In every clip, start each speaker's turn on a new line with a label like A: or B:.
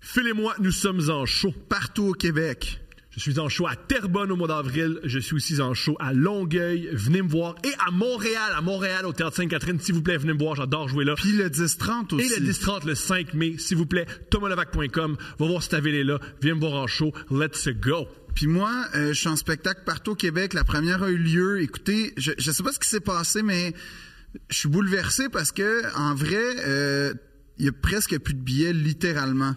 A: Phil et moi, nous sommes en show.
B: Partout au Québec.
A: Je suis en show à Terrebonne au mois d'avril. Je suis aussi en show à Longueuil. Venez me voir. Et à Montréal, à Montréal, au Théâtre Sainte-Catherine, s'il vous plaît, venez me voir. J'adore jouer là.
B: Puis le 10-30 aussi.
A: Et le 10-30, le 5 mai, s'il vous plaît, thomaslevac.com. Va voir si ta ville est là. Viens me voir en show. Let's go.
B: Puis moi, euh, je suis en spectacle partout au Québec. La première a eu lieu. Écoutez, je ne sais pas ce qui s'est passé, mais je suis bouleversé parce que en vrai, il euh, y a presque plus de billets littéralement.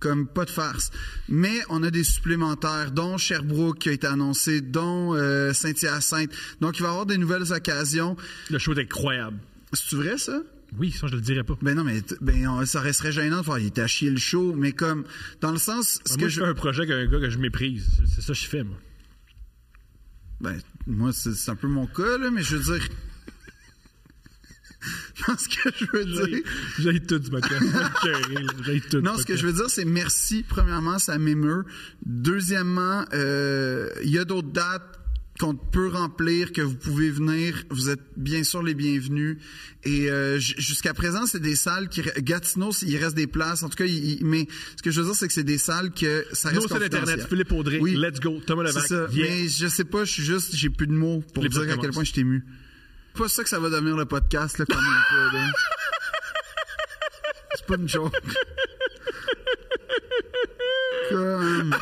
B: Comme pas de farce. Mais on a des supplémentaires, dont Sherbrooke qui a été annoncé, dont euh, Saint-Hyacinthe. Donc, il va y avoir des nouvelles occasions.
A: Le show est incroyable.
B: C'est vrai, ça?
A: Oui, ça, je le dirais pas.
B: Ben non, mais t- ben, on- ça resterait gênant de faire, il était à chier le show, mais comme, dans le sens, ce
A: Ah, Moi,
B: que
A: je fais un projet avec un gars que je méprise. C'est- C'est ça que je fais, moi.
B: Ben, moi, c'est c'est un peu mon cas, là, mais je veux dire. non, ce que je veux dire.
A: J'ai tout du matin. J'ai tout.
B: Non, ce que je veux dire, c'est merci, premièrement, ça m'émeut. Deuxièmement, euh, il y a d'autres dates qu'on peut remplir, que vous pouvez venir. Vous êtes bien sûr les bienvenus. Et euh, j- jusqu'à présent, c'est des salles qui... re- Gatineau, il reste des places. En tout cas, il- il- mais ce que je veux dire, c'est que c'est des salles que ça reste
A: Nos sites internet,
B: confidentiel.
A: Philippe Audrey,
B: Oui.
A: Let's Go, Thomas
B: C'est
A: Levac.
B: ça.
A: yeah.
B: Mais je sais pas, je suis juste, j'ai plus de mots pour
A: L'épisode
B: dire à quel
A: commence.
B: point je suis ému. Pas ça que ça va devenir le podcast, là, quand même pas, là. C'est pas une joke. Comme...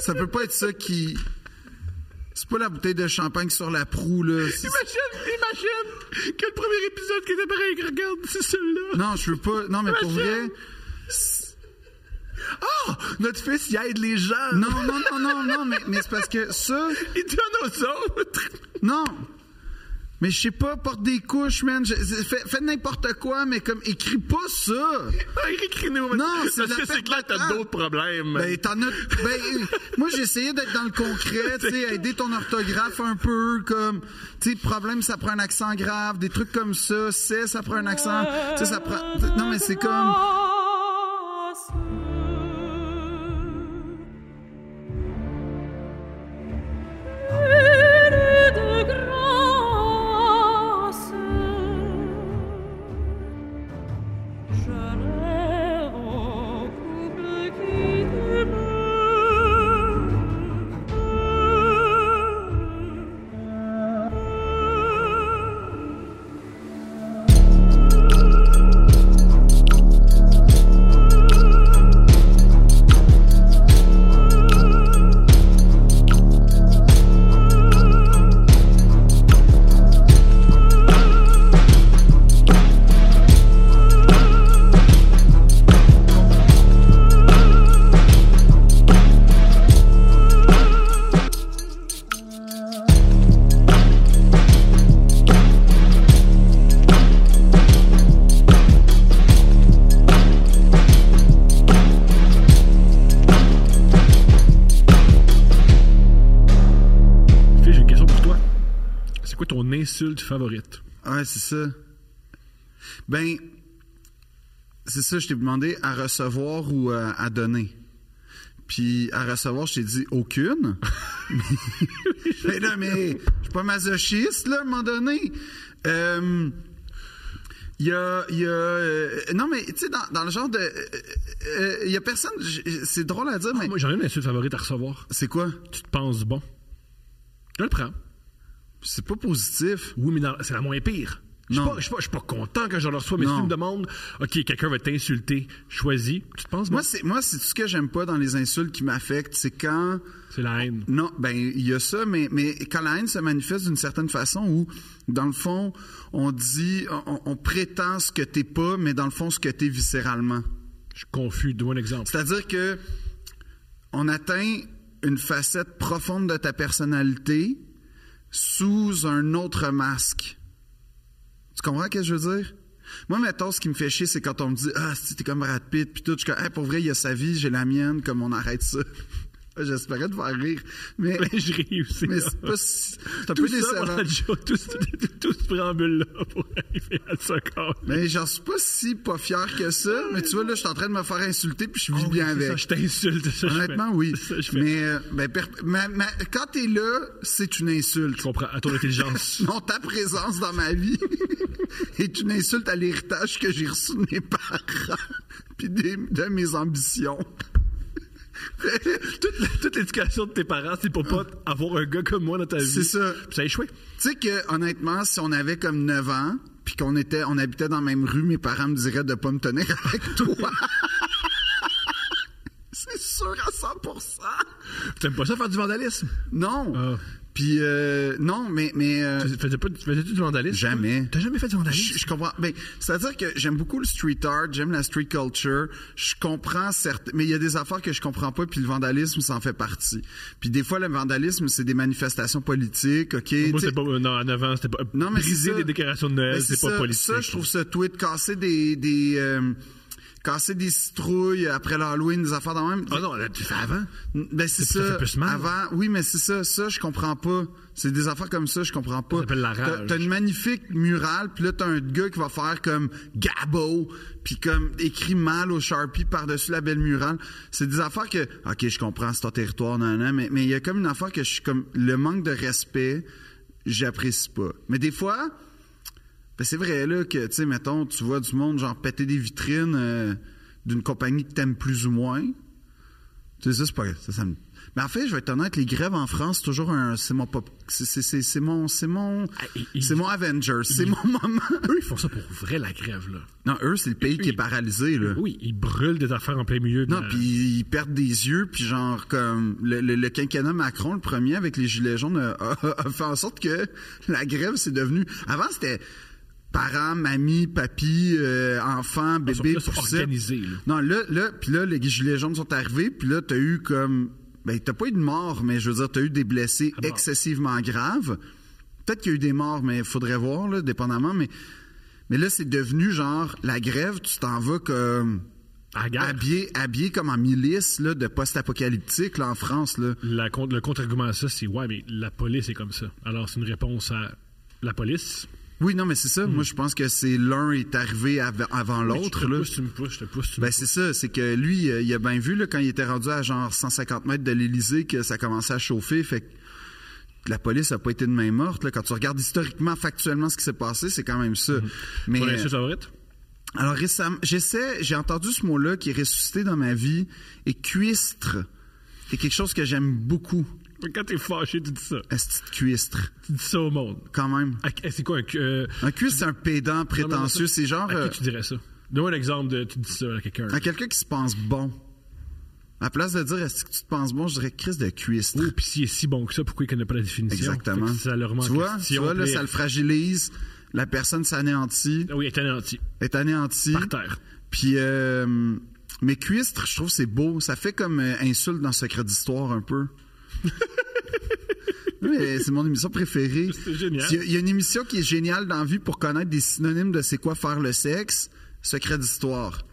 B: Ça peut pas être ça qui. C'est pas la bouteille de champagne sur la proue, là. C'est-
A: Imagine, imagine que le premier épisode qui était pareil, que regarde, c'est celui-là.
B: Non, je veux pas. Non, mais pour vrai.
A: Oh, notre fils, il aide les gens.
B: Non, non, non, non, non, mais, mais c'est parce que ça.
A: Il donne aux autres.
B: Non. Mais je sais pas, porte des couches, man. Je- c'est- fais- faites n'importe quoi, mais comme écris pas ça.
A: Ah, Écris-nous.
B: Non,
A: Parce
B: c'est de la
A: que c'est
B: perte
A: clair
B: de
A: que t'as
B: temps.
A: d'autres problèmes.
B: Ben, t'en as. Ben, moi, j'ai essayé d'être dans le concret, tu sais, aider ton orthographe un peu, comme, tu sais, problème, ça prend un accent grave, des trucs comme ça, c'est, ça prend un accent, tu sais, ça prend. Non, mais c'est comme.
A: Phil, j'ai une question pour toi. C'est quoi ton insulte favorite?
B: Ouais, c'est ça. Ben, c'est ça, je t'ai demandé à recevoir ou euh, à donner. Puis à recevoir, je t'ai dit aucune. mais non, mais je suis pas masochiste, là, à un moment donné. Euh, Il y a. il y a, euh, non, mais tu sais, dans, dans le genre de. euh, euh, Il y a personne. j- C'est drôle à dire, mais.
A: Moi, j'en ai une insulte favorite à recevoir.
B: C'est quoi?
A: Tu te penses bon. Je le prends.
B: C'est pas positif.
A: Oui, mais dans- c'est la moins pire. Je suis
B: Non.
A: pas, je suis pas, je suis pas content quand je leur reçois, mais si
B: Non.
A: tu me demandes, OK, quelqu'un va t'insulter, choisis, tu te penses bon.
B: Moi, c'est moi, c'est tout ce que j'aime pas dans les insultes qui m'affectent. C'est quand.
A: C'est la haine.
B: Non, ben il y a ça, mais, mais quand la haine se manifeste d'une certaine façon où, dans le fond, on dit, on, on prétend ce que t'es pas, mais dans le fond, ce que t'es viscéralement.
A: Je suis confus, donne un exemple.
B: C'est-à-dire que on atteint une facette profonde de ta personnalité sous un autre masque. Tu comprends ce que je veux dire? Moi, mettons, ce qui me fait chier, c'est quand on me dit Ah, si t'es comme Brad Pitt, puis tout, je suis comme, Hey, pour vrai, il y a sa vie, j'ai la mienne, comme on arrête ça. J'espérais te faire rire, mais,
A: Mais je réussis.
B: mais
A: là.
B: c'est pas si- c'est un
A: tout
B: peu
A: ça, hein.
B: décevant.
A: pendant le show, tout, ce- tout ce préambule-là pour arriver à ce corps.
B: Mais j'en suis pas si pas fier que ça. Mais tu vois, là, je suis en train de me faire insulter puis je vis bien
A: Ah C'est ça,
B: avec.
A: je t'insulte. c'est ça que je fais.
B: Honnêtement, oui.
A: C'est ça que je fais.
B: Mais euh, ben, perp- ma- ma- quand t'es là, c'est une insulte.
A: Je comprends. À ton intelligence.
B: Non, ta présence dans ma vie est une insulte à l'héritage que j'ai reçu de mes parents puis des- de mes ambitions.
A: toute la- toute l'éducation de tes parents, c'est pour pas avoir un gars comme moi dans ta vie.
B: C'est ça.
A: Puis ça a échoué.
B: Tu sais que honnêtement, si on avait comme 9 ans, puis qu'on était, on habitait dans la même rue, mes parents me diraient de pas me tenir avec toi. C'est sûr à 100%.
A: T'aimes pas ça faire du vandalisme?
B: Non.
A: Ah.
B: Puis euh, non, mais mais euh,
A: Tu faisais pas- tu faisais-tu du vandalisme?
B: Jamais.
A: T'as jamais fait du vandalisme?
B: je, je comprends. Ben, c'est-à-dire que j'aime beaucoup le street art, j'aime la street culture. Je comprends certes, mais il y a des affaires que je comprends pas, puis le vandalisme s'en fait partie. Puis des fois, le vandalisme, c'est des manifestations politiques, ok.
A: Moi,
B: Tu sais,
A: c'est pas. euh, Non, en avant, c'était pas.
B: Non, mais c'est
A: briser
B: ça.
A: des déclarations de Noël,
B: Mais
A: c'est pas
B: ça,
A: politique.
B: Ça, je trouve ça tweet, casser des. des euh, casser des citrouilles après l'Halloween, des affaires dans même.
A: Ah non, là, tu fais avant.
B: Ben, c'est
A: ça fait
B: ça.
A: plus mal.
B: Avant, oui, mais c'est ça. Ça, je comprends pas. C'est des affaires comme ça, je comprends pas.
A: Ça s'appelle la rage.
B: T'as- T'as une magnifique murale, puis là, t'as un gars qui va faire comme Gabo, puis comme écrit mal au Sharpie par-dessus la belle murale. C'est des affaires que, OK, je comprends, c'est ton territoire, non, non, mais mais il y a comme une affaire que je suis comme, le manque de respect, j'apprécie pas. Mais des fois, ben, c'est vrai, là, que, tu sais, mettons, tu vois du monde, genre, péter des vitrines euh, d'une compagnie que t'aimes plus ou moins. Tu sais, ça, c'est pas. Ça, ça me- Mais en fait, je vais être honnête, les grèves en France, c'est toujours un. C'est mon pop. C'est, c'est, c'est, c'est mon. C'est mon.
A: Ah, et- et-
B: C'est mon Avengers. C'est mon moment.
A: Eux, ils font ça pour vrai, la grève, là.
B: Non, eux, c'est le pays qui est paralysé, là.
A: Oui, ils brûlent des affaires en plein milieu. de
B: Non,
A: la-
B: puis ils perdent des yeux, puis genre, comme. Le, le- le quinquennat Macron, le premier avec les Gilets jaunes, a, a- a fait en sorte que la grève, c'est devenu. Avant, c'était. Parents, mamie, papy, euh, enfant, bébé,
A: Ah, là, sont
B: poussette.
A: organisés, là.
B: Non, là, là, puis là, les gilets jaunes sont arrivés, puis là, t'as eu comme. Ben, t'as pas eu de mort, mais je veux dire, t'as eu des blessés
A: bon?
B: excessivement graves. Peut-être qu'il y a eu des morts, mais il faudrait voir, là, dépendamment. Mais, mais là, c'est devenu genre la grève, tu t'en vas comme.
A: À la guerre.
B: Habillé, habillé comme en milice là, de post-apocalyptique là, en France. Là.
A: La con- le contre-argument à ça, c'est ouais, mais la police est comme ça. Alors, c'est une réponse à la police.
B: Oui, non, mais c'est ça. Moi, je pense que c'est l'un est arrivé av- avant l'autre.
A: Je te
B: là.
A: pousse, tu me pousses, je te pousse, tu me
B: Ben c'est ça, c'est que lui, euh, il a bien vu là, quand il était rendu à genre 150 mètres de l'Élysée que ça commençait à chauffer. Fait que la police a pas été de main morte. Là. Quand tu regardes historiquement, factuellement ce qui s'est passé, c'est quand même ça. Mais euh,
A: Ton insulte favorite?
B: alors récemment, j'essaie, j'ai entendu ce mot-là qui est ressuscité dans ma vie et cuistre. C'est quelque chose que j'aime beaucoup.
A: Quand t'es fâché, tu dis ça.
B: Est-ce que cuistre
A: Tu dis ça au monde.
B: quand même?
A: À- à- C'est quoi un. cu- euh,
B: Un cuistre, c'est un pédant prétentieux. C'est genre
A: À
B: euh,
A: qui tu dirais ça? Donne-moi un exemple de tu dis ça à quelqu'un.
B: à quelqu'un qui se pense bon. À place de dire est-ce que tu te penses bon, je dirais Chris de cuistre.
A: Oh, puis s'il est si bon que ça, pourquoi il connaît pas la définition?
B: Exactement.
A: Fait que Ça le remet
B: tu
A: en
B: vois, tu
A: question,
B: vois là,
A: puis-
B: ça le fragilise. La personne s'anéantit,
A: Ah Oui, il est anéanti.
B: est anéantie.
A: Par terre.
B: Puis, euh, mais cuistre, je trouve que c'est beau. Ça fait comme euh, insulte dans Secret d'Histoire un peu. Mais c'est mon émission préférée.
A: C'est génial.
B: Il y a- il y, a une émission qui est géniale dans la vie pour connaître des synonymes de c'est quoi faire le sexe. Secret d'Histoire.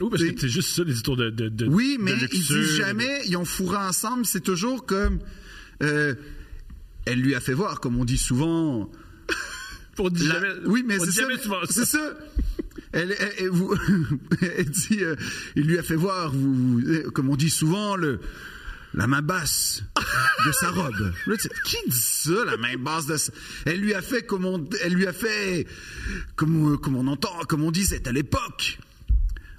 A: Oui, parce
B: C'est-
A: que c'est juste ça, les histoires de. de, de-
B: Oui,
A: de
B: mais ils
A: luxure,
B: disent jamais, ils ont fourré ensemble, c'est toujours comme. euh, elle lui a fait voir, comme on dit souvent.
A: On dit
B: La-
A: jamais-
B: Oui, mais
A: on
B: c'est
A: dit
B: ça.
A: jamais souvent ça.
B: C'est ça. Elle, elle- elle- vous- elle dit, euh, il lui a fait voir, vous- vous- euh, comme on dit souvent, le, la main basse de sa robe. Là, tu sais, qui dit ça, la main basse de sa... Elle lui a fait comme on, elle lui a fait, comme, euh, comme on entend, comme on disait à l'époque.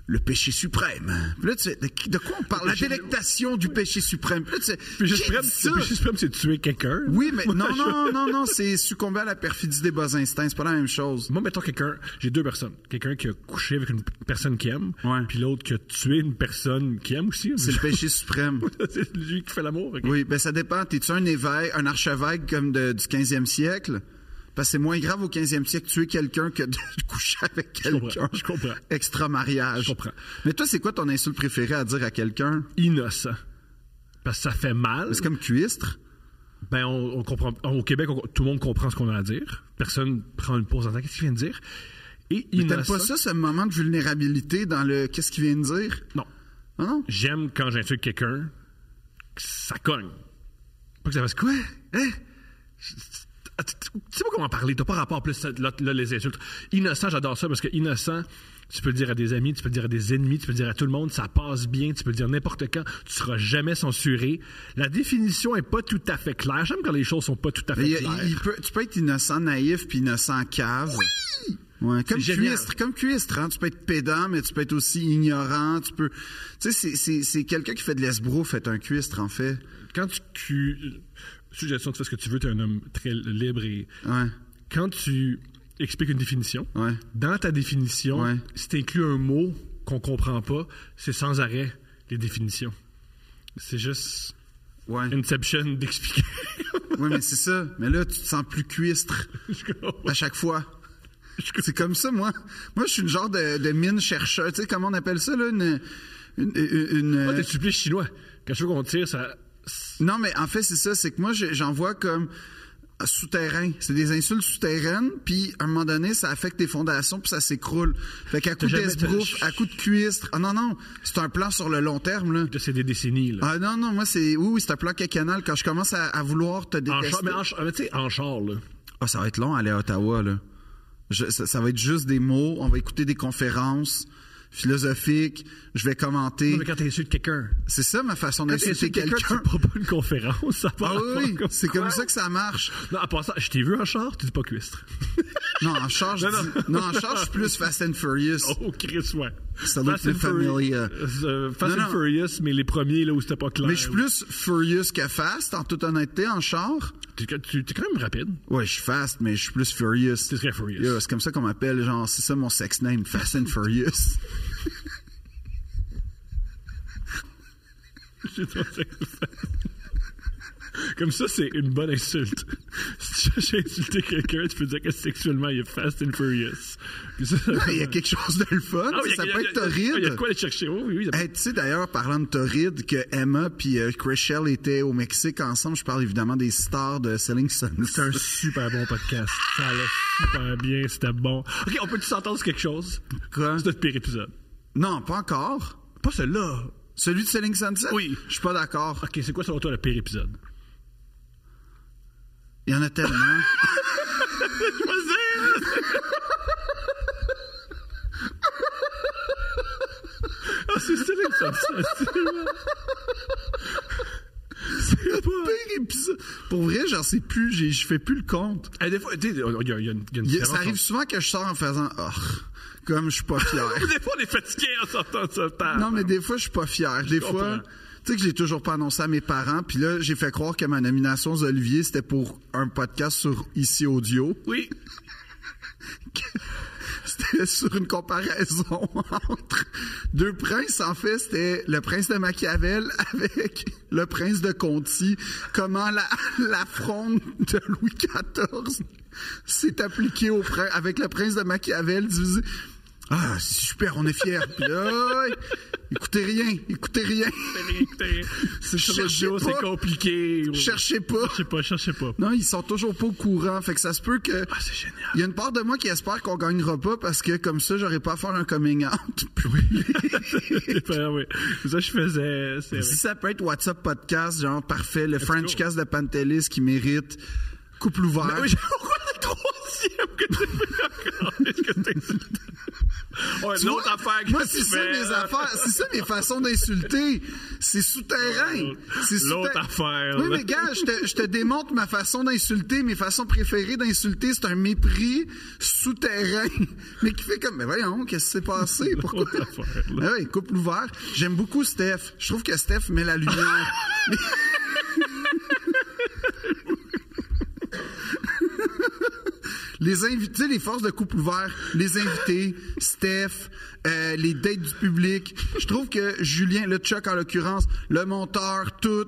B: Le péché suprême. Puis Là, tu sais, de, qui- de quoi on parle? La
A: péché-
B: délectation du péché suprême. Puis Là, tu sais,
A: Puis
B: qui
A: juste
B: dit
A: prême,
B: ça?
A: puis juste prême, c'est tuer quelqu'un.
B: Oui, mais
A: Moi,
B: non,
A: je-
B: non, non, non, c'est succomber à la perfidie des bas instincts. C'est pas la même chose.
A: Moi, mettons quelqu'un, j'ai deux personnes. Quelqu'un qui a couché avec une personne qui aime,
B: Ouais.
A: puis l'autre qui a tué une personne qui aime aussi.
B: C'est le péché suprême.
A: C'est lui qui fait l'amour. ok.
B: Oui, ben ça dépend. T'es-tu un évêque, un archevêque comme de- du 15e siècle? Parce que c'est moins grave au 15e siècle de tuer quelqu'un que de coucher avec
A: comprends,
B: quelqu'un.
A: je comprends.
B: Extra-mariage.
A: Je comprends.
B: Mais toi, c'est quoi ton insulte préférée à dire à quelqu'un?
A: Innocent. Parce que ça fait mal.
B: C'est comme cuistre?
A: Ben, on, on comprend. on- au Québec, on- tout le monde comprend ce qu'on a à dire. Personne prend une pause en disant qu'est-ce qu'il vient de dire. Et
B: Mais T'aimes
A: innocent.
B: pas ça, ce moment de vulnérabilité dans le « qu'est-ce qu'il vient de dire Ah
A: Non. »
B: Non, non?
A: J'aime quand j'insulte quelqu'un ça cogne. Pas que ça fasse quoi? Hein? Ah, Tu tu- tu sais pas comment parler, t'as pas rapport plus ça- là, là, les insultes. Innocent, j'adore ça parce que innocent, tu peux le dire à des amis, tu peux le dire à des ennemis, tu peux le dire à tout le monde, ça passe bien, tu peux le dire n'importe quand, tu seras jamais censuré. La définition est pas tout à fait claire. J'aime quand les choses sont pas tout à fait
B: Mais il y a-
A: claires.
B: il- il peut- tu peux être innocent naïf puis innocent cave. Oui! comme,
A: C'est génial.
B: cuistre, comme cuistre, hein. tu peux être pédant, mais tu peux être aussi ignorant. Tu peux, tu sais, c'est- c'est- c'est quelqu'un qui fait de l'esbrouf être un cuistre en fait.
A: Quand tu, cu- suggestion, tu fais ce que tu veux, t'es un homme très libre et
B: Ouais,
A: quand tu expliques une définition,
B: Ouais.
A: dans ta définition,
B: Ouais.
A: si tu inclus un mot qu'on comprend pas, c'est sans arrêt les définitions. C'est juste
B: ouais.
A: Inception d'expliquer.
B: Oui, mais c'est ça. Mais là, tu te sens plus cuistre
A: Je comprends.
B: à chaque fois. C'est comme ça, moi. Moi, je suis une genre de, de mine chercheur. Tu sais, comment on appelle ça, là? Une. une, une- une- euh,
A: Moi, t'es supplice chinois. Quand je veux qu'on tire, ça. c'est-
B: Non, mais en fait, c'est ça. C'est que moi, je- j'en vois comme souterrain. C'est des insultes souterraines, puis à un moment donné, ça affecte tes fondations, puis ça s'écroule. Fait qu'à coup
A: T'as jamais-
B: d'esbrouf, à coup de cuistre. Ah non, non, c'est un plan sur le long terme, là.
A: Là, C'est des décennies. Là.
B: Ah non, non, moi, c'est. Oui, oui, c'est un plan quinquennal. Quand je commence à, à vouloir te
A: en
B: détester.
A: char, mais en, char- mais tu sais, en char, là.
B: Ah, ça va être long aller à Ottawa, là. Je- ça, ça va être juste des mots. On va écouter des conférences philosophiques. Je vais commenter.
A: Non, mais quand t'insultes quelqu'un.
B: Ah, C'est ça ma façon
A: Quand t'insultes
B: d'insulter
A: quelqu'un, tu
B: quelqu'un.
A: prends pas une conférence. Ça va
B: Ah oui, oui, c'est comme ça que ça marche.
A: Non, à part ça, je t'ai vu en char, tu dis pas cuistre.
B: Non, en charge,
A: Non, non.
B: non, en charge, je suis plus Fast and Furious.
A: Oh, Chris, ouais.
B: Ça doit
A: Fast
B: être
A: and Furious.
B: familiar.
A: Euh, Fast
B: Non,
A: and
B: non.
A: Furious, mais les premiers, là, où c'était pas clair.
B: Mais je suis plus Furious que Fast, en toute honnêteté, en char.
A: Tu, tu- t'es quand même rapide.
B: Ouais, je suis Fast, mais je suis plus Furious.
A: T'es très Furious.
B: Yeah, c'est comme ça qu'on m'appelle, genre, c'est ça mon sex name, Fast and Furious.
A: J'ai pensé que ça- Comme ça, c'est une bonne insulte. Si tu cherches à insulter quelqu'un, tu peux dire que sexuellement, il est Fast and Furious. Puis ça, ça-
B: Il y a quelque chose de le fun,
A: Ah oui, il y a-
B: ça
A: il y a-
B: peut être
A: il y a- Il y a
B: torride.
A: de quoi aller chercher. Oh, oui, oui, ça peut-
B: Hey, tu sais d'ailleurs, parlant de Torrid, que Emma puis euh, Chris Shell étaient au Mexique ensemble. Je parle évidemment des stars de Selling Sunset.
A: C'est un super bon podcast. Ça allait super bien, c'était bon. OK, on peut-tu s'entendre sur quelque chose?
B: Quoi?
A: C'est notre pire épisode.
B: Non, pas encore.
A: Pas celui-là.
B: Celui de Selling Sunset?
A: Oui.
B: Je suis pas d'accord.
A: OK, c'est quoi selon toi le pire épisode?
B: Il y en a tellement.
A: Ah, c'est Céline ça, c'est tellement- C'est pas...
B: Pire épisode. Pour vrai, j'en sais plus. j'ai- Je fais plus le compte.
A: Eh, des fois, tu sais, il y, a- il y a- il y a une il y a une
B: Il y a-
A: différence
B: ça arrive
A: entre-
B: souvent que je sors en faisant « Oh, comme je suis pas fier.
A: Des fois, on est fatigué en sortant de ce temps. »
B: Non, mais des fois, je suis pas fier. Des fois,
A: comprends.
B: tu sais que je l'ai toujours pas annoncé à mes parents. Puis là, j'ai fait croire que ma nomination aux Olivier, c'était pour un podcast sur Ici Audio.
A: Oui.
B: C'était sur une comparaison entre deux princes. En fait, c'était le prince de Machiavel avec le prince de Conti. Comment la, la fronde de Louis XIV s'est appliquée au prince, avec le prince de Machiavel divisé. Ah, c'est super, on est fiers. Puis là, écoutez rien, écoutez rien.
A: C'est sur
B: Cherchez
A: l'audio, c'est
B: pas.
A: compliqué.
B: Cherchez pas.
A: Cherchez pas, cherchez pas.
B: Non, ils sont toujours pas au courant. Fait que ça se peut que.
A: Ah, c'est génial.
B: Il y a une part de moi qui espère qu'on gagnera pas parce que comme ça, j'aurais pas à faire un coming out. Puis
A: C'est pas- oui. Ça, je faisais... c'est vrai.
B: si ça peut être WhatsApp podcast, genre parfait, le French
A: go.
B: cast de Pantelis qui mérite couple ouvert.
A: Ah oui, pourquoi le troisième que tu fais encore? Est-ce que t'es... Ouais,
B: Tu
A: l'autre
B: vois,
A: affaire que
B: Moi,
A: tu
B: c'est ça
A: fais, euh,
B: mes
A: là.
B: affaires, c'est ça mes façons d'insulter. C'est souterrain. C'est souterrain.
A: L'autre affaire,
B: Oui,
A: là.
B: mais gars, je te, je te démontre ma façon d'insulter, mes façons préférées d'insulter, c'est un mépris souterrain, mais qui fait comme, mais voyons, qu'est-ce qui s'est passé Pourquoi
A: L'autre affaire, là.
B: Ah oui, couple ouvert. J'aime beaucoup Steph. Je trouve que Steph met la lumière. Les invités, les forces de couple ouvert, les invités, Steph, euh, les dates du public. Je trouve que Julien, le Chuck en l'occurrence, le monteur, tout.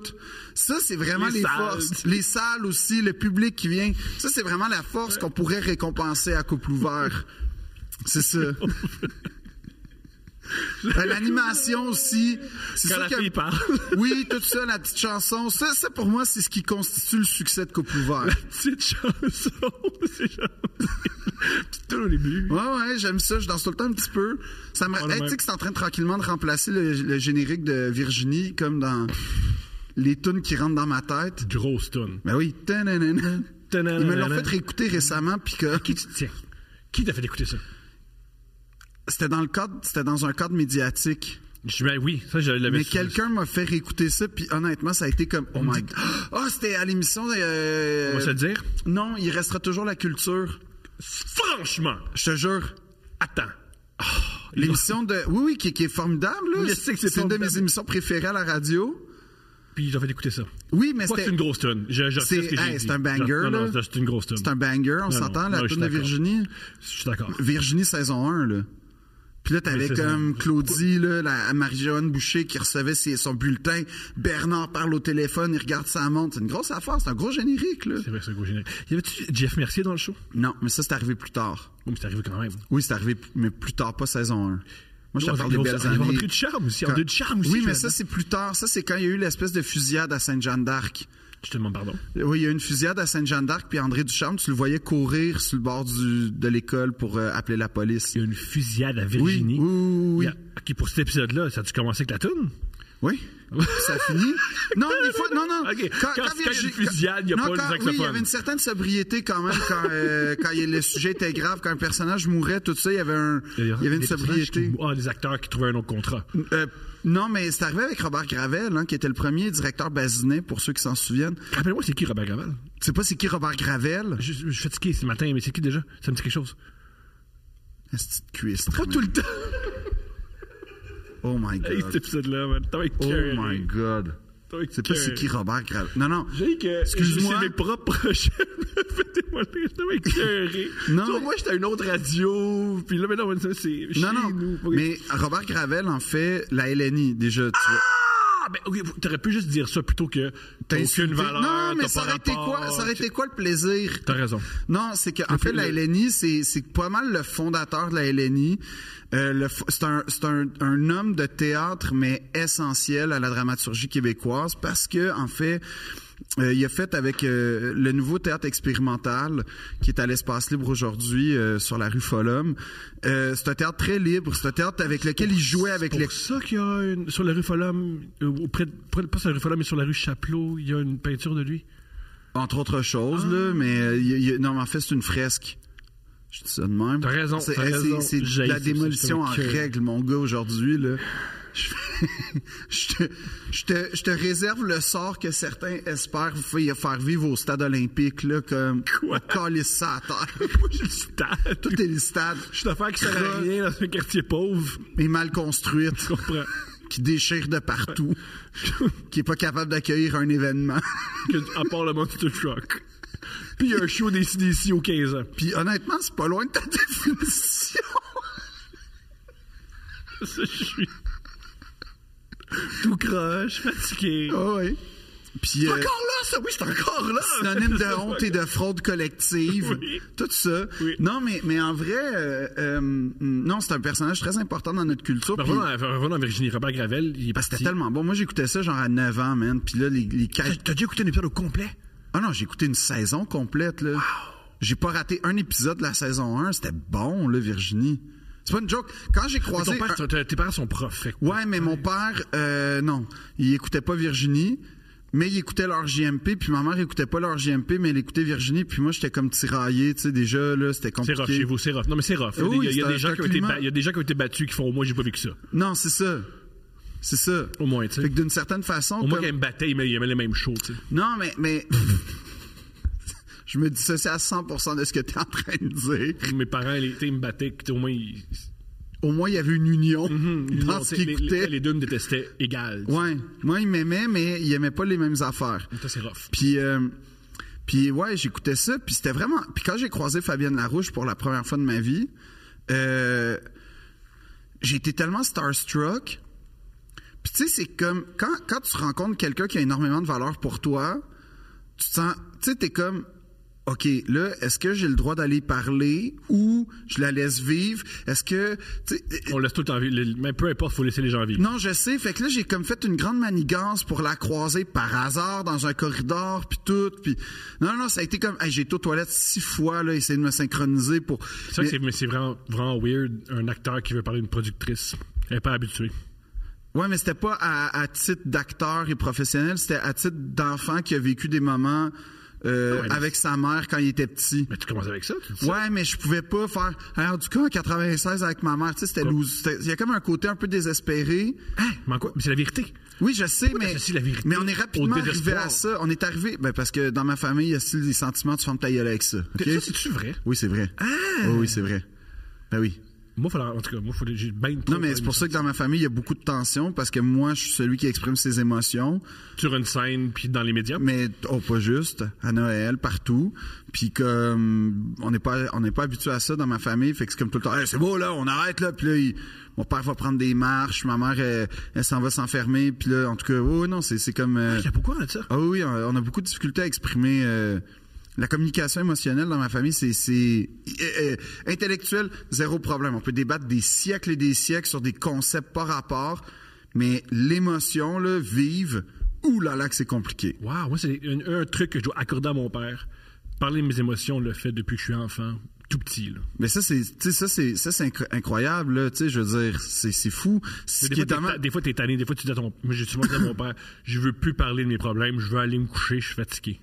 B: Ça, c'est vraiment
A: Les
B: les,
A: salles.
B: forces. Les salles aussi, le public qui vient. Ça, c'est vraiment la force qu'on pourrait récompenser à couple ouvert. C'est ça. Euh, L'animation aussi. C'est
A: Quand
B: sûr
A: la
B: que-
A: fille parle.
B: Oui, tout ça, la petite chanson. Ça, ça pour moi, c'est ce qui constitue le succès de Couple ouvert.
A: Petite chanson, c'est gentil. Puis tout au début.
B: Ouais, ouais, j'aime ça. Je danse tout le temps un petit peu. Ça me.
A: le
B: Hey, tu
A: même.
B: sais que c'est en train de, tranquillement de remplacer le, le générique de Virginie, comme dans. les tunes qui rentrent dans ma tête.
A: Grosse tune.
B: Ben oui. Tananana. Ils me l'ont fait réécouter récemment, puis que
A: Qui tu tiens? Qui t'a fait écouter ça?
B: c'était dans le cadre, c'était dans un cadre médiatique.
A: Je, ben oui, ça, je l'avais
B: Mais
A: sur-
B: quelqu'un m'a fait réécouter ça, puis honnêtement, ça a été comme oh my god. Ah, c'était à l'émission. euh,
A: On va se le dire?
B: Non, il restera toujours la culture.
A: Franchement!
B: Je te jure.
A: Attends. Ah,
B: L'émission de. Oui, oui, qui, qui est formidable. là.
A: Oui, je sais que c'est
B: C'est une de
A: formidable.
B: mes émissions préférées à la radio.
A: Puis ils ont fait écouter ça.
B: Oui, mais
A: Quoi que
B: Eh, c'était.
A: c'est une grosse tune. Je, je
B: C'est-
A: retire ce que j'ai
B: hey, c'est
A: dit.
B: un banger,
A: Je- non, non,
B: là.
A: c'est- c'est une grosse tune.
B: C'est un banger, on
A: Non,
B: s'entend,
A: non,
B: la
A: non, je
B: tune
A: suis
B: de
A: d'accord.
B: Virginie.
A: Je suis d'accord.
B: Virginie, saison 1, là. Puis là,
A: Oui,
B: t'avais
A: saison
B: comme
A: un.
B: Claudie, là, la Marie-Joanne Boucher qui recevait ses- son bulletin. Bernard parle au téléphone, il regarde sa montre. C'est une grosse affaire, c'est un gros générique, là.
A: C'est vrai, c'est un gros générique. Y avait-tu Jeff Mercier dans le show?
B: Non, mais ça, c'est arrivé plus tard.
A: Oui, mais c'est arrivé quand même.
B: Oui, c'est arrivé, p- mais plus tard, pas saison 1. Moi,
A: Ils
B: je te
A: ont-
B: parle
A: ils
B: des
A: ont-
B: belles
A: ils ont
B: années.
A: rentré de charme aussi, ils ont rentré de charme aussi,
B: Oui,
A: je
B: mais
A: suis
B: ça, c'est plus tard. Ça, c'est quand il y a eu l'espèce de fusillade à Sainte-Jeanne d'Arc.
A: Je te demande pardon.
B: Oui, il y a eu une fusillade à Sainte-Jeanne d'Arc, puis André Ducharme, tu le voyais courir sur le bord du- de l'école pour euh, appeler la police.
A: Il y a une fusillade à
B: Oui,
A: Virginie.
B: oui, oui, oui.
A: Il y a- OK, pour cet épisode-là, ça a-tu commencé avec la toune?
B: Oui. Ça finit. Non, des fois, non, non.
A: Ok, quand- quand il y a une fusillade, il y a
B: non,
A: pas le
B: quand- Oui,
A: saxophone.
B: il y avait une certaine sobriété quand même quand, euh, quand il- le sujet était grave, quand un personnage mourait, tout ça, il y avait, un, il y avait une
A: des personnages
B: sobriété.
A: qui- Ah, des acteurs qui trouvaient un autre contrat.
B: Euh, non, mais c'est arrivé avec Robert Gravel, hein, qui était le premier directeur basinet, pour ceux qui s'en souviennent.
A: Rappelle-moi, c'est qui Robert Gravel?
B: Tu sais pas c'est qui Robert Gravel?
A: Je, je suis fatigué ce matin, mais c'est qui déjà? Ça me dit quelque chose.
B: Est-ce que tu te cuisses,
A: Pas
B: toi,
A: tout le temps,
B: man? Oh my
A: hey, cet
B: God.
A: épisode-là, man. T'as
B: Oh my God. C'est pas c'est qui Robert Gravel. Non, non.
A: J'ai que
B: Excuse-moi.
A: c'est mes propres projets. Faites-moi le j'étais écœuré.
B: Non,
A: Tu vois,
B: mais-
A: moi, j'étais à une autre radio, puis là, maintenant, ça, c'est chez
B: Non, non.
A: nous.
B: Mais Robert Gravel en fait la LNI, déjà. Tu vois.
A: Ah, ben, ok, t'aurais pu juste dire ça plutôt que t'as aucune
B: insulté.
A: valeur,
B: Non, mais
A: t'as
B: ça
A: pas
B: aurait été
A: rapport,
B: quoi? Ça aurait été quoi le plaisir?
A: T'as raison.
B: Non, c'est que en fait la LNI, c'est c'est pas mal le fondateur de la LNI. Euh, le fo- c'est un c'est un, un homme de théâtre mais essentiel à la dramaturgie québécoise parce que en fait. euh, il a fait avec euh, le nouveau théâtre expérimental qui est à l'espace libre aujourd'hui euh, sur la rue Follum. Euh, c'est un théâtre très libre, c'est un théâtre avec lequel il jouait avec
A: Pour
B: les
A: ça qu'il y a une, sur la rue Follum, euh, auprès de- près de- pas sur la rue Follum, mais sur la rue Chapelot, il y a une peinture de lui.
B: entre autres choses
A: Ah.
B: là, mais euh, il y a- il y a- non mais en fait c'est une fresque. Je dis ça de même.
A: T'as raison,
B: C'est
A: t'as
B: eh,
A: raison.
B: c'est- c'est de
A: J'ai
B: la
A: ça, c'est
B: démolition en
A: sûr que-
B: règle, mon gars, aujourd'hui. là. Je, fais- je te, je te- je te réserve le sort que certains espèrent f- faire vivre au stade olympique, là, comme
A: Quoi?
B: coller ça à terre.
A: Moi, j'ai le stade.
B: Tout est le stade.
A: Je suis d'affaire qui sert à
B: Crotte.
A: rien dans un quartier pauvre.
B: mais mal construite,
A: Je comprends.
B: qui déchire de partout, qui est pas capable d'accueillir un événement.
A: Que- à part le Monster Truck. Puis il y a un show des CDC aux 15 ans.
B: Puis honnêtement, c'est pas loin de ta définition.
A: Ça, je suis tout croche, fatigué.
B: Ah oui. Puis, euh,
A: là, ça, oui, c'est encore là.
B: synonyme de honte et de fraude collective,
A: Oui.
B: tout ça.
A: Oui.
B: Non, mais, mais en vrai, euh, euh, non, c'est un personnage très important dans notre culture.
A: Ben,
B: puis-
A: revenons, à, revenons à Virginie Robert Gravel. Il est
B: parce que
A: parti.
B: c'était tellement bon. Moi, j'écoutais ça genre à 9 ans, man. Puis là, les, les
A: T'as
B: cages-
A: t'as déjà écouté un épisode au complet?
B: Ah non, j'ai écouté une saison complète, là. J'ai pas raté un épisode de la saison 1. C'était bon, là, Virginie. C'est pas une joke. Quand j'ai
A: Mais
B: croisé...
A: ton père,
B: un-
A: t- t- tes parents sont profs. fait que-
B: Ouais, mais mon père, euh, non, il écoutait pas Virginie, mais il écoutait leur JMP, puis ma mère écoutait pas leur JMP, mais elle écoutait Virginie, puis moi j'étais comme tiraillé, tu sais, déjà, là, c'était
A: C'est
B: compliqué.
A: rough chez vous, c'est rough. Non, mais c'est rough. Il y a des-
B: Oui,
A: il y a
B: c'est
A: des
B: un-
A: gens
B: un
A: qui ont été
B: climat.
A: ba- il y a des gens qui ont été battus qui font au moins, j'ai pas vécu ça.
B: Non, c'est ça. C'est ça.
A: Au moins, tu
B: Fait
A: sais.
B: que d'une certaine façon.
A: Au moins,
B: comme-
A: quand ils me battaient, ils aimaient- ils aimaient les mêmes shows, tu sais.
B: Non, mais. mais... Je me dissocie à 100% de ce que tu es en train de dire.
A: Mes parents, les- tu sais, ils me battaient, que, au moins, ils.
B: Au moins, il y avait une union dans
A: non,
B: ce
A: Mm-hmm, tu sais,
B: qu'ils
A: les-
B: écoutaient.
A: les, les deux me détestaient égal. tu sais.
B: Ouais. Moi, il m'aimait, mais il aimait pas les mêmes affaires.
A: Ça, c'est rough.
B: Puis, euh, puis ouais, j'écoutais ça. Puis c'était vraiment. Puis quand j'ai croisé Fabienne Larouche pour la première fois de ma vie, euh, j'ai été tellement starstruck. Puis tu sais, c'est comme quand, quand tu rencontres quelqu'un qui a énormément de valeur pour toi, tu te sens. Tu sais, t'es comme. OK, là, est-ce que j'ai le droit d'aller parler ou je la laisse vivre? Est-ce que. tu sais,
A: On laisse tout le temps vivre. Les- Mais peu importe, faut laisser les gens vivre.
B: non, je sais. Fait que là, j'ai comme fait une grande manigance pour la croiser par hasard dans un corridor, puis tout. Puis non, non, ça a été comme, Hey, j'ai été aux toilettes six fois là, essayer de me synchroniser pour.
A: C'est vrai que c'est- mais c'est vraiment, vraiment weird, un acteur qui veut parler d'une productrice. Elle n'est pas habituée.
B: Mais- Ouais, mais c'était pas à, à titre d'acteur et professionnel, c'était à titre d'enfant qui a vécu des moments euh,
A: Ah ouais, mais-
B: avec sa mère quand il était petit.
A: Mais tu commences avec ça, tu dis ça.
B: Ouais, mais je pouvais pas faire. Alors, du coup, en 96 avec ma mère, tu sais, c'était loose. C'était- Il y a comme un côté un peu désespéré.
A: Hein? Mais en quoi? Mais c'est la vérité.
B: Oui, je sais, mais,
A: t'associes la vérité
B: mais on est
A: au
B: rapidement arrivé
A: désespoir?
B: à ça. On est arrivé. Ben, parce que dans ma famille, il y a aussi des sentiments, tu fermes ta gueule avec ça. OK?
A: Ça, Ah! c'est-tu vrai?
B: Oui, c'est vrai. Oui, oui, c'est vrai. Ben oui.
A: Moi, faut la- en tout cas, moi, faut, j'ai bien trop-
B: Non, mais c'est pour ça que dans ma famille, il y a beaucoup de tensions parce que moi, je suis celui qui exprime ses émotions.
A: Sur une scène, puis dans les médias.
B: Mais oh, pas juste, à Noël, partout. Puis comme on n'est pas on n'est pas habitué à ça dans ma famille, fait que c'est comme tout le temps Hey, c'est beau là, on arrête là, puis là il- mon père va prendre des marches, ma mère elle, elle s'en va s'enfermer, puis là en tout cas oh non, c'est c'est comme euh,
A: Il y a beaucoup de ça.
B: Ah oui, oui, on on a beaucoup de difficultés à exprimer euh, la communication émotionnelle dans ma famille, c'est c'est euh, euh, intellectuel, zéro problème. On peut débattre des siècles et des siècles sur des concepts par rapport, mais l'émotion là vive Ouh là là que c'est compliqué.
A: Wow, moi, c'est un, un truc que je dois accorder à mon père. Parler de mes émotions, on le fait depuis que je suis enfant, tout petit. Là.
B: Mais ça, c'est, tu sais, ça, c'est, ça, c'est incro- incroyable, là, tu sais, je veux dire, c'est, c'est fou. Ce
A: Mais Des,
B: qui
A: fois,
B: est
A: t'es
B: dommage-
A: ta- des fois, t'es tanné, des fois, tu dis à ton... Moi, j'ai souvent dit à mon père, je veux plus parler de mes problèmes, je veux aller me coucher, je suis fatigué.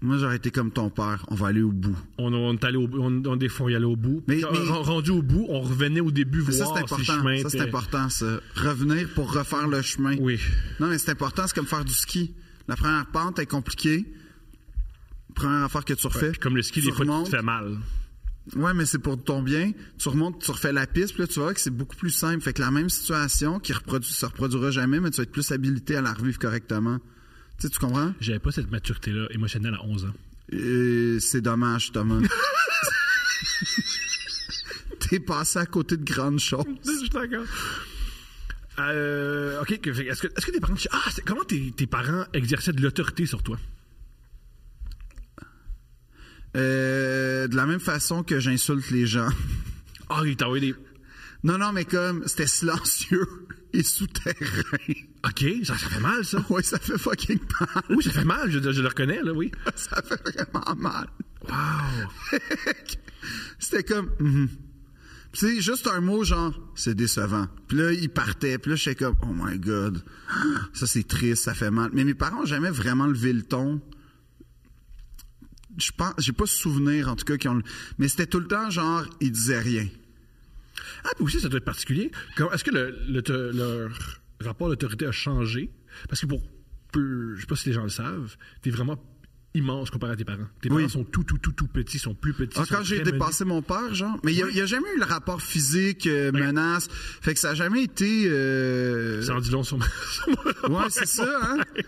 B: Moi, j'aurais été comme ton père, on va aller au bout.
A: On, on est allé au, on, on, des fois, on y allait au bout.
B: Mais-
A: Quand-
B: mais-
A: ren- Rendu au bout, on revenait au début voir
B: ça, c'est
A: si le
B: important.
A: chemin
B: ça, c'est
A: était-
B: important, ça. Revenir pour refaire le chemin.
A: Oui.
B: Non, mais c'est important, c'est comme faire du ski. La première pente est compliquée. Première affaire que tu refais.
A: Puis comme le ski,
B: tu
A: des fois, tu
B: remontes.
A: te fais mal.
B: Ouais, mais c'est pour ton bien. Tu remontes, tu refais la piste, puis là, tu vois que c'est beaucoup plus simple. Fait que la même situation qui reproduit, se reproduira jamais, mais tu vas être plus habilité à la revivre correctement. Tu sais, tu comprends?
A: J'avais pas cette maturité-là émotionnelle à 11 ans.
B: Euh, c'est dommage, Thomas. T'es passé à côté de grandes choses.
A: Je suis d'accord. Euh, OK, que- est-ce que, est-ce que tes parents... Ah, c'est- comment tes, tes parents exerçaient de l'autorité sur toi?
B: Euh, de la même façon que j'insulte les gens.
A: Ah, ils t'ont envoyé des...
B: Non, non, mais comme c'était silencieux et souterrain.
A: OK, ça, ça fait mal, ça.
B: Ouais, ça fait fucking mal.
A: Oui, ça fait mal, je, je le reconnais, là, oui.
B: Ça fait vraiment mal.
A: Wow!
B: C'était comme. mhm. Puis C'est juste un mot genre, c'est décevant. Puis là, il partait. Puis là, j'étais comme, oh my god, ça c'est triste, ça fait mal. Mais mes parents ont jamais vraiment levé le ton. Je pense, j'ai pas souvenir en tout cas qu'ils ont. le- Mais c'était tout le temps genre, ils disaient rien.
A: Ah, puis aussi, ça doit être particulier. Comment- Est-ce que le, le- te- leur rapport d'autorité a changé? Parce que pour peu, je sais pas si les gens le savent, t'es vraiment immense comparé à tes parents. Tes
B: Oui.
A: parents sont tout, tout, tout, tout petits, sont plus petits.
B: Ah,
A: sont
B: quand j'ai
A: très menus.
B: dépassé mon père, genre. Mais il y a- il y, a jamais eu le rapport physique, euh, menace. Fait que ça a jamais été. euh,
A: Ça en dit long sur ma- sur mon rapport
B: Ouais,
A: avec
B: c'est
A: mon
B: ça, hein?
A: père.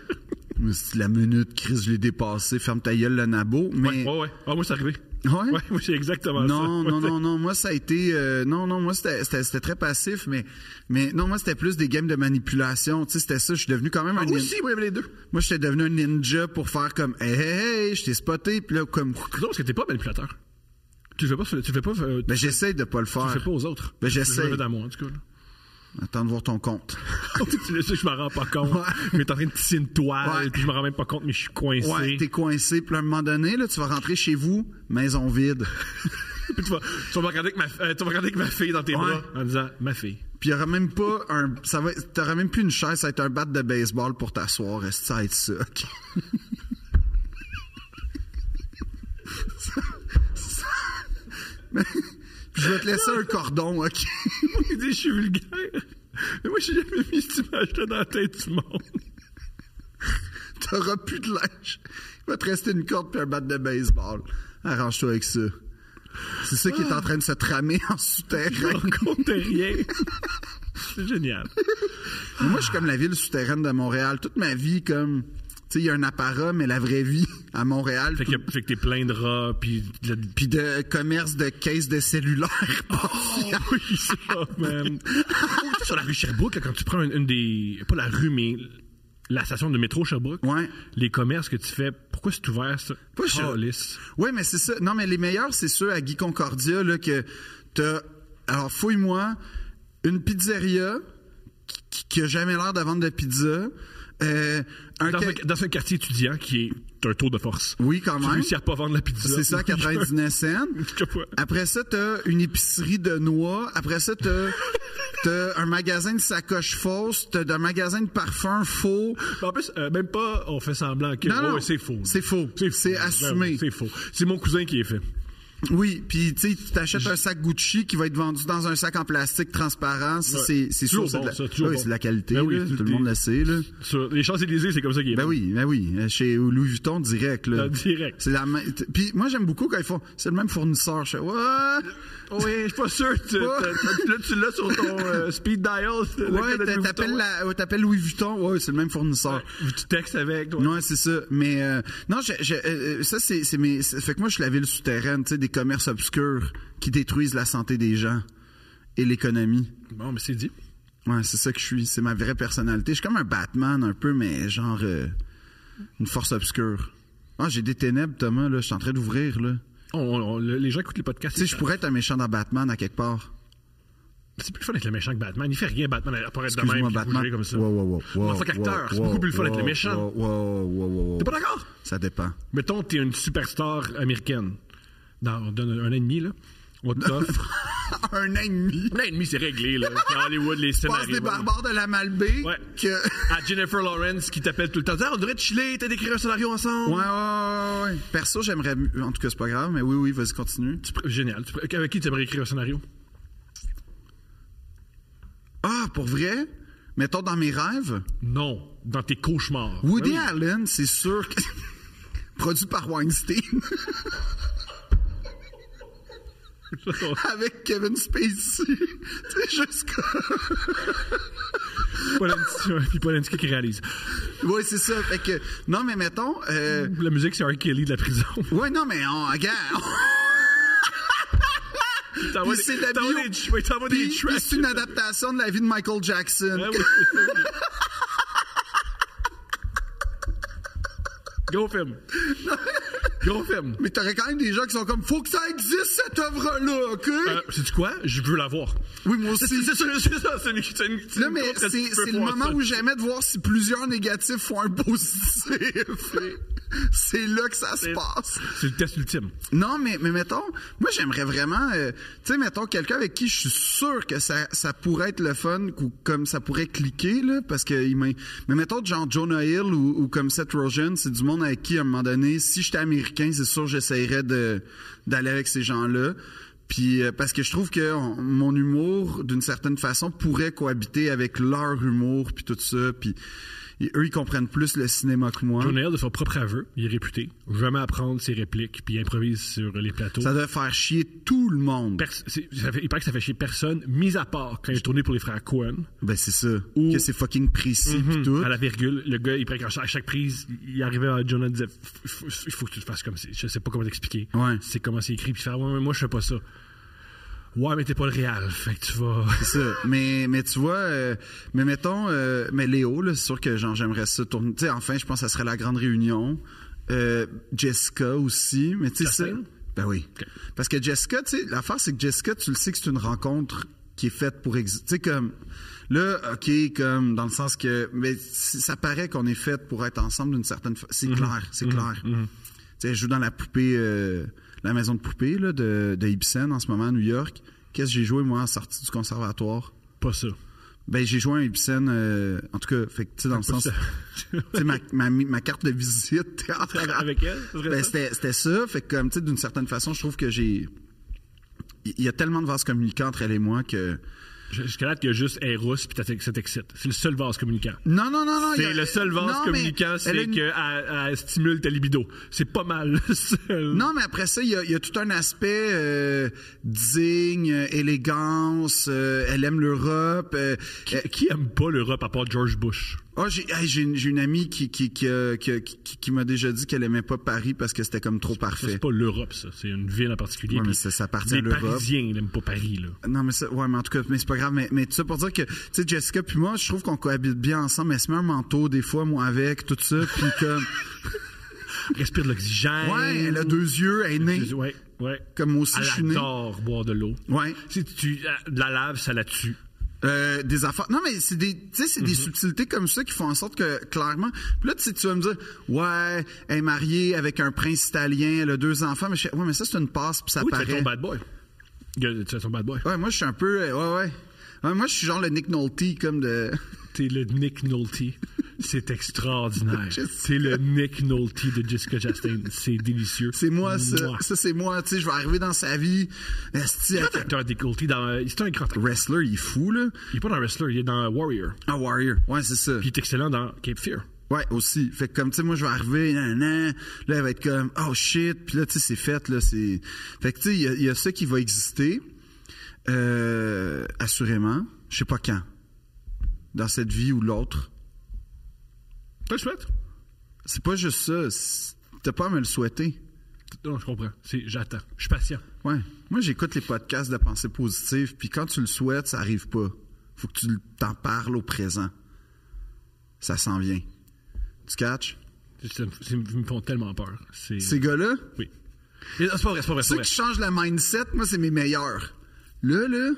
B: Mais c'est la minute, Chris, je l'ai dépassé. Ferme ta gueule, le nabo. Mais...
A: Ouais, ouais. Ah, moi, c'est arrivé.
B: Ouais?
A: Ouais, moi, c'est exactement ça.
B: Non,
A: Ouais,
B: non,
A: c'est-
B: non, non. Moi, ça a été. euh, non, non, moi, c'était- c'était c'était très passif, mais, mais non, moi, c'était plus des games de manipulation. Tu sais, c'était ça. Je suis devenu quand même un.
A: Ah, moi
B: nin-
A: aussi, moi, il y avait les deux.
B: Moi, j'étais devenu un ninja pour faire comme. Hey, hey, hey, je t'ai spoté. Puis là, comme.
A: C'est drôle parce que t'es pas manipulateur. Tu le fais pas, tu le fais pas, euh, tu
B: Ben, j'essaie de pas le
A: le fais
B: faire.
A: pas aux autres.
B: Ben,
A: Je le
B: j'essaie.
A: fais dans moi, en tout cas. là.
B: Attends de voir ton compte.
A: tu le sais, je m'en rends pas compte.
B: Ouais.
A: Mais t'es en train de tisser une toile,
B: Ouais.
A: puis je m'en rends même pas compte, mais je suis coincé.
B: Ouais, t'es coincé. Puis à un moment donné, là, tu vas rentrer chez vous, maison vide.
A: Puis tu vas, tu vas me regarder avec ma, euh, tu vas me regarder avec ma fille dans tes
B: Ouais.
A: bras en disant ma fille.
B: Puis il y aura même pas un ça va t'auras même plus une chaise, ça va être un bat de baseball pour t'asseoir, est-ce que ça va être ça. ok? Ça- ça- Mais- puis je vais te laisser un cordon, OK
A: Il dit je suis vulgaire. Mais moi j'ai jamais mis cette image-là dans la tête du monde.
B: T'auras plus de linge. Il va te rester une corde puis un bat de baseball. Arrange-toi avec ça. C'est ça qui est en train de se tramer en souterrain.
A: On compte rien. C'est génial.
B: Mais Ben, Moi, je suis comme la ville souterraine de Montréal. Toute ma vie, comme. Tu sais, il y a un apparat, mais la vraie vie à Montréal.
A: Fait que, fait que t'es plein de rats, puis de la-
B: puis de commerce de caisses de cellulaire.
A: Oh,
B: Ah
A: oui, ça, man. Oh, tu sais, sur la rue Sherbrooke, là, quand tu prends une, une des. Pas la rue, mais la station de métro Sherbrooke.
B: Ouais.
A: Les commerces que tu fais, pourquoi c'est ouvert, ça?
B: Pas Sher-
A: Calisse.
B: oui, mais c'est ça. Non, mais les meilleurs, c'est ceux à Guy Concordia, là, que t'as. Alors, fouille-moi, une pizzeria qui, qui a jamais l'air de vendre de pizza. Euh, un
A: Dans,
B: ca-
A: un, dans un quartier étudiant qui est un taux de force.
B: Oui, quand
A: Tu
B: même.
A: réussis à pas vendre la pizza.
B: C'est ça, 99 cents.
A: Je sais pas.
B: Après ça, t'as une épicerie de noix. Après ça, t'as t'as un magasin de sacoches fausses. T'as un magasin de parfums faux.
A: En plus, euh, même pas on fait semblant que
B: Non, non.
A: Ouais, c'est faux.
B: C'est faux. C'est
A: Ben
B: assumé.
A: oui, C'est faux. C'est mon cousin qui est fait.
B: Oui, puis tu sais, tu t'achètes un sac Gucci qui va être vendu dans un sac en plastique transparent. Ça,
A: Ouais.
B: C'est c'est sûr,
A: Toujours
B: c'est de,
A: bon,
B: la-
A: ça, toujours
B: Ah oui,
A: bon.
B: c'est de la qualité.
A: Ben oui,
B: là,
A: tout
B: tout le monde
A: est-
B: le sait. Là.
A: Sur les Champs-Élysées, c'est comme ça qu'il est.
B: Ben
A: fait.
B: oui, ben oui. Euh, Chez Louis Vuitton, direct. Là.
A: Euh, direct.
B: C'est la même- t- Puis moi, j'aime beaucoup quand ils font. C'est le même fournisseur. Je fais, ouais,
A: Oui, je suis pas sûr. Tu,
B: Ouais.
A: t'as- t'as- là, tu l'as sur ton euh, speed dial. le
B: ouais
A: code de
B: t'a-
A: Louis
B: t'appelles
A: Vuitton.
B: la- ouais, t'appelles Louis Vuitton. Ouais, c'est le même fournisseur.
A: Tu textes avec. ouais.
B: Non, c'est ça. Mais euh, non, je- je- euh, ça, c'est c'est mes. c'est- Fait que moi, je suis la ville souterraine, tu sais, des commerces obscurs qui détruisent la santé des gens et l'économie.
A: Bon, mais c'est dit.
B: Ouais, c'est ça que je suis. C'est ma vraie personnalité. Je suis comme un Batman un peu, mais genre euh, une force obscure. Ah, j'ai des ténèbres, Thomas, là. Je suis en train d'ouvrir, là.
A: On- on- le- les gens écoutent les podcasts.
B: Tu sais, je pourrais être un méchant dans Batman à quelque part.
A: C'est plus le fun d'être le méchant que Batman. Il fait rien, Batman, à part être de même
B: Excuse-moi,
A: puis
B: Batman.
A: bouger comme ça.
B: Wow, wow, wow, wow,
A: En tant qu'acteur,
B: wow,
A: c'est beaucoup plus le fun
B: wow,
A: d'être le méchant.
B: wow, wow, wow, wow, wow.
A: T'es pas d'accord?
B: Ça dépend.
A: Mettons, t'es une superstar américaine. Dans, on te donne un an et demi, là. On t'offre.
B: un ennemi.
A: un an et demi, c'est réglé, là. Dans Hollywood, les
B: Passe
A: scénarios.
B: des barbares de la Malbaie
A: Ouais.
B: que.
A: À Jennifer Lawrence qui t'appelle tout le temps. Ah, on devrait te chiller, t'as d'écrire un scénario ensemble.
B: Ouais, ouais, ouais, ouais. Perso, j'aimerais. mieux- En tout cas, c'est pas grave, mais oui, oui, vas-y, continue.
A: Tu pr- Génial. Tu pr- Avec qui tu aimerais écrire un scénario?
B: Ah, pour vrai? Mettons dans mes rêves.
A: Non. Dans tes cauchemars.
B: Woody
A: Ben oui.
B: Allen, c'est sûr que. Produit par Weinstein avec Kevin Spacey. c'est juste comme-
A: Polanski- Puis Polanski qui réalise.
B: Ouais, c'est ça. Fait que. Non, mais mettons. euh,
A: La musique, c'est R. Kelly de la prison.
B: Ouais, non, mais on. Regarde.
A: T'envoies
B: Puis c'est
A: des-
B: de la
A: t'envoies
B: bio-
A: des- ouais, t'envoies des
B: Puis, puis
A: tracks.
B: c'est une adaptation de la vie de Michael Jackson.
A: Ah oui, c'est ça. Gros film. Gros film.
B: Mais t'aurais quand même des gens qui sont comme Faut que ça existe cette œuvre-là, OK?
A: C'est Euh, quoi? Je veux la voir.
B: oui, moi
A: C'est
B: aussi.
A: c'est ça, c'est ça, c'est une, c'est une- c'est
B: Là,
A: une
B: mais
A: contre-
B: c'est
A: tu peux
B: c'est le
A: voir
B: moment
A: ça.
B: où j'aimais de voir si plusieurs négatifs font un positif. c'est là que ça se passe.
A: C'est le test ultime.
B: Non, mais, mais mettons, moi, j'aimerais vraiment, euh, tu sais, mettons, quelqu'un avec qui je suis sûr que ça, ça pourrait être le fun, ou comme ça pourrait cliquer, là, parce que, il m'a- mais mettons, genre Jonah Hill ou, ou comme Seth Rogen, c'est du monde avec qui, à un moment donné, si j'étais américain, c'est sûr, j'essayerais de, d'aller avec ces gens-là. Puis, euh, parce que je trouve que on- mon humour, d'une certaine façon, pourrait cohabiter avec leur humour, puis tout ça, puis et eux, ils comprennent plus le cinéma que moi.
A: John Hill, de son propre aveu, il est réputé. Jamais apprendre ses répliques, puis il improvise sur les plateaux.
B: Ça doit faire chier tout le monde.
A: Pers- c'est- ça fait- il paraît que ça fait chier personne, mis à part quand il est tourné pour les frères Cohen.
B: Ben c'est ça.
A: Ou- Mhm.
B: Que c'est fucking précis pis tout.
A: À la virgule, le gars, il paraît qu'à chaque, à chaque prise, il arrivait à Jonah et disait il faut, il faut que tu te fasses comme ça. Je sais pas comment t'expliquer.
B: Ouais.
A: C'est comment c'est écrit. Puis il fait Ah ouais, mais moi, je fais pas ça. Ouais, mais t'es pas le réel. Fait que tu vas.
B: C'est ça. Mais, mais tu vois, euh, mais mettons, euh, mais Léo, là, c'est sûr que genre j'aimerais ça tourner. Tu sais, enfin, je pense que ça serait la grande réunion. Euh, Jessica aussi, mais tu sais ça.
A: Justin?
B: Ben oui.
A: Ok.
B: Parce que Jessica, tu sais, l'affaire c'est que Jessica, tu le sais que c'est une rencontre qui est faite pour exister. Tu sais comme là, ok, comme dans le sens que, mais si- ça paraît qu'on est fait pour être ensemble d'une certaine. fa-
A: Mhm.
B: C'est clair, c'est clair. Tu sais, je joue dans la poupée, euh, la maison de poupée là, de, de Ibsen en ce moment à New York. Qu'est-ce que j'ai joué, moi, en sortie du conservatoire?
A: Pas ça.
B: Ben, j'ai joué un Ibsen, euh, en tout cas, fait que, tu sais, dans le
A: Pas
B: sens.
A: ça.
B: Tu sais, ma, ma, ma carte de visite théâtrale.
A: Avec elle, ça serait
B: Ben,
A: ça?
B: c'était c'était ça. Fait que, comme, tu sais, d'une certaine façon, je trouve que j'ai. Il y a tellement de vases communicants entre elle et moi que.
A: Jusqu'à là, il y a juste un rousse, puis t'as- ça t'excite. C'est le seul vase communicant.
B: Non, non, non, non. il y
A: C'est
B: a-
A: le seul vase
B: Non, mais
A: communicant,
B: elle a
A: c'est
B: une-
A: qu'elle elle stimule ta libido. C'est pas mal le seul.
B: Non, mais après ça, il y a, il y a tout un aspect euh, digne, euh, élégance. euh, elle aime l'Europe. euh, euh,
A: Qui aime pas l'Europe à part George Bush?
B: Ah, j'ai hey, j'ai une j'ai une amie qui, qui, qui, euh, qui, qui- qui m'a déjà dit qu'elle aimait pas Paris parce que c'était comme trop
A: Ça,
B: parfait.
A: c'est pas l'Europe, ça. C'est une ville en particulier.
B: Ouais, mais
A: puis
B: ça- ça appartient
A: les
B: à l'Europe.
A: Parisiens ils n'aiment pas Paris, là.
B: Non, mais ça, ouais, mais en tout cas, mais c'est pas grave. Mais, mais tout ça pour dire que, tu sais, Jessica puis moi, je trouve qu'on cohabite bien ensemble. Elle se met un manteau des fois, moi avec, tout ça. Puis comme,
A: Respire de l'oxygène.
B: ouais, elle a deux yeux, elle est née.
A: Ouais, ouais.
B: Comme moi aussi, je suis
A: Elle
B: né.
A: adore boire de l'eau.
B: Ouais.
A: Si tu, de la lave, ça la tue.
B: Euh, des affaires. Non, mais c'est des, tu sais, c'est
A: Mm-hmm.
B: des subtilités comme ça qui font en sorte que, clairement. Puis là, tu sais, tu vas me dire, ouais, elle est mariée avec un prince italien, elle a deux enfants, mais je fais, ouais, mais ça, c'est une passe, puis ça
A: Oui, tu es
B: paraît.
A: ton bad boy. Gueule, Tu es ton bad boy.
B: Ouais, moi, je suis un peu. euh, Ouais, ouais. Ouais, moi, je suis genre le Nick Nolte, comme de.
A: T'es le Nick Nolte. C'est extraordinaire.
B: Jessica.
A: C'est le Nick Nolte de Jessica Chastain. C'est délicieux.
B: C'est moi, ça.
A: Mouah.
B: Ça, c'est moi. Tu sais, je vais arriver dans sa vie. Esti,
A: C'est un
B: avec-
A: acteur Nick Nolte. Dans, euh, c'est un grand acteur.
B: Wrestler, il est fou, là.
A: Il est pas dans Wrestler, il est dans Warrior.
B: Ah, Warrior. Ouais, c'est ça.
A: Puis il est excellent dans Cape Fear.
B: Ouais, aussi. Fait que comme, tu sais, moi, je vais arriver, nan, nan, là, elle va être comme, oh shit, puis là, tu sais, c'est fait, là, c'est. Fait que, tu sais, il y a- il y, a ça qui va exister, euh, assurément, je sais pas quand, dans cette vie ou l'autre.
A: T'as le souhaites?
B: C'est pas juste ça, c'est- t'as pas à me le souhaiter.
A: Non, je comprends. C'est, j'attends. Je suis patient.
B: Ouais. Moi, j'écoute les podcasts de pensée positive, puis quand tu le souhaites, ça arrive pas. Faut que tu l- t'en parles au présent. Ça s'en vient. Tu catches?
A: C'est- c'est- c'est- Ils me font tellement peur. C'est.
B: Ces gars-là,
A: Oui. Et- ah, C'est pas vrai, c'est pas vrai. c'est
B: Ceux
A: pas
B: qui
A: vrai.
B: changent le mindset, moi, c'est mes meilleurs. Là, là,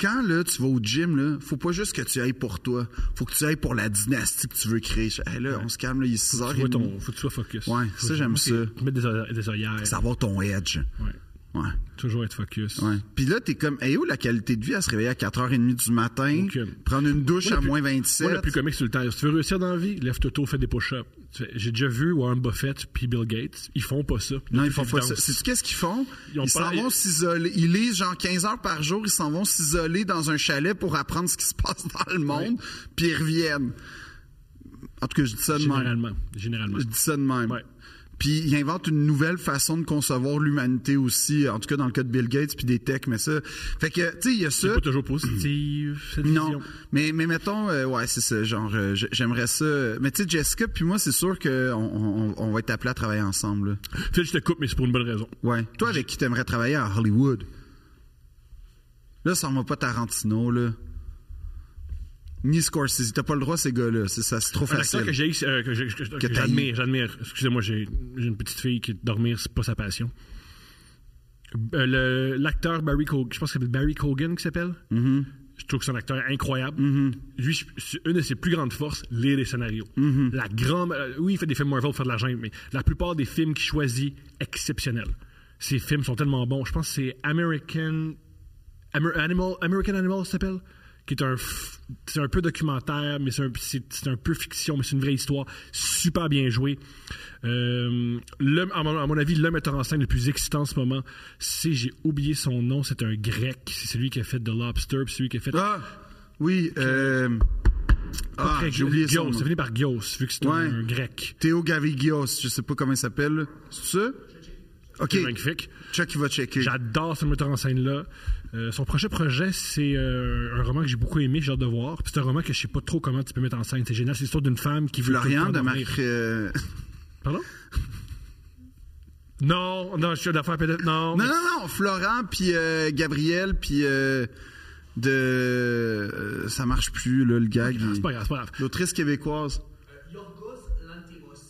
B: quand là, tu vas au gym, là, faut pas juste que tu ailles pour toi. Faut que tu ailles pour la dynastie que tu veux créer. Hey, là, on se calme, là, il est 6 heures.
A: Tu vois
B: et demie.
A: ton- Faut que tu sois focus.
B: Ouais,
A: Faut
B: ça,
A: que-
B: j'aime
A: moi, c'est-
B: ça.
A: Mettre des, oeillères. des œillères.
B: Savoir ton edge.
A: Ouais.
B: Ouais.
A: Toujours être focus.
B: Ouais. Puis là, t'es comme, hey, où la qualité de vie à se réveiller à 4h30 du matin,
A: Aucune.
B: prendre une douche
A: Moi,
B: à
A: le plus-
B: moins 27.
A: Moi, le plus comique, c'est le temps. Si tu veux réussir dans la vie, lève-toi tôt, fais des push-ups. Tu fais- J'ai déjà vu Warren Buffett puis Bill Gates. Ils font pas ça.
B: non, ils font
A: Ils
B: pas ça.
A: dansent.
B: Sais-tu qu'est-ce qu'ils font?
A: Ils ont
B: Ils s'en
A: pas-
B: vont s'isoler. Ils lisent genre 15 heures par jour, ils s'en vont s'isoler dans un chalet pour apprendre ce qui se passe dans le monde, puis ils reviennent. En tout cas, je dis ça de même.
A: Généralement. Généralement.
B: Je dis ça de même.
A: Ouais.
B: Puis il invente une nouvelle façon de concevoir l'humanité aussi, en tout cas dans le cas de Bill Gates puis des techs, mais ça. Fait que tu sais, il y a ça.
A: Pas toujours positive, cette
B: Non,
A: vision.
B: mais, mais mettons, euh, ouais, c'est ça, genre, euh, j- j'aimerais ça. Mais tu sais, Jessica, puis moi, c'est sûr qu'on on, on va être appelés à travailler ensemble. là.
A: Phil, je te coupe, mais c'est pour une bonne raison.
B: Ouais. Toi, avec qui t'aimerais travailler à Hollywood? Là, ça moi pas Tarantino, là. Ni Scorsese. T'as pas le droit, ces gars-là. C'est, ça, c'est trop
A: Un acteur
B: facile.
A: que j'ai, euh, que j'ai- que- que
B: t'as
A: j'admire, j'admire. Excusez-moi, j'ai j'ai une petite fille qui dormir, c'est pas sa passion. Euh, le- L'acteur Barry Cogan, je pense que c'est Barry Cogan qui s'appelle.
B: Mm-hmm.
A: Je trouve que c'est un acteur incroyable. Lui, je- c'est une de ses plus grandes forces, lire les scénarios.
B: Mm-hmm.
A: La grande, euh, oui, il fait des films Marvel pour faire de l'argent, mais la plupart des films qu'il choisit, exceptionnels. Ces films sont tellement bons. Je pense que c'est American Amer- Animal, American Animal ça s'appelle, qui est un, f- c'est un peu documentaire, mais c'est un, c'est, c'est un peu fiction, mais c'est une vraie histoire, super bien jouée. Euh, le, à, mon, à mon avis, le metteur en scène le plus excitant en ce moment, c'est, j'ai oublié son nom, c'est un grec, c'est celui qui a fait The Lobster, puis celui qui a fait...
B: Ah! Oui, euh. Ah,
A: Grec,
B: j'ai oublié son
A: Gios,
B: nom.
A: ça finit par Gios, vu que c'est
B: Ouais.
A: un grec.
B: Théo Gavigios, je sais pas comment il s'appelle. là. C'est ça? OK.
A: C'est magnifique.
B: Chuck, il va checker.
A: J'adore ce metteur en scène-là. Euh, son prochain projet, c'est euh, un roman que j'ai beaucoup aimé, j'ai hâte de voir. Puis C'est un roman que je sais pas trop comment tu peux mettre en scène. C'est génial, c'est l'histoire d'une femme qui veut.
B: Florian
A: tout le
B: de
A: temps
B: Marc.
A: dormir.
B: euh,
A: Pardon? non, non, je suis d'affaires peut-être. Non,
B: Non,
A: mais-
B: non, non. Florent, puis euh, Gabriel, puis euh, de. euh, ça marche plus, là, le gag. il-
A: Ah, c'est pas grave, c'est pas grave.
B: L'autrice québécoise.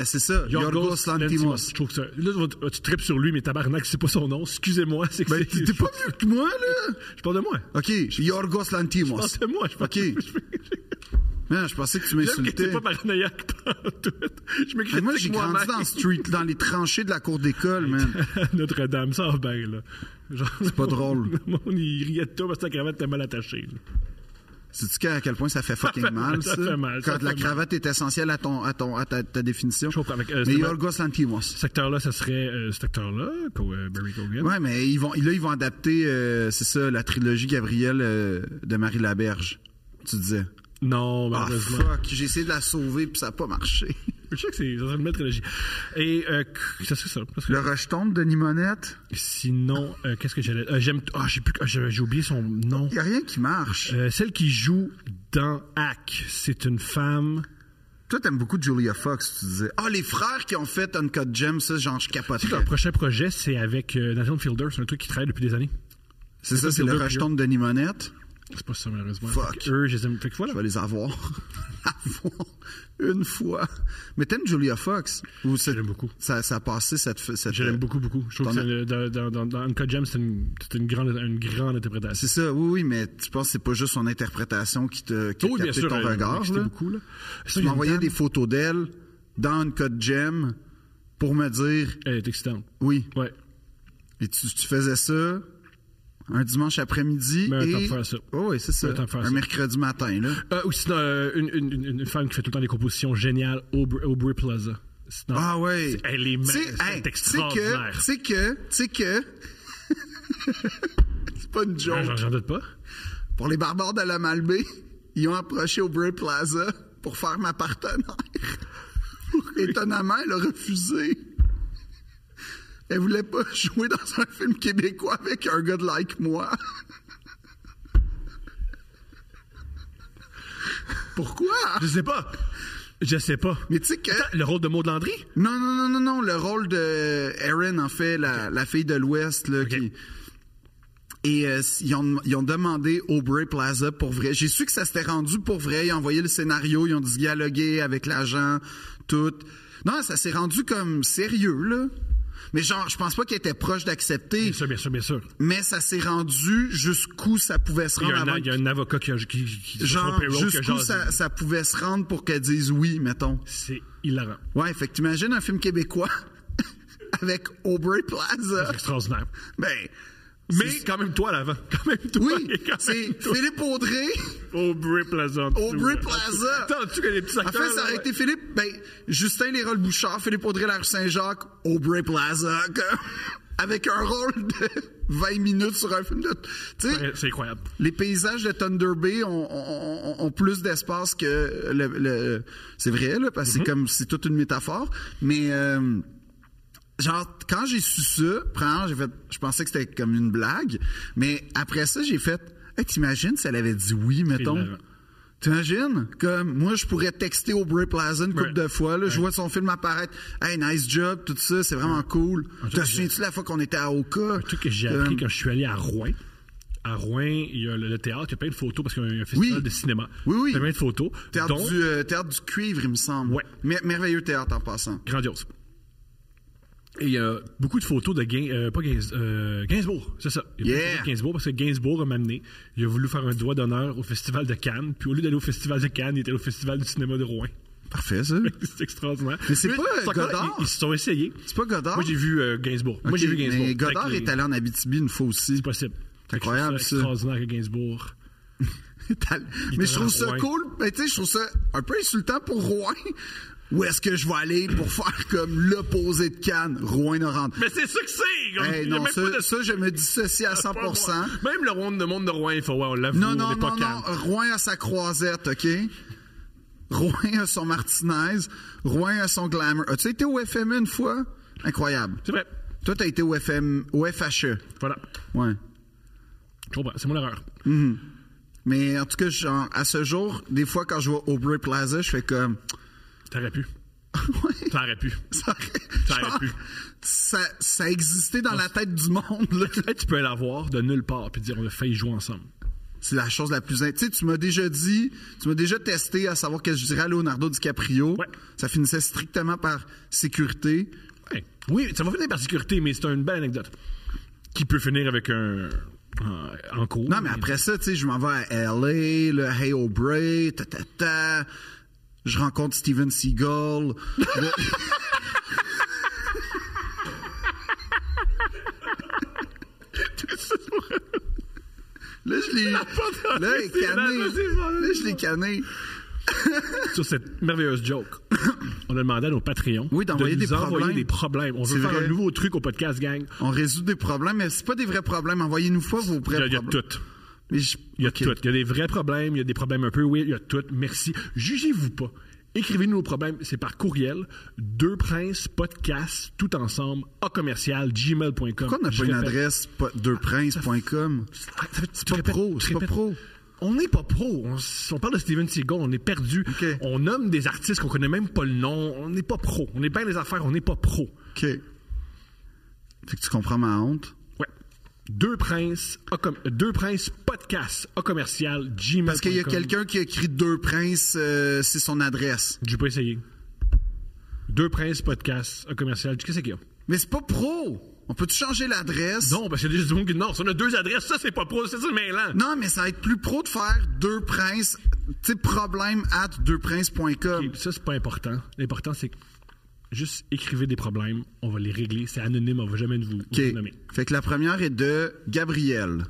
B: Eh, C'est ça,
A: Yorgos
B: Yorgos Lantimos.
A: Je trouve que ça- là, tu- tu tripes sur lui, mais tabarnak, c'est pas son nom. Excusez-moi, c'est que
B: Ben,
A: c'est-
B: t'es pas mieux que moi, là!
A: Je parle de moi.
B: OK, Yorgos Lantimos.
A: Je parle de moi. Je parle
B: OK. Man, je pensais que tu
A: J'aime que t'es
B: m'insultais.
A: pas paranoïaque pantoute. Je me
B: Mais
A: critique
B: Ben, moi, j'ai grandi
A: moi-même.
B: dans, le street, dans les tranchées de la cour d'école, man.
A: Notre-Dame, ça va bien, là. C'est
B: pas drôle.
A: Le monde, il riait de toi parce que la cravate était mal attachée. là.
B: Sais-tu à quel point ça fait fucking
A: fait
B: mal,
A: mal,
B: ça?
A: ça fait mal, ça
B: Quand la
A: fait mal.
B: cravate est essentielle à, ton, à, ton, à ta, ta définition.
A: Je comprends, avec, euh,
B: mais
A: c'est-
B: Yorgos Lantimos.
A: Cet acteur-là, ça serait euh, cet acteur-là, Co- euh, Barry Cogan.
B: Ouais, mais ils vont, là, ils vont adapter, euh, c'est ça, la trilogie Gabriel euh, de Marie Laberge, tu disais.
A: Non,
B: Ah,
A: malheureusement.
B: fuck, j'ai essayé de la sauver, puis ça n'a pas marché.
A: Je sais que c'est ça serait une belle trilogie. Et euh, que- ça serait ça. Parce que
B: Le rejeton de Nimonette,
A: sinon, euh, qu'est-ce que j'allais. euh, J'aime. Ah, j'ai plus. ah, j'ai j'ai oublié son nom.
B: il n'y a rien qui marche.
A: Euh, celle qui joue dans Hack, c'est une femme.
B: Toi, t'aimes beaucoup Julia Fox, tu disais. Ah, les frères qui ont fait Uncut Gems, ça, genre, je capote.
A: Tu sais, leur prochain projet, c'est avec euh, Nathan Fielder. C'est un truc qui travaille depuis des années.
B: C'est ça, c'est le
A: Fielder,
B: rejeton de Nimonette.
A: C'est pas ça, malheureusement.
B: Fuck.
A: Fait que Eux, je les aime. Fait que voilà.
B: Je vais les avoir. La voir une fois. Mais t'aimes Julia Fox? Ou c'est-
A: l'aime beaucoup.
B: Ça, ça a passé cette. cette euh,
A: Je l'aime beaucoup, beaucoup. Je trouve que
B: T'en
A: c'est une- dans, dans, dans, dans Uncut Gems, c'est une, c'est une grande, une grande interprétation.
B: C'est ça, oui, oui, mais tu penses que c'est pas juste son interprétation qui te qui a
A: Oui,
B: capté ton
A: elle m'a
B: regard.
A: excité
B: Là.
A: beaucoup, là. Ça,
B: Tu
A: il y a une
B: m'envoyais
A: dame-
B: des photos d'elle dans une code gem pour me dire
A: Elle est excitante.
B: oui.
A: Ouais.
B: Et tu, tu faisais ça un dimanche après-midi.
A: Mais un
B: et...
A: temps pour faire ça.
B: Oh, oui, c'est ça.
A: Un temps pour faire
B: Un
A: ça.
B: mercredi matin, là.
A: Euh, ou sinon, euh, une, une, une- une femme qui fait tout le temps des compositions géniales, Aubr- Aubrey Plaza. Sinon,
B: Ah ouais.
A: c'est- Elle est, ma-
B: Tu sais,
A: c'est
B: hey, tu sais que,
A: extraordinaire.
B: tu sais que, tu sais que. c'est pas une
A: Ah,
B: joke.
A: J'en j'en doute pas.
B: Pour les barbares de la Malbaie, ils ont approché au Bray Plaza pour faire ma partenaire. Étonnamment, elle a refusé. Elle voulait pas jouer dans un film québécois avec un gars de like moi. Pourquoi?
A: Je sais pas. Je sais pas.
B: Mais tu sais que.
A: Le rôle de Maud Landry?
B: Non, non, non, non, non. Le rôle de Erin, en fait, la, la fille de l'Ouest, là, qui. Et euh, ils, ont, ils ont demandé au Bray Plaza pour vrai. J'ai su que ça s'était rendu pour vrai. Ils ont envoyé le scénario, ils ont dialogué avec l'agent, tout. Non, ça s'est rendu comme sérieux, là. Mais genre, je pense pas qu'il était proche d'accepter,
A: Bien sûr, bien sûr, bien sûr.
B: mais ça s'est rendu jusqu'où ça pouvait se
A: Il y
B: rendre
A: a
B: avant
A: un, il y a un avocat qui a qui, qui sur son
B: Genre,
A: payroll qui a
B: jusqu'où
A: jasé.
B: ça, ça pouvait se rendre pour qu'elle dise oui, mettons.
A: C'est hilarant.
B: Ouais, fait que t'imagines un film québécois avec Aubrey Plaza.
A: C'est extraordinaire.
B: Ben,
A: Mais quand même toi à l'avant. Quand même toi.
B: oui,
A: et quand
B: c'est
A: même toi.
B: Philippe Audrey.
A: Aubrey Plaza. en dessous,
B: Aubrey
A: là.
B: Plaza.
A: Attends, tu connais les petits
B: En
A: acteurs.
B: fait, ça
A: là,
B: aurait
A: ouais.
B: été Philippe, ben, Justin Lérol Bouchard, Philippe Audrey, la rue Saint-Jacques, Aubrey Plaza, comme, avec un rôle de 20 minutes sur un film de. Tu sais,
A: Ouais, C'est incroyable.
B: les paysages de Thunder Bay ont, ont- ont- ont plus d'espace que le, le- c'est vrai là parce
A: Mm-hmm.
B: que c'est comme c'est toute une métaphore mais euh, genre quand j'ai su ça premièrement j'ai fait je pensais que c'était comme une blague mais après ça j'ai fait hey, t'imagines si elle avait dit oui mettons
A: hilarant.
B: T'imagines? Comme moi, je pourrais texter au Bray Plaza une couple
A: Ouais.
B: de fois. Là, Je vois son film apparaître. Hey, nice job, tout ça, c'est vraiment cool.
A: truc
B: T'as
A: que
B: souviens-tu la fois qu'on était à Oka?
A: Le truc que
B: Euh,
A: j'ai appris quand je suis allé à Rouen. À Rouen, il y a le, le théâtre, il y a plein de photos parce qu'il y a un festival
B: Oui.
A: de cinéma.
B: Oui, oui.
A: Il y a plein de photos.
B: Théâtre,
A: dont-
B: du, euh, théâtre du cuivre, il me semble.
A: Ouais.
B: Mer- merveilleux théâtre en passant.
A: Grandiose. Et il y a beaucoup de photos de Gain, euh, pas Gains- euh, Gainsbourg, c'est ça. Il y a beaucoup de
B: Yeah.
A: photos de Gainsbourg parce que Gainsbourg a m'amené. Il a voulu faire un doigt d'honneur au Festival de Cannes. Puis au lieu d'aller au Festival de Cannes, il était au Festival du cinéma de Rouen.
B: Parfait, ça.
A: c'est extraordinaire.
B: Mais c'est pas, euh,
A: c'est encore-
B: Godard?
A: Ils, ils se sont essayés.
B: C'est pas Godard?
A: Moi, j'ai vu euh, Gainsbourg. Moi,
B: Ok,
A: j'ai vu Gainsbourg.
B: Mais Godard
A: Fait que
B: est allé en Abitibi une fois aussi.
A: C'est possible. Fait que je trouve
B: incroyable,
A: ça
B: ça.
A: extraordinaire que Gainsbourg.
B: Est allé- mais
A: était
B: je trouve
A: dans
B: ça
A: Rouen.
B: cool. Mais tu sais, je trouve ça un peu insultant pour Rouen. Où est-ce que je vais aller pour faire comme l'opposé de Cannes, Rouen-Noranda?
A: Mais c'est ça que c'est! comme-
B: Hey,
A: il y a
B: non,
A: même
B: ça,
A: pas de-
B: ça, je me dissocie à 100
A: Même le monde, le monde de Rouen, il faut, ouais, on l'avoue,
B: Non,
A: on
B: non,
A: n'est pas
B: non, non.
A: calme.
B: Rouen a sa croisette, OK? Rouen a son Martinez. Rouen a son glamour. As-tu été au FME une fois? Incroyable.
A: C'est vrai.
B: Toi, t'as été au FM, au FHE.
A: Voilà.
B: Ouais.
A: Je comprends. C'est mon erreur.
B: Mais en tout cas, genre, à ce jour, des fois, quand je vais au Bray Plaza, je fais comme.
A: T'aurais pu.
B: Ouais,
A: T'aurais pu.
B: ça,
A: Ça aurait
B: genre,
A: pu.
B: ça, ça existait dans la tête du monde. là.
A: Hey, tu peux aller la voir de nulle part puis dire on a failli jouer ensemble.
B: C'est la chose la plus. in- Tu sais, tu m'as déjà dit, tu m'as déjà testé à savoir que je dirais à Leonardo DiCaprio.
A: Ouais.
B: Ça finissait strictement par sécurité.
A: Ouais. Oui, ça va finir par sécurité, mais c'est une belle anecdote. Qui peut finir avec un. En, en cours.
B: Non, mais après ça, tu sais, je m'en vais à LA, le Hey O'Bray, ta ta ta. Je rencontre Steven Seagal. Le- Là, je l'ai. Là, il est
A: C'est la-
B: cané.
A: c'est ça.
B: Là, je l'ai cané.
A: Sur cette merveilleuse joke, on a demandé à nos Patreons
B: Oui,
A: de
B: d'envoyer
A: nous
B: des
A: envoyer
B: problèmes.
A: des problèmes. On veut
B: C'est
A: faire
B: vrai.
A: un nouveau truc au podcast, gang.
B: On résout des problèmes, mais c'est pas des vrais problèmes. Envoyez-nous fois vos
A: Il y a-
B: vrais
A: il y a
B: problèmes.
A: tout.
B: Mais je-
A: Il y a
B: ok.
A: tout. Il y a des vrais problèmes, il y a des problèmes un peu, oui, il y a tout. Merci. Jugez-vous pas. Écrivez-nous nos problèmes. C'est par courriel. Deux princes, podcast, tout ensemble, à commercial, gmail.com.
B: Pourquoi on n'a pas une adresse po- deuxprinces.com?
A: C'est
B: pas pro, c'est pas pro.
A: On n'est pas pro. On, s- on parle de Steven Seagal, on est perdu.
B: Ok.
A: On nomme des artistes qu'on connaît même pas le nom. On n'est pas pro. On est bien des affaires, on n'est pas pro.
B: OK. Fait que tu comprends ma honte.
A: Ouais. Deux princes, A com- deux princes podcast, A commercial, gmail.com.
B: Parce qu'il y a quelqu'un qui a écrit Deux Princes, euh, c'est son adresse.
A: J'ai pas essayé. Deux princes podcast, A commercial, qu'est-ce qu'il y a?
B: Mais c'est pas pro! On peut-tu changer l'adresse?
A: Non, parce qu'il y a déjà du monde qui. Non, ça, on a deux adresses, ça, c'est pas pro, c'est ça, le mêlant.
B: Non, mais ça va être plus pro de faire Deux Princes, tu sais, problème at deuxprinces.com.
A: Ça, c'est pas important. L'important, c'est que juste écrivez des problèmes, on va les régler. C'est anonyme, on va jamais vous, vous
B: OK.
A: nommer.
B: Fait que la première est de Gabriel.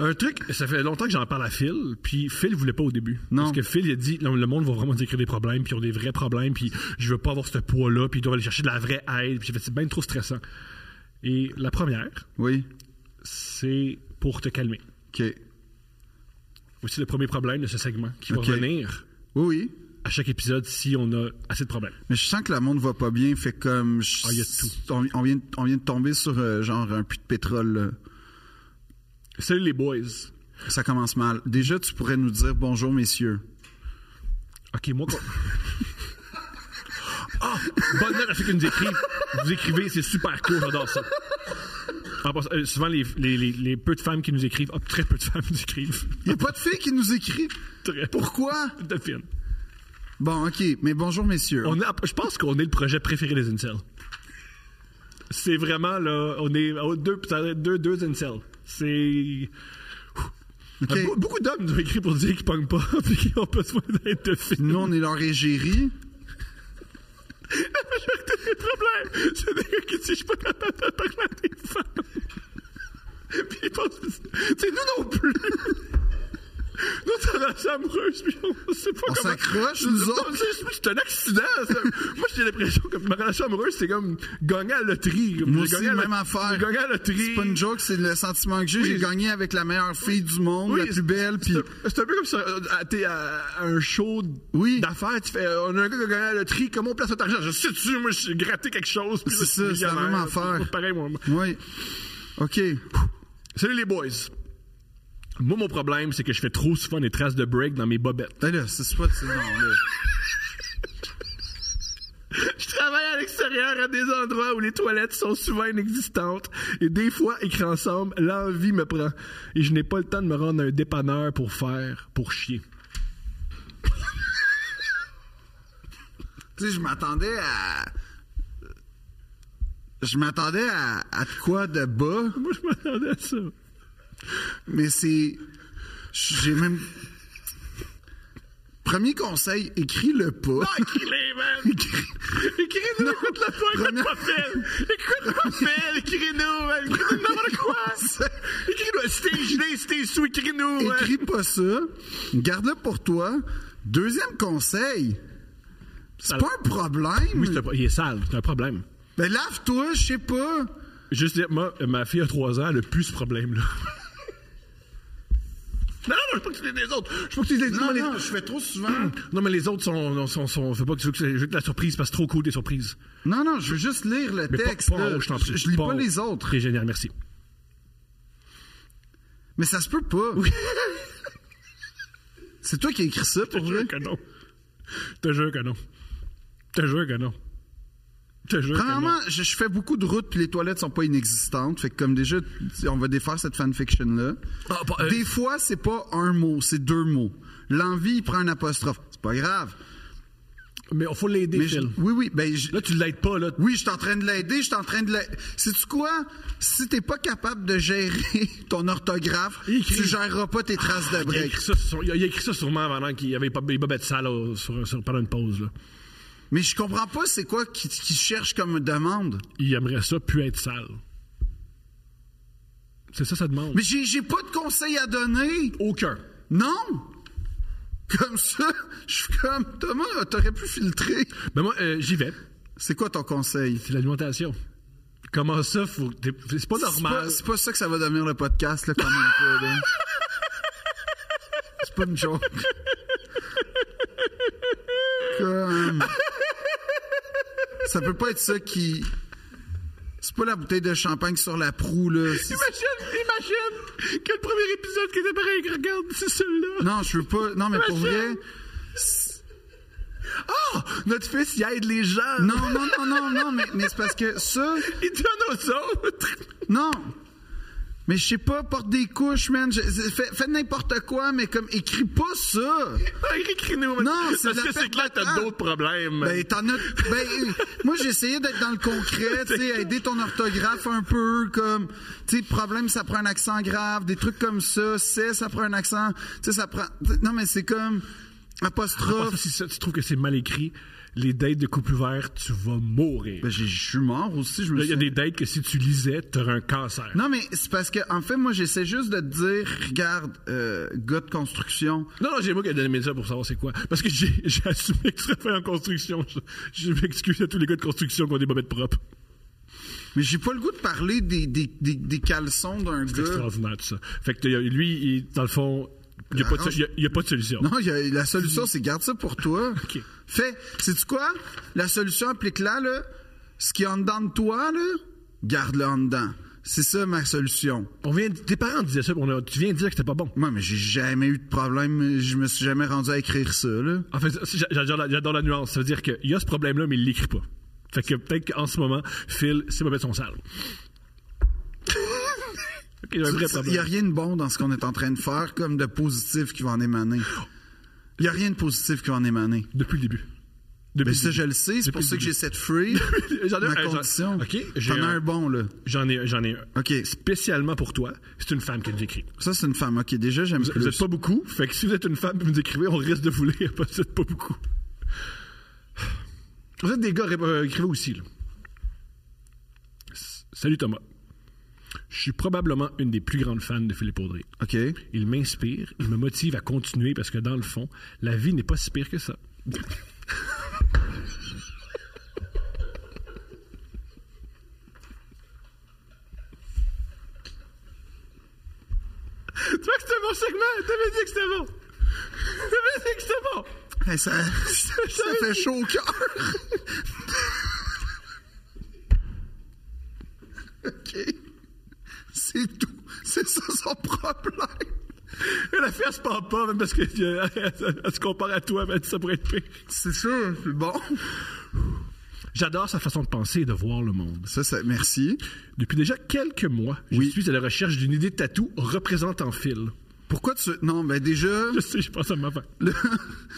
A: Un truc, ça fait longtemps que j'en parle à Phil, puis Phil voulait pas au début.
B: Non.
A: Parce que Phil, il a dit, Non, le monde va vraiment décrire des problèmes, puis ils ont des vrais problèmes, puis je veux pas avoir ce poids-là, puis ils doivent aller chercher de la vraie aide, puis j'ai fait, c'est bien trop stressant. Et la première,
B: Oui.
A: c'est pour te calmer.
B: OK. Oui,
A: Voici le premier problème de ce segment qui va
B: OK.
A: revenir
B: oui.
A: à chaque épisode si on a assez de problèmes.
B: Mais je sens que le monde va pas bien, fait comme. je-
A: Ah, il y a tout.
B: On, on vient, de- on vient de tomber sur euh, genre un puits de pétrole. là.
A: Salut les boys.
B: Ça commence mal. Déjà, tu pourrais nous dire bonjour, messieurs.
A: OK, moi. quoi- Ah! bonne note à ceux qui nous écrivent. Vous écrivez, c'est super cool, j'adore ça. En passant, euh, souvent, les, les- les- les peu de femmes qui nous écrivent, ah, très peu de femmes nous écrivent.
B: Il n'y a pas de fille qui nous écrit.
A: Très peu.
B: Pourquoi?
A: de fines.
B: Bon, OK, mais bonjour, messieurs.
A: On est à- je pense qu'on est le projet préféré des incels. C'est vraiment, là, on est oh, deux, ça doit être deux, deux incels. C'est.
B: OK.
A: Be- Beaucoup d'hommes nous ont écrit pour dire qu'ils pognent pas et qu'ils ont besoin d'être de filles.
B: Nous, on est leur égérie.
A: Le problème, c'est des gars qui disent je suis pas capable de parler à des femmes. Puis ils pensent que c'est- c'est nous non plus. Nous, on est assez amoureuses, puis on sait pas
B: On
A: comment.
B: s'accroche, nous
A: Non,
B: autres.
A: c'est- C'est un accident. ça. Moi, j'ai l'impression que ma relation amoureuse, c'est comme gagner à la loterie. Comme
B: Moi
A: j'ai
B: aussi,
A: gagné à la-
B: même affaire.
A: j'ai Gagné à la loterie.
B: C'est pas une joke, c'est le sentiment que j'ai. j'ai gagné avec la meilleure fille du monde,
A: Oui,
B: la plus belle, puis...
A: C'est un- C'est un peu comme si euh, à- t'es à, à un show
B: Oui.
A: d'affaires, tu fais euh, on a un gars qui a gagné à la loterie, comment on place notre argent Je sais tu moi je suis gratté quelque chose. puis
B: C'est
A: là, je suis
B: ça, c'est la
A: millionnaire.
B: même affaire.
A: Pareil moi. moi.
B: Oui. OK.
A: Salut les boys. Moi mon problème c'est que je fais trop souvent des traces de break dans mes bobettes.
B: Ben là, c'est pas... c'est- Non, là.
A: Je travaille à l'extérieur à des endroits où les toilettes sont souvent inexistantes et des fois écran ensemble, l'envie me prend et je n'ai pas le temps de me rendre à un dépanneur pour faire pour chier.
B: Tu sais, je m'attendais à... Je m'attendais à, à de quoi de bas,
A: Moi je m'attendais à ça.
B: mais c'est... J'ai même... Premier conseil, écris-le pas.
A: Écris-les, man! Écris-nous, écoute-le
B: Première-
A: pas, écoute-moi, Phil! Écoute-moi, Phil! Écris-nous, man! Écris-nous n'importe quoi! Écris-nous! Si t'es gelé, si t'es sous, écris-nous! man.
B: Écris pas ça. Garde-le pour toi. Deuxième conseil. C'est
A: Ça-
B: pas un problème.
A: Oui, c'est un pro- il est sale, c'est un problème.
B: Ben lave-toi, je sais pas.
A: Juste dire, moi, ma fille a 3 ans, elle a plus ce problème-là. Non, non, non, je veux pas que tu dises les autres. Je veux pas que tu dises les
B: Non,
A: les-
B: non, je fais trop souvent.
A: Non, mais les autres sont. sont, sont, faut pas que tu veux que, je veux que la surprise passe trop cool des surprises.
B: Non, non, je veux juste lire le
A: Mais pas-
B: texte.
A: pas, en
B: là.
A: haut, je t'en prie.
B: Je- je lis pas,
A: en haut.
B: les autres.
A: Très génial, merci.
B: Mais ça se peut pas. C'est toi qui as écrit ça
A: Te
B: pour vrai?
A: jure que non. Te jure que non. Te jure que non. Te jure que non.
B: Premièrement, je, je fais beaucoup de routes puis les toilettes sont pas inexistantes. Fait que comme déjà, tu- on va défaire cette fanfiction-là.
A: Ah, bah, euh,
B: Des fois, c'est pas un mot, c'est deux mots. L'envie, il prend un apostrophe. C'est pas grave.
A: Mais il faut l'aider,
B: Mais je-
A: Phil.
B: oui, oui, ben, je-
A: Là, tu l'aides pas, là.
B: Oui, je suis en train de l'aider, je suis en train de l'aider. Sais-tu quoi? Si t'es pas capable de gérer ton orthographe,
A: Il écrit.
B: tu géreras pas tes traces de
A: Il a
B: break.
A: écrit ça, sur- il a- il a écrit ça sûrement pendant qu'il y avait pas de sale au- euh, sur, sur- pendant une pause. Là.
B: Mais je comprends pas c'est quoi qui, qui cherche comme demande.
A: Il aimerait ça, puis être sale. C'est ça, ça demande.
B: Mais j'ai j'ai pas de conseils à donner.
A: Aucun.
B: Non! Comme ça, je suis comme Thomas, t'aurais pu filtrer.
A: Mais moi, euh, j'y vais.
B: C'est quoi ton conseil?
A: C'est l'alimentation. Comment ça, faut. t'es- C'est pas
B: C'est
A: normal.
B: pas, c'est pas ça que ça va devenir le podcast, là, quand même pas, là. C'est pas une joke. Comme... Ça peut pas être ça qui... C'est pas la bouteille de champagne sur la proue, là. C'est-
A: Imagine, imagine que le premier épisode qui était pareil, regarde, c'est celui-là.
B: Non, je veux pas... Non, mais pour vrai...
A: Ah! notre fils, il aide les gens!
B: Non, non, non, non, non, mais, mais c'est parce que ça.
A: Il donne aux autres!
B: Non! Mais je sais pas, porte des couches, man. Je- c'est- Fais, fais n'importe quoi, mais comme écris pas ça.
A: Ah, écris-nous!
B: Non,
A: Parce
B: c'est de la
A: que c'est
B: perte
A: clair,
B: de
A: t'as
B: temps.
A: d'autres problèmes.
B: Ben, t'en as. Ben, moi, j'ai essayé d'être dans le concret, tu sais, aider ton orthographe un peu, comme, tu sais, problème, ça prend un accent grave, des trucs comme ça, c'est, ça prend un accent, tu sais, ça prend. Non, mais c'est comme
A: Ah,
B: apostrophe.
A: si ça, tu trouves que c'est mal écrit, les dates de couple ouvert, tu vas mourir.
B: Ben, j'ai- je suis mort aussi, je me
A: Là, il y a des
B: suis.
A: dates que si tu lisais, t'aurais un cancer.
B: Non, mais c'est parce que, en fait, moi, j'essaie juste de te dire, regarde, euh, gars de construction,
A: Non, non, j'ai moi qui a donné mes ça pour savoir c'est quoi. Parce que j'ai j'ai assumé que ça fait en construction. Je, je m'excuse à tous les gars de construction qui ont des bobettes propres.
B: mais j'ai pas le goût de parler des, des, des, des caleçons d'un
A: C'est
B: gars.
A: extraordinaire, tout ça. Fait que euh, lui, il- dans le fond, il n'y a, pas de so- il y a- il y a pas de solution.
B: Ah, Non, il y a- la solution, c'est garde ça pour toi.
A: Ok.
B: Fais, sais-tu quoi? La solution, applique-la, là. Ce qui est en dedans de toi, là, garde-le en dedans. C'est ça ma solution.
A: On vient, tes parents disaient ça, puis on a- tu viens de dire que c'était pas bon.
B: Moi, mais j'ai jamais eu de problème. Je me suis jamais rendu à écrire ça, là.
A: En fait, ça, j'a- j'adore la, j'adore la nuance. Ça veut dire qu'il y a ce problème-là, mais il l'écrit pas. Fait que peut-être qu'en ce moment, Phil, ses bobettes sont sales. Ok, il y a un vrai
B: Il
A: problème.
B: n'y a rien de bon dans ce qu'on est en train de faire, comme de positif qui va en émaner. Il n'y a rien de positif qui va en émaner.
A: Depuis le début. Depuis
B: Mais
A: le
B: ça,
A: début.
B: je le sais. C'est
A: Depuis
B: pour
A: le
B: ça que
A: début.
B: j'ai cette free.
A: J'en ai
B: ma
A: un, j'en-
B: condition.
A: euh, ok, j'ai
B: J'en ai
A: un-
B: un bon, là.
A: J'en ai, j'en ai un.
B: OK.
A: Spécialement pour toi, c'est une femme qui nous écrit.
B: Ça, c'est une femme. OK, déjà, j'aime
A: Vous
B: plus.
A: n'êtes pas beaucoup, fait que si vous êtes une femme et vous écrivez, on risque de vous lire parce que vous n'êtes pas beaucoup. Vous êtes des gars, ré- euh, écrivez aussi. là. S- Salut Thomas. Je suis probablement une des plus grandes fans de Philippe Audrey.
B: OK.
A: Il m'inspire, il me motive à continuer parce que dans le fond, la vie n'est pas si pire que ça. tu vois que c'était bon segment? T'avais dit que c'était bon! T'avais dit que c'était bon!
B: Hey, Ben, ça, ça fait chaud au cœur. OK. C'est tout. C'est ça son problème.
A: Et la fille, elle se parle pas, même parce qu'elle se compare à toi, mais elle dit ça pourrait être pire.
B: C'est ça, c'est bon.
A: J'adore sa façon de penser et de voir le monde.
B: Ça, ça, merci.
A: Depuis déjà quelques mois, je suis à la recherche d'une idée de tatou représentant Phil.
B: Pourquoi tu... Non, ben déjà...
A: Je sais, je pense à ma femme.
B: Le,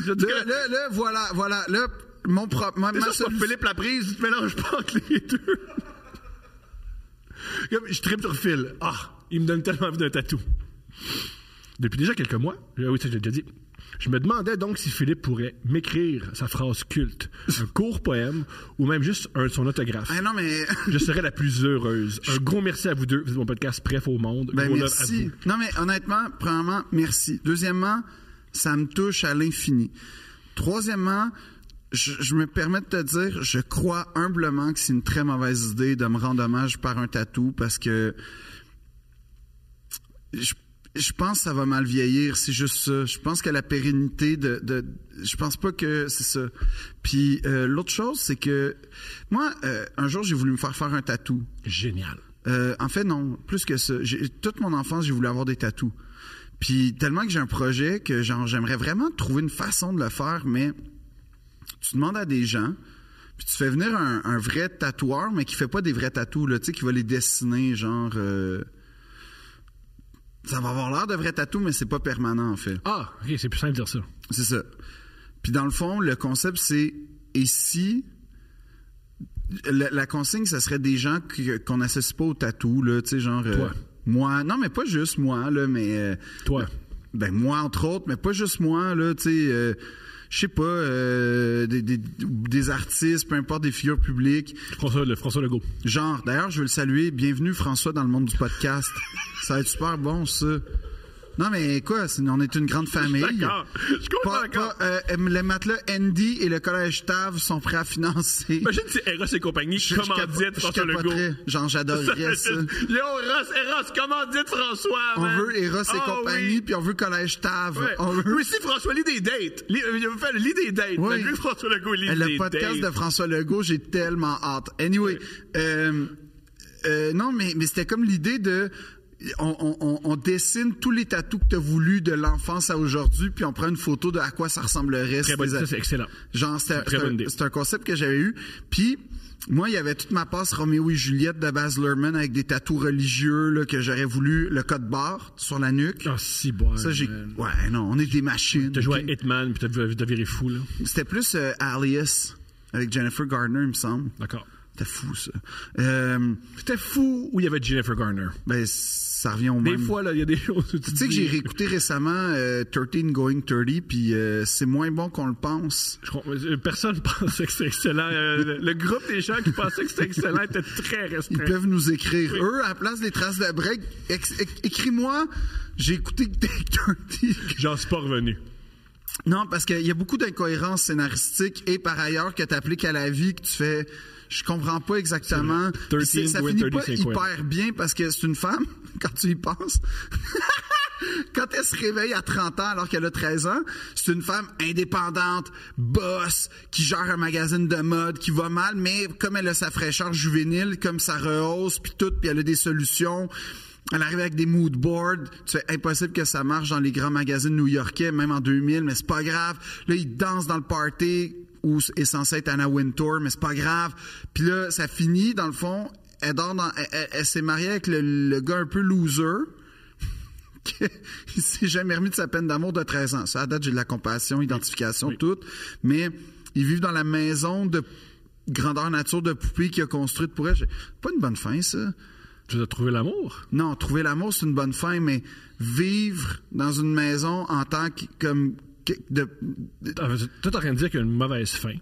A: Je dis que-
B: le- le- le- voilà, voilà. Là, mon propre... Ma, ma
A: Déjà, c'est pas
B: solu-
A: Philippe Laprise, tu te mélanges pas entre les deux. Comme, je tripe sur Phil. Ah, il me donne tellement envie d'un tatou. Depuis déjà quelques mois, euh, oui, ça, j'ai déjà dit, je me demandais donc si Philippe pourrait m'écrire sa phrase culte, un court poème ou même juste un, son autographe.
B: Ah non, mais...
A: Je serais la plus heureuse. Un gros merci à vous deux. Vous êtes mon podcast préf au monde.
B: Ben,
A: Gros love à
B: merci.
A: vous.
B: Non, mais honnêtement, premièrement, merci. Deuxièmement, ça me touche à l'infini. Troisièmement, je, je me permets de te dire, je crois humblement que c'est une très mauvaise idée de me rendre hommage par un tatou parce que je, je pense que ça va mal vieillir, c'est juste ça. Je pense que la pérennité de, de- je pense pas que c'est ça. Puis euh, l'autre chose, c'est que moi, euh, un jour, j'ai voulu me faire faire un tatou.
A: Génial.
B: Euh, en fait, non. Plus que ça. J'ai- Toute mon enfance, j'ai voulu avoir des tatous. Puis tellement que j'ai un projet que genre, j'aimerais vraiment trouver une façon de le faire, mais tu demandes à des gens, puis tu fais venir un, un vrai tatoueur, mais qui fait pas des vrais tatous, là, tu sais, qui va les dessiner, genre... euh, Ça va avoir l'air de vrai tatou, mais c'est pas permanent, en fait.
A: Ah, ok, c'est plus simple de dire ça.
B: C'est ça. Puis dans le fond, le concept, c'est et si. La, la consigne, ça serait des gens que- qu'on n'associe pas au tatou, là, tu sais, genre. euh,
A: Toi.
B: moi. Non, mais pas juste moi, là, mais. euh,
A: Toi.
B: ben, moi, entre autres, mais pas juste moi, là, tu sais. euh, je sais pas, euh, des, des- des artistes, peu importe, des figures publiques.
A: François, le, François Legault.
B: Genre, d'ailleurs, je veux le saluer. Bienvenue, François, dans le monde du podcast. ça va être super bon, ça. Non, mais quoi, c'est- on est une grande famille.
A: D'accord. Je suis complètement
B: Pas,
A: d'accord.
B: pas, euh, euh, le matelas Andy et le collège Tav sont prêts à financer.
A: Imagine si Eros et compagnie
B: Je- je capo-
A: commanditent
B: je
A: François Legault.
B: capoterais. Genre, j'adorerais ça.
A: Yo, Ross, Eros, commandite François,
B: On
A: man.
B: veut Eros et
A: Ah,
B: compagnie,
A: oui.
B: puis on veut collège Tav.
A: Ouais.
B: On veut...
A: Oui, si François lit des dates. Lis, euh, fait, lis des dates.
B: Oui.
A: Malgré que François Legault lit des dates.
B: Le podcast de François Legault, j'ai euh, tellement hâte. Anyway, euh, euh, non, mais, mais c'était comme l'idée de on, on- on- on dessine tous les tatous que tu as voulu de l'enfance à aujourd'hui, puis on prend une photo de à quoi ça ressemblerait. si
A: Très bonne
B: les a-
A: idée, c'est excellent.
B: Genre, c'est un,
A: Très
B: c'est
A: bonne
B: un-
A: idée.
B: c'est un concept que j'avais eu. Puis, moi, il y avait toute ma passe Roméo et Juliette de Baz Luhrmann avec des tatous religieux là, que j'aurais voulu. Le code barre sur la nuque.
A: Ah, si, bon.
B: Ça, j'ai...
A: man.
B: Ouais, non, on est des machines.
A: T'as joué
B: ok?
A: à Hitman, puis t'as t'as viré fou, là.
B: C'était plus euh, Alias avec Jennifer Garner, il me semble.
A: D'accord.
B: C'était fou, ça. Euh,
A: C'était fou où il y avait Jennifer Garner.
B: ben, ça revient au
A: Des
B: même.
A: fois, là, il y a des choses où tu
B: Tu sais que j'ai réécouté récemment euh, 13 Going 30, puis euh, c'est moins bon qu'on le pense.
A: euh, Personne pensait que c'était excellent. Euh, le, le groupe des gens qui pensaient que c'était excellent était très
B: Ils
A: restreint.
B: peuvent nous écrire, eux, à la place des traces de break. ex- éc- Écris-moi, j'ai écouté 30.
A: J'en suis pas revenu.
B: Non, parce qu'il y a beaucoup d'incohérences scénaristiques et par ailleurs que tu appliques à la vie, que tu fais. Je comprends pas exactement.
A: C'est vrai.
B: Puis c'est- Ça
A: 13
B: finit
A: Going
B: pas
A: 30, c'est incroyable.
B: hyper bien parce que c'est une femme, quand tu y penses. quand elle se réveille à 30 ans alors qu'elle a 13 ans, c'est une femme indépendante, boss, qui gère un magazine de mode, qui va mal, mais comme elle a sa fraîcheur juvénile, comme ça rehausse, puis tout, puis elle a des solutions. Elle arrive avec des mood boards. C'est impossible que ça marche dans les grands magazines new-yorkais, même en 2000, mais c'est pas grave. Là, ils dansent dans le party où est censée être Anna Wintour, mais c'est pas grave. Puis là, ça finit, dans le fond, elle, dort dans- elle- elle- elle s'est mariée avec le, le gars un peu loser qu'il s'est jamais remis de sa peine d'amour de 13 ans. Ça, à date, j'ai de la compassion, identification, tout. Mais ils vivent dans la maison de grandeur nature de poupée qu'il a construite pour elle. J'ai- Pas une bonne fin, ça.
A: Tu as trouvé l'amour?
B: Non, trouver l'amour, c'est une bonne fin, mais vivre dans une maison en tant que... Comme, que- de, de-
A: Toi, t'es Ah, en train de dire qu'une mauvaise fin,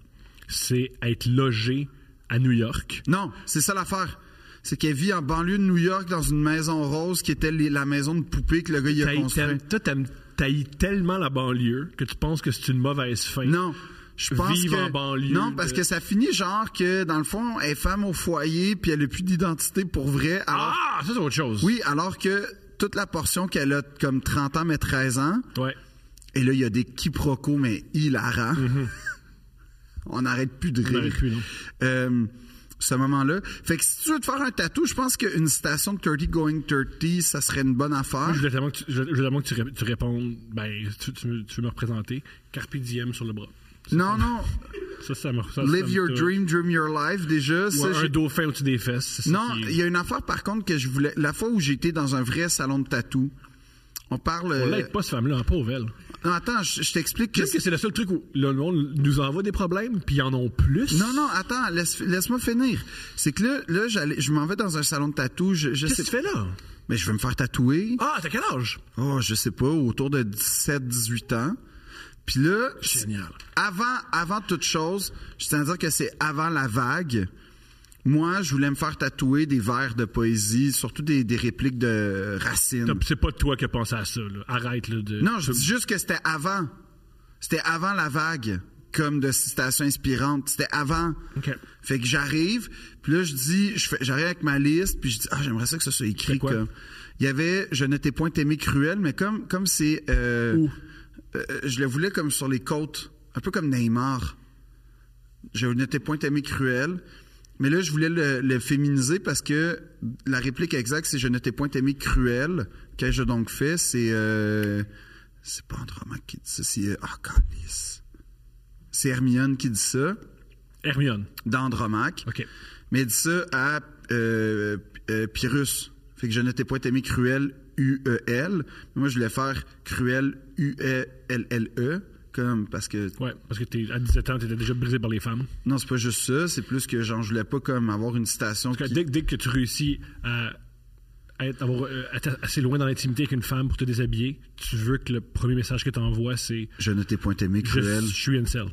A: c'est être logé à New York.
B: non, c'est ça l'affaire. C'est qu'elle vit en banlieue de New York dans une maison rose qui était les- la maison de poupée que le gars il a
A: T'haïs
B: construite.
A: tel- Toi, t'aimes- t'haïs tellement la banlieue que tu penses que c'est une mauvaise fin.
B: Non. Je pense
A: Vivre
B: que,
A: en banlieue, euh.
B: Non, parce
A: de-
B: que ça finit genre que, dans le fond, elle est femme au foyer, puis elle n'a plus d'identité pour vrai. Alors,
A: Ah, ça, c'est autre chose.
B: Oui, alors que toute la portion qu'elle a comme 30 ans, mais 13 ans,
A: Ouais.
B: et là, il y a des quiproquos, mais hilarants. On n'arrête plus de rire.
A: Mm-hmm. n'arrête plus, non.
B: Euh, ce moment-là. Fait que si tu veux te faire un tatou, je pense qu'une citation de 30 Going 30, ça serait une bonne affaire.
A: Je voulais tellement que tu, je voulais tellement que tu, ré- tu répondes, ben, tu, tu veux- tu veux me représenter, Carpe Diem sur le bras.
B: Non, non.
A: Ça, ça me ça, ça
B: Live
A: me
B: your
A: touche.
B: dream, dream your life. Déjà,
A: Ou
B: ça,
A: un
B: j'ai-
A: dauphin au-dessus des fesses. c'est ça
B: Non,
A: qui-
B: il y a une affaire par contre que je voulais. La fois où j'étais dans un vrai salon de tatou, on parle.
A: On
B: euh,
A: l'aide pas, cette femme-là, hein, pauvre elle.
B: Non, attends, je, je t'explique. que-
A: Qu'est-ce que c'est le seul truc où le monde nous envoie des problèmes, puis ils en ont plus?
B: Non, non, attends, laisse- laisse-moi finir. C'est que là, là j'allais- je m'en vais dans un salon de tatou. Je, je
A: Qu'est-ce
B: sais
A: que tu fais là?
B: Mais je vais me faire tatouer.
A: Ah, t'as quel âge?
B: Oh, je sais pas, autour de 17-18 ans. Puis là,
A: Génial.
B: avant, avant toute chose, je tiens à dire que c'est avant la vague. Moi, je voulais me faire tatouer des vers de poésie, surtout des, des répliques de Racine.
A: T'as- C'est pas toi qui as pensé à ça, là. Arrête, là, de...
B: Non, je dis juste que c'était avant. C'était avant la vague, comme de citation inspirante. C'était avant.
A: OK.
B: Fait que j'arrive, puis là, je dis, je fais- j'arrive avec ma liste, puis je dis, ah, j'aimerais ça que ça soit écrit.
A: C'était quoi?
B: Comme. Il y avait, je ne t'ai point aimé cruel, mais comme comme c'est. euh,
A: Où?
B: euh, je le voulais comme sur les côtes, un peu comme Neymar. Je ne t'ai point aimé cruel. Mais là, je voulais le, le féminiser parce que la réplique exacte, c'est Je ne t'ai point aimé cruel. Qu'ai-je donc fait C'est. euh, c'est pas Andromaque qui dit ça, c'est. euh, Ah, câlisse. C'est Hermione qui dit ça,
A: Hermione.
B: d'Andromaque.
A: OK.
B: Mais il dit ça à euh, euh, Pyrrhus. Fait que je ne t'ai point aimé cruel, U-E-L. Mais Moi, je voulais faire cruel, E U-E-L-L-E. Comme, parce que.
A: Ouais, parce que t'es, à 17 ans, t'étais déjà brisé par les femmes.
B: Non, c'est pas juste ça. C'est plus que, genre, je voulais pas, comme, avoir une citation.
A: Parce que dès,
B: qui-
A: dès que tu réussis à être, avoir, euh, être assez loin dans l'intimité avec une femme pour te déshabiller, tu veux que le premier message que tu envoies, c'est
B: Je ne t'ai point aimé
A: je,
B: cruel.
A: je suis une selle.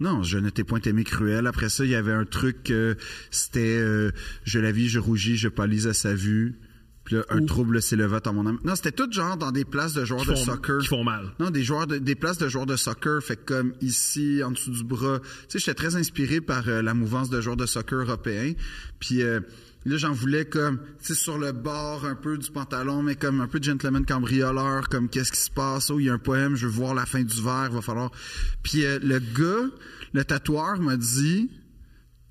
B: Non, je ne t'ai point aimé cruel. Après ça, il y avait un truc, euh, c'était euh, je la vis, je rougis, je palise à sa vue. Puis là, un trouble s'éleva dans mon âme. Non, c'était tout genre dans des places de joueurs
A: Qui
B: de
A: font-
B: soccer.
A: qui font mal.
B: Non, des joueurs de- des places de joueurs de soccer, fait que comme ici, en dessous du bras. Tu sais, j'étais très inspiré par euh, la mouvance de joueurs de soccer européens. Puis euh, là, j'en voulais comme, tu sais, sur le bord un peu du pantalon, mais comme un peu de gentleman cambrioleur, comme qu'est-ce qui se passe, oh, il y a un poème, je veux voir la fin du verre, va falloir. Puis euh, le gars, le tatoueur m'a dit,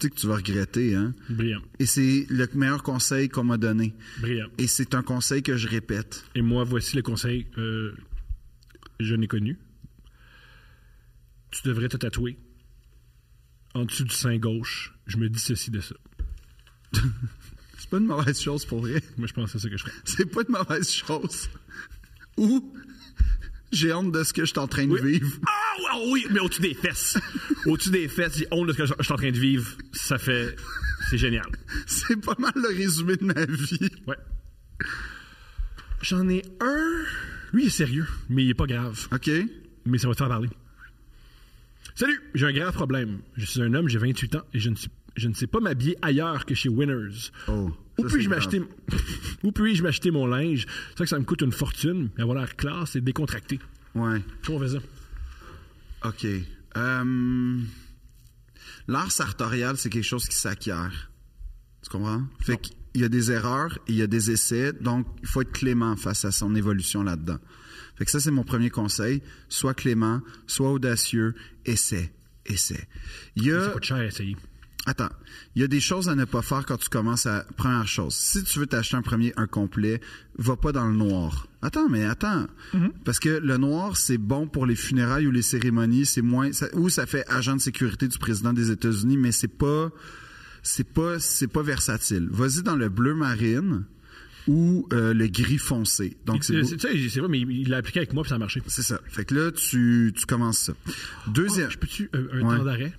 B: sais que tu vas regretter. Hein?
A: Brillant.
B: Et c'est le meilleur conseil qu'on m'a donné.
A: Brillant.
B: Et c'est un conseil que je répète.
A: Et moi, voici le conseil que je n'ai connu. Tu devrais te tatouer en dessous du sein gauche. Je me dis ceci de ça.
B: C'est pas une mauvaise chose pour vrai.
A: Moi, je pense que c'est ça que je ferais.
B: C'est pas une mauvaise chose. Ou j'ai honte de ce que je suis en train de vivre.
A: Ah ouais, oui, mais au-dessus des fesses. au-dessus des fesses, j'ai honte de ce que je, je suis en train de vivre. Ça fait. C'est génial.
B: C'est pas mal le résumé de ma vie.
A: Ouais. J'en ai un. Lui, il est sérieux, mais il est pas grave.
B: OK?
A: Mais ça va te faire parler. Salut, j'ai un grave problème. Je suis un homme, j'ai 28 ans et je ne, suis- je ne sais pas m'habiller ailleurs que chez Winners.
B: Oh,
A: Où
B: ça,
A: puis-je
B: c'est
A: m'acheter Où puis-je m'acheter mon linge C'est vrai que ça me coûte une fortune, mais avoir l'air classe et décontracté.
B: Ouais.
A: Comment on fait ça
B: OK. Euh, L'art sartorial, c'est quelque chose qui s'acquiert. Tu comprends? Fait qu'il y a des erreurs, il y a des essais, donc il faut être clément face à son évolution là-dedans. Fait que ça, c'est mon premier conseil. Sois clément, sois audacieux, essaie, essaie. Il y a...
A: Ça coûte cher à essayer.
B: Attends, il y a des choses à ne pas faire quand tu commences à. Première chose, si tu veux t'acheter un premier, un complet, va pas dans le noir. Attends, mais attends. Parce que le noir, c'est bon pour les funérailles ou les cérémonies, c'est moins. ça- ou ça fait agent de sécurité du président des États-Unis, mais c'est pas. C'est pas, c'est pas versatile. Vas-y dans le bleu marine ou euh, le gris foncé. Donc, c'est
A: Euh,
B: beau-
A: C'est tu sais, c'est vrai, mais il il l'a appliqué avec moi puis ça a marché.
B: c'est ça. Fait que là, tu, tu commences ça. Deuxième.
A: Je peux-tu euh, un
B: Ouais.
A: temps d'arrêt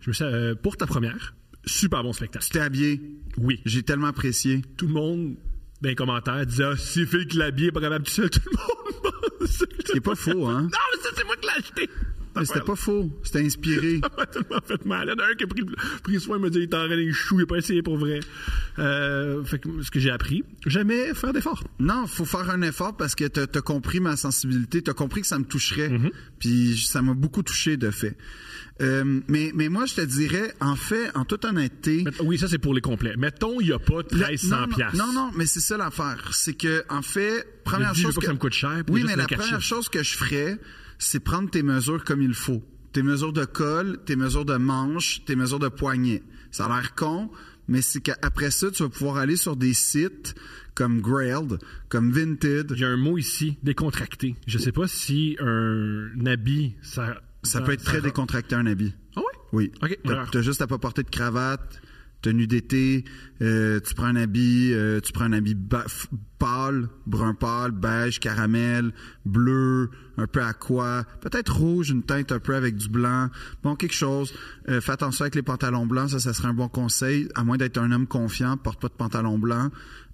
A: Je me suis euh, pour ta première, super bon spectacle.
B: Tu t'es habillé.
A: Oui,
B: J'ai tellement apprécié.
A: tout le monde dans les commentaires disait Ah, si Phil Clavier est pas capable tout seul, tout le monde pense que-
B: C'est pas faux, hein?
A: Non, mais ça, c'est moi qui l'ai acheté.
B: Mais c'était pas faux. C'était inspiré.
A: Ça m'a tellement fait mal. Il y en a un qui a pris, pris soin de me dire il est en train de chou, il n'a pas essayé pour vrai. Euh, fait que ce que j'ai appris, jamais faire d'effort.
B: Non, faut faire un effort parce que t'as as compris ma sensibilité, t'as compris que ça me toucherait, puis j- ça m'a beaucoup touché de fait. Euh, mais mais moi je te dirais, en fait, en toute honnêteté,
A: Oui, ça, c'est pour les complets. Mettons, il n'y a pas
B: la-
A: 1300
B: non, non,
A: piastres.
B: non, non, mais c'est ça l'affaire, c'est que en fait, première
A: dis, je veux
B: chose
A: pas que ça me coûte cher, puis
B: oui,
A: juste
B: mais
A: le
B: la
A: kerchief.
B: première chose que je ferais, c'est prendre tes mesures comme il faut, tes mesures de col, tes mesures de manche, tes mesures de poignet. Ça a l'air con, mais c'est qu'après ça, tu vas pouvoir aller sur des sites comme Grailed, comme Vinted.
A: Il y a un mot ici, décontracté. Je sais pas si un habit, ça.
B: Ça peut être très décontracté un habit.
A: Ah ouais?
B: Oui.
A: Ok,
B: T'as-
A: alors.
B: T'as juste à pas porter de cravate, tenue d'été, euh, tu prends un habit, euh, tu prends un habit ba- f- pâle, brun pâle, beige, caramel, bleu, un peu aqua, peut-être rouge, une teinte un peu avec du blanc. Bon, quelque chose. Euh, fais attention avec les pantalons blancs, ça, ça serait un bon conseil, à moins d'être un homme confiant, porte pas de pantalon blanc.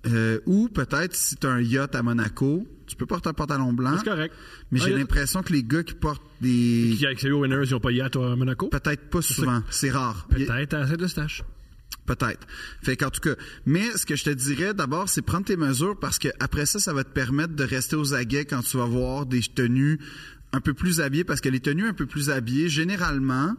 B: Euh, ou peut-être si t'as un yacht à Monaco, tu peux porter un pantalon blanc.
A: C'est correct.
B: Mais
A: Ah,
B: j'ai
A: yacht-
B: l'impression que les gars qui portent des
A: Qui a accès aux winners, ils n'ont pas hier, toi, à Monaco?
B: Peut-être pas souvent, c'est rare. Il-
A: Peut-être à Saint-Eustache.
B: Peut-être. Fait qu'en tout cas, mais ce que je te dirais d'abord, c'est prendre tes mesures parce que après ça, ça va te permettre de rester aux aguets quand tu vas voir des tenues un peu plus habillées parce que les tenues un peu plus habillées, généralement,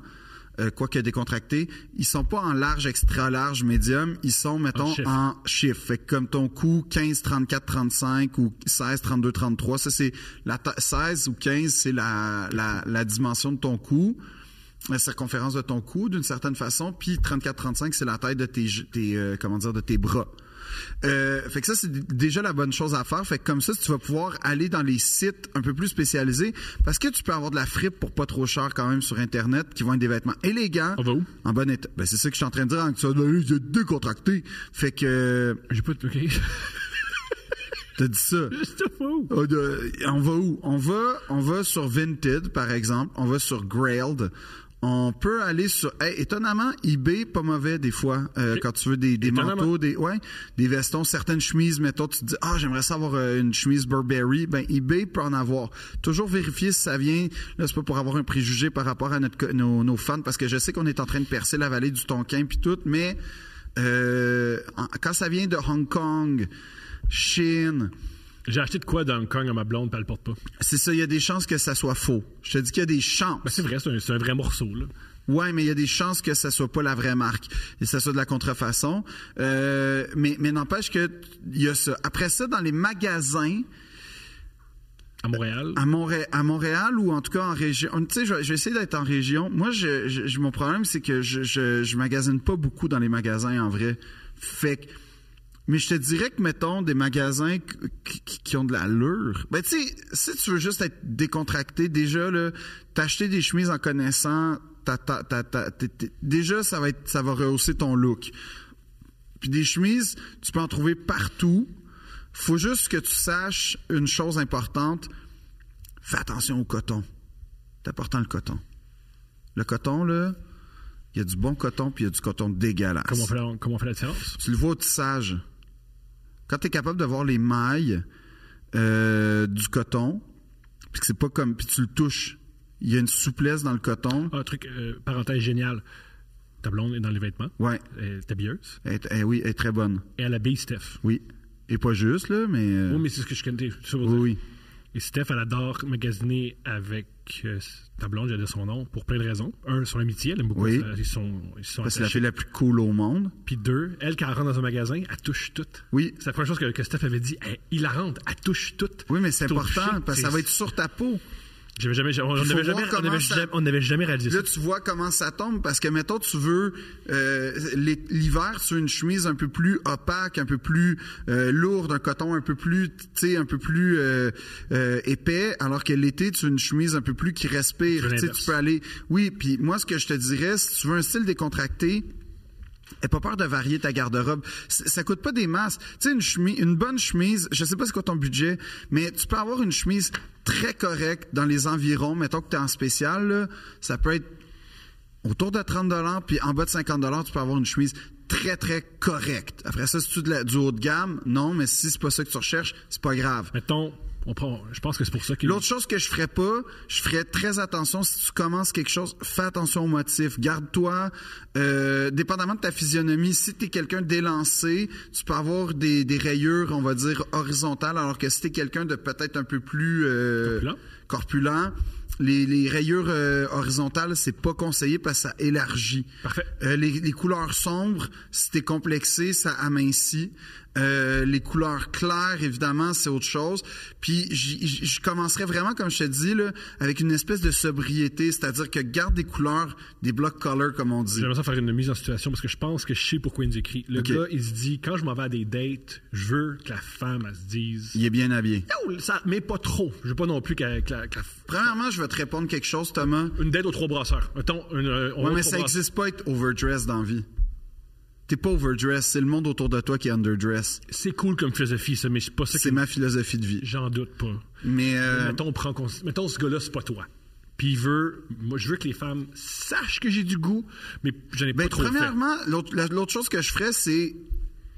B: euh, quoique décontractées, ils sont pas en large, extra large, médium, ils sont, mettons,
A: chiffre.
B: en chiffre. Fait que comme ton coût 15, 34, 35 ou 16, 32, 33, ça c'est la ta- 16 ou 15, c'est la, la, la dimension de ton coût la circonférence de ton cou d'une certaine façon, puis 34-35, c'est la taille de tes, j- tes, euh, comment dire, de tes bras. Euh, fait que ça, c'est d- déjà la bonne chose à faire. Fait que comme ça, tu vas pouvoir aller dans les sites un peu plus spécialisés parce que tu peux avoir de la fripe pour pas trop cher quand même sur Internet qui vont être des vêtements élégants.
A: On va où?
B: En bon état. Ben, c'est ça que je suis en train de dire. hein, que tu vas Ben, il est décontracté. Fait que, euh,
A: J'ai pas de. OK.
B: t'as dit ça.
A: C'était fou.
B: Oh, de- On va où? On va, on va sur Vinted, par exemple. On va sur Grailed. On peut aller sur. Hey, étonnamment, eBay, pas mauvais des fois. euh, Quand tu veux des, des
A: Étonnamment.
B: manteaux, des, ouais, des vestons, certaines chemises, mettons, tu te dis, ah, j'aimerais ça avoir euh, une chemise Burberry. Ben, eBay peut en avoir. Toujours vérifier si ça vient. Là, c'est pas pour avoir un préjugé par rapport à notre, co- nos, nos fans, parce que je sais qu'on est en train de percer la vallée du Tonkin puis tout, mais euh, en- quand ça vient de Hong Kong, Chine,
A: J'ai acheté de quoi dans Hong Kong à ma blonde, puis elle le porte pas.
B: c'est ça, il y a des chances que ça soit faux. Je te dis qu'il y a des chances.
A: Ben, c'est vrai, c'est un, c'est un vrai morceau, là.
B: Ouais, mais il y a des chances que ça soit pas la vraie marque et que ça soit de la contrefaçon. Euh, mais mais n'empêche que t- il y a ça. Après ça, dans les magasins,
A: à Montréal.
B: À, Montré- à Montréal ou en tout cas en région. Tu sais, je, vais- je vais essayer d'être en région. Moi, je, je- je- mon problème, c'est que je, je, je magasine pas beaucoup dans les magasins en vrai. Fait que- Mais je te dirais que, mettons, des magasins qui- qui, qui ont de l'allure. Ben, tu sais, si tu veux juste être décontracté, déjà, là, t'acheter des chemises en connaissant, ta- ta- ta- ta- t'es- t'es- déjà, ça va, être, ça va rehausser ton look. Puis des chemises, tu peux en trouver partout. Faut juste que tu saches une chose importante. Fais attention au coton. C'est important le coton. Le coton, là, il y a du bon coton puis il y a du coton dégueulasse.
A: Comment on, fait la, comment on fait la différence?
B: Tu le vois au tissage. Quand tu es capable de voir les mailles euh, du coton, puis que c'est pas comme. Puis tu le touches. Il y a une souplesse dans le coton.
A: Ah, un truc, euh, parenthèse géniale. Ta blonde est dans les vêtements.
B: Ouais.
A: Elle est habilleuse.
B: Elle est- eh oui, elle est très bonne.
A: Et elle habille Steph.
B: Oui. Et pas juste, là, mais. euh,
A: Oui, mais c'est ce que je connais. c'est ça pour
B: oui,
A: dire.
B: oui.
A: Et Steph, elle adore magasiner avec euh, ta blonde, j'ai dit son nom, pour plein de raisons. Un, son amitié, elle aime beaucoup.
B: Oui.
A: ça. Ils sont, ils sont
B: Parce que c'est la
A: attachés.
B: fille la plus cool au monde.
A: Puis deux, elle, quand elle rentre dans un magasin, elle touche tout.
B: Oui.
A: C'est la première chose que, que Steph avait dit. Elle, il la rentre, elle touche tout.
B: Oui, mais c'est
A: Tout
B: important
A: toucher,
B: parce que ça
A: c'est-
B: va être sur ta peau.
A: J'avais jamais, on
B: faut
A: n'avait
B: voir
A: jamais, on
B: comment
A: avait
B: ça-
A: jamais- on n'avait jamais réalisé
B: Là,
A: ça.
B: tu vois comment ça tombe parce que, mettons, tu veux euh, l'hi- l'hiver, tu veux une chemise un peu plus opaque, un peu plus euh, lourde, un coton un peu plus, tu sais, un peu plus euh, euh, épais, alors que l'été, tu veux une chemise un peu plus qui
A: C'est
B: respire. Tu sais,
A: l'inverse.
B: tu peux aller. Oui, puis moi, ce que je te dirais, si tu veux un style décontracté, Aie pas peur de varier ta garde-robe. C- Ça coûte pas des masses. Tu sais, une, chemise, une bonne chemise, je sais pas c'est quoi ton budget, mais tu peux avoir une chemise très correcte dans les environs. Mettons que tu es en spécial, là, ça peut être autour de 30 puis en bas de 50 tu peux avoir une chemise très, très correcte. Après ça, si tu de la- du haut de gamme, non, mais si c'est pas ça que tu recherches, c'est pas grave.
A: Mettons, on prend, je pense que c'est pour ça qu'il.
B: L'autre chose que je ferais pas, je ferais très attention si tu commences quelque chose, fais attention au motif. Garde-toi, euh, dépendamment de ta physionomie, si tu es quelqu'un d'élancé, tu peux avoir des, des rayures, on va dire, horizontales, alors que si tu es quelqu'un de peut-être un peu plus euh,
A: Corpulent.
B: corpulent, les, les rayures euh, horizontales, c'est pas conseillé parce que ça élargit.
A: Parfait.
B: Euh, les, les couleurs sombres, si t'es complexé, ça amincit. Euh, les couleurs claires, évidemment, c'est autre chose. Puis j'y- j'y- je commencerai vraiment, comme je te dis, là, avec une espèce de sobriété, c'est-à-dire que garde des couleurs, des block colors, comme on dit.
A: J'aimerais ça faire une mise en situation parce que je pense que je sais pourquoi il nous écrit. Le
B: Ok.
A: gars, il se dit quand je m'en vais à des dates, je veux que la femme, elle se dise.
B: Il est bien habillé.
A: Yo, ça- mais pas trop. Je veux pas non plus qu'elle- que la- que la-
B: Premièrement, je vais te répondre quelque chose, Thomas.
A: Une date aux trois brasseurs. Mettons, une, euh, on va
B: Ouais,
A: aux
B: mais
A: trois
B: ça
A: brasseurs.
B: n'existe pas être overdress dans la vie. T'es pas overdress, c'est le monde autour de toi qui est underdress.
A: C'est cool comme philosophie, ça, mais c'est pas ça
B: C'est
A: que
B: ma philosophie de vie.
A: j'en doute pas.
B: Mais euh,
A: Mettons, on prend cons- mettons, ce gars-là, c'est pas toi. Puis il veut. Moi, je veux que les femmes sachent que j'ai du goût, mais j'en ai
B: Ben,
A: pas trop fait.
B: premièrement, l'autre la- l'autre chose que je ferais, c'est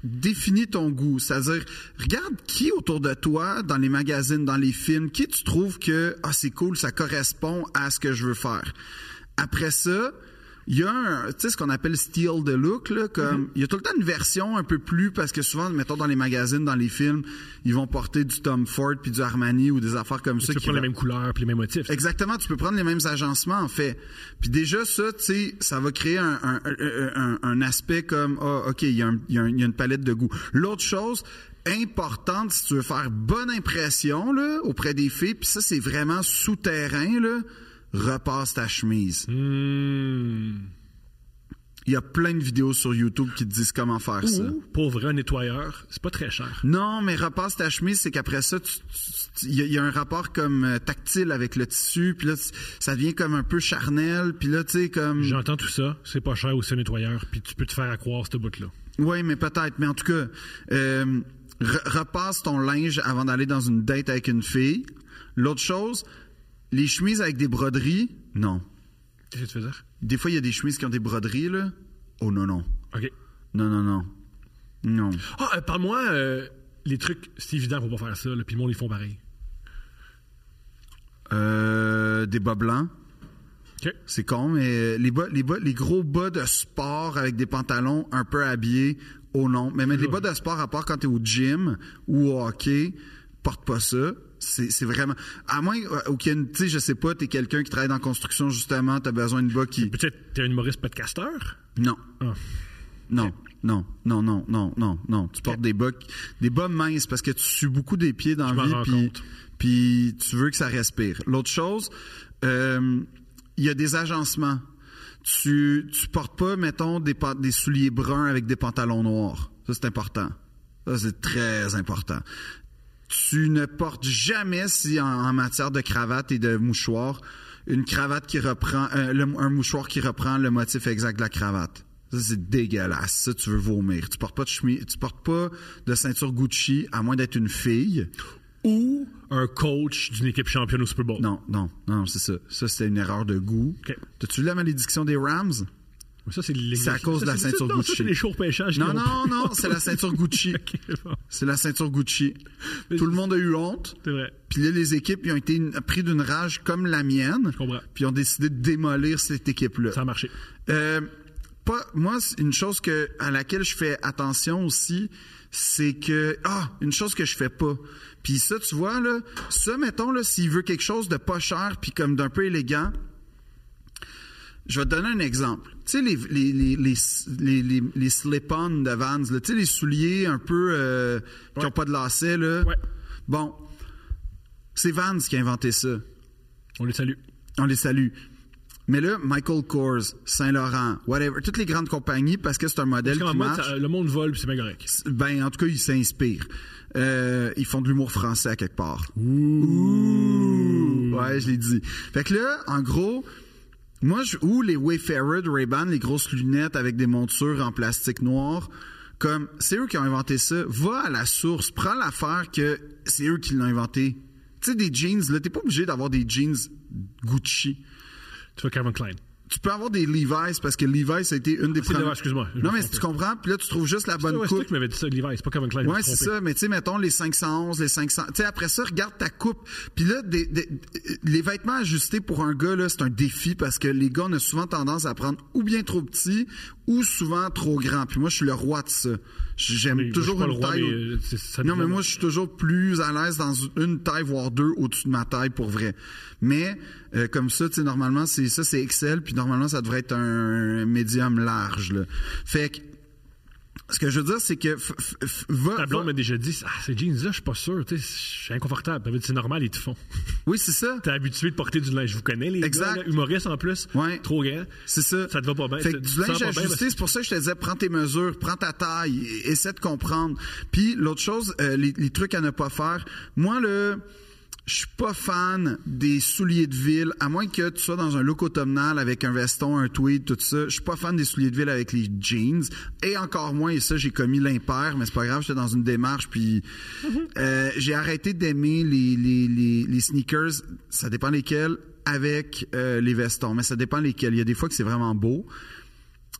B: définis ton goût. C'est-à-dire, regarde qui autour de toi, dans les magazines, dans les films, qui tu trouves que ah, c'est cool, ça correspond à ce que je veux faire. Après ça, il y a un, tu sais, ce qu'on appelle steal the look, là, comme,
A: Mm-hmm.
B: il y a tout le temps une version un peu plus, parce que souvent, mettons, dans les magazines, dans les films, ils vont porter du Tom Ford puis du Armani ou des affaires comme ça.
A: Tu peux
B: qui
A: prendre
B: va-
A: les mêmes couleurs puis les mêmes motifs.
B: Exactement, tu peux prendre les mêmes agencements, en fait. Puis déjà, ça, tu sais, ça va créer un, un- un- un- un aspect comme, ah, OK, il y, a un- il y a un- il y a une palette de goût. L'autre chose importante, si tu veux faire bonne impression là, auprès des filles, puis ça, c'est vraiment souterrain, là, repasse ta chemise.
A: Mm. Hmm.
B: Il y a plein de vidéos sur YouTube qui te disent comment faire ça.
A: Ou, pour vrai, un nettoyeur, c'est pas très cher.
B: Non, mais repasse ta chemise, c'est qu'après ça, tu- tu- il y, a- il y a un rapport comme euh, tactile avec le tissu, puis là, tu- ça devient comme un peu charnel, puis là, tu sais, comme...
A: J'entends tout ça, c'est pas cher aussi un nettoyeur, puis tu peux te faire accroire ce bout-là.
B: Oui, mais peut-être. Mais en tout cas, euh, re- repasse ton linge avant d'aller dans une date avec une fille. L'autre chose, les chemises avec des broderies, non.
A: Qu'est-ce que tu veux dire?
B: Des fois, il y a des chemises qui ont des broderies, là. Oh non, non.
A: OK.
B: Non, non, non. Non.
A: Ah, euh, parle-moi, euh, les trucs, c'est évident, faut pas faire ça, là, puis le monde, ils font pareil.
B: Euh, des bas blancs.
A: OK.
B: C'est con, mais euh, les bas, les bas, les gros bas de sport avec des pantalons un peu habillés, oh non. Mais, mais les bas de sport, à part quand t'es au gym ou au hockey, porte pas ça. C'est c'est vraiment. À moins, euh, ou qu'il y ait une- tu sais, je sais pas, t'es quelqu'un qui travaille dans la construction, justement, t'as besoin de bas qui.
A: Peut-être t'es un humoriste podcasteur?
B: Non.
A: Ah.
B: Non. Non, non, non, non, non, non. Tu portes des bas, des bas minces parce que tu sues beaucoup des pieds dans
A: Je m'en
B: la vie,
A: rends
B: puis,
A: compte.
B: puis tu veux que ça respire. L'autre chose, euh, il y a des agencements. Tu, tu portes pas, mettons, des, pa- des souliers bruns avec des pantalons noirs. Ça, c'est important. Ça, c'est très important. Tu ne portes jamais, si en, en matière de cravate et de mouchoir, une cravate qui reprend, euh, le- un mouchoir qui reprend le motif exact de la cravate. Ça, c'est dégueulasse. Ça, tu veux vomir. Tu portes pas de chemise, tu portes pas de ceinture Gucci, à moins d'être une fille.
A: Ou un coach d'une équipe championne au Super Bowl.
B: Non, non, non, c'est ça. Ça, c'était une erreur de goût.
A: OK.
B: T'as-tu vu la malédiction des Rams?
A: Mais Ça, c'est les-
B: C'est à cause de la
A: ça, c'est-
B: ceinture
A: non, ça,
B: Gucci.
A: c'est les shows pêchage.
B: Non, non, non, c'est la ceinture Gucci. C'est la ceinture Gucci.
A: Mais
B: Tout
A: je-
B: le monde a eu honte.
A: C'est vrai.
B: Puis là, les équipes, ils ont été une- pris d'une rage comme la mienne.
A: comprends.
B: Puis ils ont décidé de démolir cette équipe-là.
A: Ça a marché.
B: Euh, pas, moi, c'est une chose que, à laquelle je fais attention aussi, c'est que. Ah, une chose que je fais pas. Puis ça, tu vois, là, ça, mettons, là, s'il veut quelque chose de pas cher, puis comme d'un peu élégant, je vais te donner un exemple. Tu sais, les, les, les, les, les, les, les slip-on de Vans, là, tu sais, les souliers un peu euh, qui n'ont pas de lacets, là.
A: Ouais.
B: Bon, c'est Vans qui a inventé ça.
A: On les salue.
B: On les salue. Mais là, Michael Kors, Saint-Laurent, whatever, toutes les grandes compagnies, parce que c'est un modèle
A: Parce qu'en
B: qui
A: mode,
B: marche,
A: ça- le monde vole, puis c'est bien correct.
B: c'est- ben, en tout cas, ils s'inspirent. Euh, ils font de l'humour français à quelque part. Ouh. Ouais, je l'ai dit. Fait que là, en gros, moi, je, ou les Wayfarer de Ray-Ban, les grosses lunettes avec des montures en plastique noir, comme, c'est eux qui ont inventé ça. Va à la source, prends l'affaire que c'est eux qui l'ont inventé. Tu sais, des jeans, là, t'es pas obligé d'avoir des jeans Gucci
A: Tu vois Calvin Klein.
B: tu peux avoir des Levi's parce que Levi's a été une des
A: Ah, c'est Levi's, excuse-moi. Je
B: Non,
A: me
B: mais
A: suis
B: si tu
A: trompé.
B: comprends, puis là, tu trouves juste la
A: C'est
B: bonne
A: Westbrook
B: coupe.
A: qui m'avait dit ça, Levi. C'est pas Calvin Klein. je me
B: Ouais,
A: suis
B: c'est
A: trompé.
B: ça. Mais tu sais, mettons les 511, les 500. Tu sais, après ça, regarde ta coupe. Puis là, des- des- les vêtements ajustés pour un gars, là, c'est un défi parce que les gars, on a souvent tendance à prendre ou bien trop petit ou souvent trop grand. Puis moi, je suis le roi de ça. J'aime
A: Mais moi,
B: toujours
A: je suis pas
B: une
A: le roi,
B: taille.
A: mais, euh, c'est- ça
B: non,
A: nous
B: mais
A: donne-
B: moi, je suis toujours plus à l'aise dans une taille, voire deux, au-dessus de ma taille, pour vrai. Mais euh, comme ça, tu sais, normalement, c'est ça, c'est Excel, puis normalement, ça devrait être un médium large. Là. Fait que, ce que je veux dire, c'est que... f- f- f- va-
A: Ta blonde
B: va-
A: m'a déjà dit Ah, ces jeans-là, je suis pas sûr. Tu sais, je suis inconfortable. T'avais dit, C'est normal, ils te font.
B: Oui, c'est ça.
A: T'es habitué de porter du linge. Je vous connais, les gars,
B: Exact.
A: là, humoristes en plus.
B: Ouais.
A: Trop grand.
B: C'est ça.
A: Ça te va pas bien.
B: Fait
A: Tu-
B: que
A: tu
B: du
A: te
B: linge
A: sens pas bien,
B: ajusté, c'est pour ça que je te disais, prends tes mesures, prends ta taille, et- essaie de comprendre. Puis l'autre chose, euh, les, les trucs à ne pas faire. Moi, le, je suis pas fan des souliers de ville, à moins que tu sois dans un look automnal avec un veston, un tweed, tout ça. Je suis pas fan des souliers de ville avec les jeans. Et encore moins, et ça, j'ai commis l'impair, mais c'est pas grave, j'étais dans une démarche, puis euh, j'ai arrêté d'aimer les, les, les, les sneakers, ça dépend lesquels, avec euh, les vestons, mais ça dépend lesquels. Il y a des fois que c'est vraiment beau.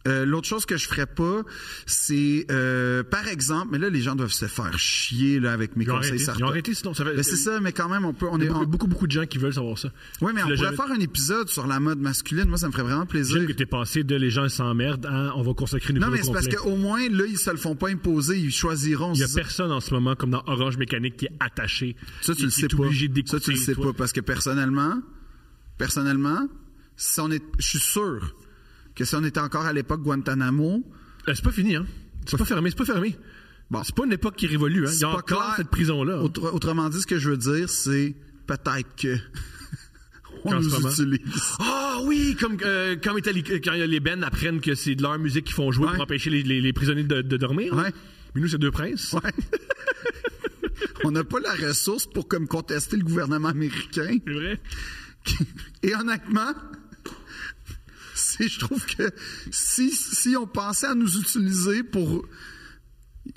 B: Euh, L'autre chose que je ferais pas, c'est euh, par exemple, mais là les gens doivent se faire chier là avec mes
A: Ils ont
B: conseils
A: arrêté. Ils
B: sartoriaux.
A: ont arrêté, sinon. Ça fait-
B: Ben, c'est ça, mais quand même, on peut. On
A: Il
B: est,
A: y a
B: on-
A: beaucoup, beaucoup de gens qui veulent savoir ça.
B: Ouais, mais on
A: Tu l'as
B: pourrait
A: jamais-
B: faire un épisode sur la mode masculine. Moi, ça me ferait vraiment plaisir.
A: J'aime que t'es passé de les gens s'emmerdent à on va consacrer une
B: Non,
A: vidéo
B: mais c'est parce
A: complète.
B: qu'au moins, là, ils se le font pas imposer. Ils choisiront.
A: Il n'y a
B: ça.
A: personne en ce moment, comme dans Orange Mécanique, qui est attaché.
B: Ça, tu
A: et
B: le
A: qui
B: sais
A: est
B: pas.
A: obligé
B: Ça,
A: d'écouter.
B: tu le sais
A: toi.
B: pas. Parce que personnellement, personnellement, si on est, je suis sûr que si on était encore à l'époque Guantanamo,
A: Euh, C'est pas fini, hein. C'est pas fermé, c'est pas fermé.
B: Bon.
A: C'est pas une époque qui révolue, hein. Il y
B: c'est
A: a
B: pas
A: encore
B: clair.
A: cette prison-là. hein.
B: Autre- autrement dit, ce que je veux dire, c'est peut-être que on
A: En ce
B: nous
A: moment.
B: utilise.
A: Ah oui, comme euh, quand, Metallica- quand les bands apprennent que c'est de leur musique qu'ils font jouer
B: Ouais.
A: pour empêcher les, les- les prisonniers de, de dormir.
B: Ouais.
A: Mais nous, c'est deux princes.
B: Ouais. on n'a pas la ressource pour comme contester le gouvernement américain.
A: C'est vrai.
B: Et honnêtement, c'est- je trouve que si, si on pensait à nous utiliser pour.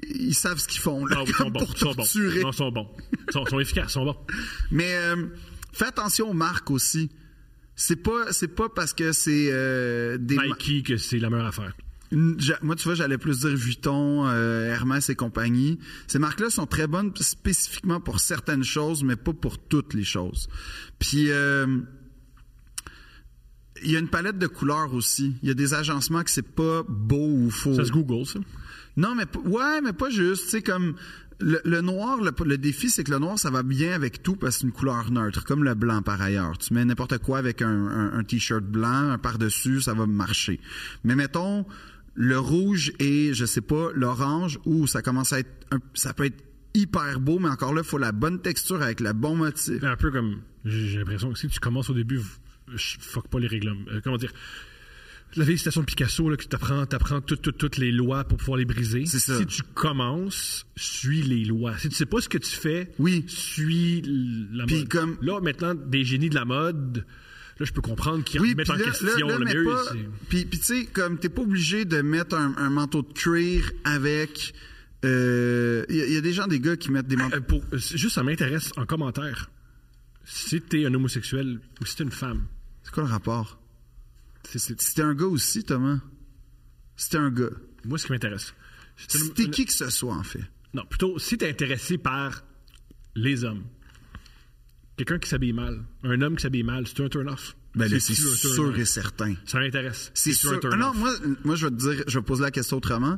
B: Ils savent ce qu'ils font, là,
A: Ah oui, ils sont
B: comme
A: bons.
B: pour
A: Ils sont bons.
B: torturer.
A: Non, ils sont bons. Ils sont, ils sont efficaces, ils sont bons.
B: Mais euh, fais attention aux marques aussi. C'est pas, c'est pas parce que c'est euh, des. ma-
A: Nike, que c'est la meilleure affaire.
B: Une- j'a- Moi, tu vois, j'allais plus dire Vuitton, euh, Hermès et compagnie. Ces marques-là sont très bonnes spécifiquement pour certaines choses, mais pas pour toutes les choses. Puis, euh, il y a une palette de couleurs aussi. Il y a des agencements que c'est pas beau ou faux.
A: Ça se Google, ça.
B: Non, mais p- ouais, mais pas juste. Tu sais, comme le, le noir, le, le défi, c'est que le noir, ça va bien avec tout parce que c'est une couleur neutre, comme le blanc par ailleurs. Tu mets n'importe quoi avec un, un- un t-shirt blanc, un par-dessus, ça va marcher. Mais mettons le rouge et je sais pas l'orange où ça commence à être un- ça peut être hyper beau mais encore là faut la bonne texture avec le bon motif.
A: Un peu comme. J'ai j'ai l'impression que si tu commences au début, v- je fuck pas les règlements. Euh, comment dire La vieille citation de Picasso, là, que tu apprends, toutes, toutes, toutes les lois pour pouvoir les briser.
B: C'est ça.
A: Si tu commences, suis les lois. Si tu sais pas ce que tu fais,
B: Oui.
A: suis l- la
B: Puis
A: mode.
B: comme-
A: Là, maintenant, des génies de la mode, là, je peux comprendre qu'ils
B: Oui,
A: remettent
B: puis
A: en
B: là- là-
A: question
B: là,
A: le
B: mets
A: mieux.
B: pas-
A: c'est-
B: Puis puis tu sais comme t'es pas obligé de mettre un, un manteau de cuir avec euh, il y, a- il y a des gens des gars qui mettent des manteaux
A: Euh, pour- euh, c'est- juste, ça m'intéresse en commentaire. Si t'es un homosexuel ou si t'es une femme,
B: C'est quoi le rapport
A: c'est- c'est-
B: C'était un gars aussi Thomas. C'était un gars.
A: moi ce qui m'intéresse. Si t'es
B: C'était qui que ce soit en fait.
A: Non, plutôt, si t'es intéressé par les hommes, quelqu'un qui s'habille mal, un homme qui s'habille mal, c'est un turn-off.
B: Ben là, c'est
A: C'est-tu un
B: sûr
A: turn-off?
B: et certain.
A: Ça m'intéresse.
B: C'est
A: C'est-tu
B: sûr.
A: un
B: Ah non,
A: turn-off?
B: moi, moi, je vais te dire, je vais poser la question autrement.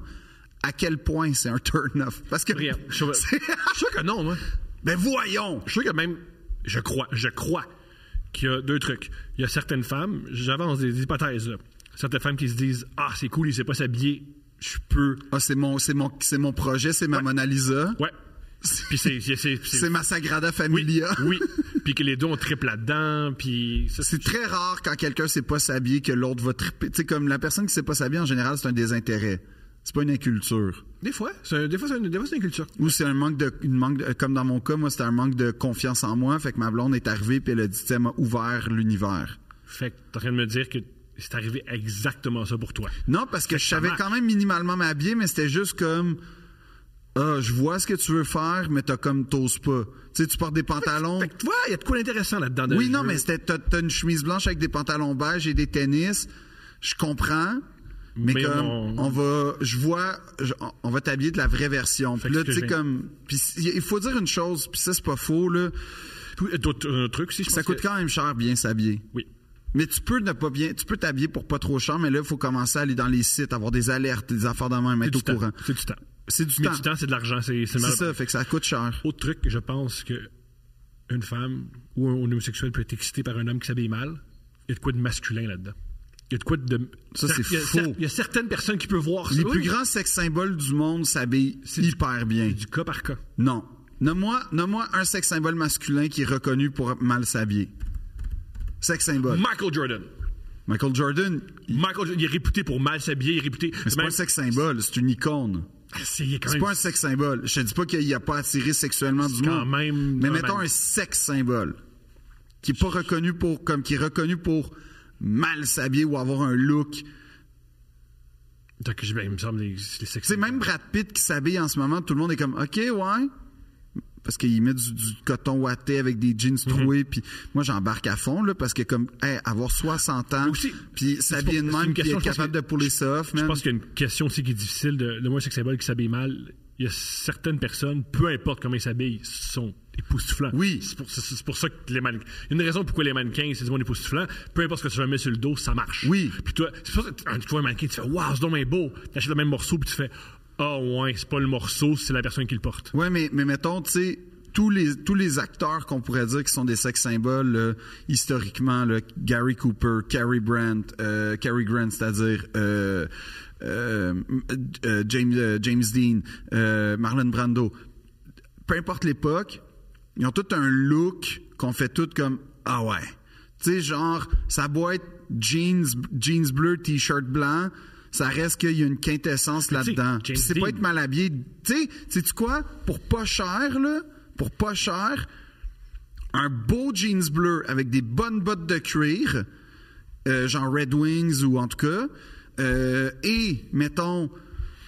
B: À quel point c'est un turn-off? Parce que.
A: Regarde, je suis
B: C'est-
A: je suis sûr que non, moi.
B: ben voyons!
A: Je suis sûr que même, je crois, je crois qu'il y a deux trucs. Il y a certaines femmes, j'avance des hypothèses, là. certaines femmes qui se disent Ah, c'est cool, il sait pas s'habiller, je peux.
B: Ah, c'est mon, c'est mon, c'est mon projet, c'est ma Mona Lisa.
A: Ouais. Puis c'est. c'est- c'est- c'est-
B: C'est ma Sagrada
A: Oui.
B: Familia.
A: oui. Puis que les deux, on triple là-dedans, puis. ça,
B: C'est très rare quand quelqu'un sait pas s'habiller que l'autre va triper. Tu sais, comme la personne qui sait pas s'habiller, en général, c'est un désintérêt. C'est pas une inculture.
A: Des fois, c'est un- des fois, c'est une, des fois, c'est une culture.
B: Ou c'est un manque de, une manque de- comme dans mon cas, moi, c'était un manque de confiance en moi. Fait que ma blonde est arrivée puis elle a dit, tu sais, elle m'a ouvert l'univers.
A: Fait que t'es en train de me dire que c'est arrivé exactement ça pour toi.
B: Non, parce que je savais
A: marche.
B: quand même minimalement m'habiller, mais c'était juste comme. Ah, je vois ce que tu veux faire, mais t'as comme t'oses pas. Tu sais, tu portes des pantalons.
A: Fait que tu vois, il y a de quoi d'intéressant là-dedans. de-
B: Oui, non,
A: je-
B: mais c'était t'as t'as une chemise blanche avec des pantalons beige et des tennis. Je comprends. Mais,
A: Mais
B: comme
A: on-
B: on... va, je vois, je- on- on va t'habiller de la vraie version. Puis
A: que
B: là,
A: ce que
B: tu sais
A: j'ai-
B: comme, puis il faut dire une chose, puis ça c'est pas faux là.
A: Puis, euh, D'autres un autre truc aussi, je
B: Ça
A: pense
B: coûte
A: que-
B: quand même cher bien s'habiller.
A: Oui.
B: Mais tu peux ne pas bien, tu peux t'habiller pour pas trop cher, mais là il faut commencer à aller dans les sites, avoir des alertes, des affaires de même,
A: C'est
B: être
A: du
B: au
A: temps.
B: courant.
A: C'est du temps.
B: C'est du
A: Mais
B: temps.
A: du temps, c'est de l'argent. C'est c'est
B: C'est
A: mal-
B: ça, fait que ça coûte cher.
A: Autre truc, je pense que une femme ou un homosexuel peut être excité par un homme qui s'habille mal. Il y a de quoi de masculin là-dedans. Il y a de quoi de.
B: Ça, c'est
A: il y a
B: faux.
A: cer- Il y a certaines personnes qui peuvent voir ça.
B: Les
A: Oui.
B: plus grands sex symboles du monde s'habillent
A: du-
B: hyper bien.
A: Du cas par cas.
B: Non. Nomme-moi nomme-moi un sex symbole masculin qui est reconnu pour mal s'habiller. Sex symbole.
A: Michael Jordan.
B: Michael Jordan, il-
A: Michael Jordan, il est réputé pour mal s'habiller. Il est réputé.
B: c'est pas un sex symbole, c'est une icône.
A: C'est il est quand
B: C'est
A: même-
B: pas un sex symbole. Je te dis pas qu'il a pas attiré sexuellement du
A: quand
B: monde.
A: même-
B: mais
A: quand
B: mettons
A: même.
B: un sex symbole qui est pas reconnu pour comme qui est reconnu pour mal s'habiller ou avoir un look.
A: Donc, je- ben, il me semble les, les sexes-
B: Tu sais, même Brad Pitt qui s'habille en ce moment, tout le monde est comme, OK, ouais. Parce qu'il met du, du coton ouaté avec des jeans
A: Mhm.
B: troués. Puis moi, j'embarque à fond, là, parce que comme, hey, avoir 60 ans,
A: aussi,
B: puis s'habiller
A: pour-
B: de
A: c'est
B: même,
A: une
B: puis
A: question,
B: être
A: je pense
B: capable
A: que-
B: de pouler ça off,
A: Je
B: man.
A: pense qu'il y a une question aussi qui est difficile de le moins symbole qui s'habille mal. Il y a certaines personnes, peu importe comment ils s'habillent, sont époustouflants.
B: Oui.
A: C'est pour, c'est- c'est pour ça que les mannequins. Il y a une raison pourquoi les mannequins, c'est du monde époustouflant. Peu importe ce que tu leur mets sur le dos, ça marche.
B: Oui.
A: Puis toi, c'est pour ça que tu- quand tu vois un mannequin, tu fais Waouh, c'est donc bien beau. Tu achètes le même morceau, puis tu fais Ah, ouais, c'est pas le morceau, c'est la personne qui le porte.
B: Ouais, mais, mais mettons, tu sais, tous les, tous les acteurs qu'on pourrait dire qui sont des sex symboles, là, historiquement, là, Gary Cooper, Cary Grant, euh, Cary Grant, c'est-à-dire euh, euh, euh, James, euh, James Dean, euh, Marlon Brando, peu importe l'époque, ils ont tout un look qu'on fait tout comme ah ouais. Tu sais genre ça doit être jeans jeans bleu, t-shirt blanc, ça reste qu'il y a une
A: tu
B: quintessence
A: sais,
B: là-dedans.
A: James
B: Puis C'est pas
A: Dean.
B: être mal habillé. Tu sais, sais-tu quoi Pour pas cher là, pour pas cher, un beau jeans bleu avec des bonnes bottes de cuir, euh, genre Red Wings ou en tout cas, euh, et mettons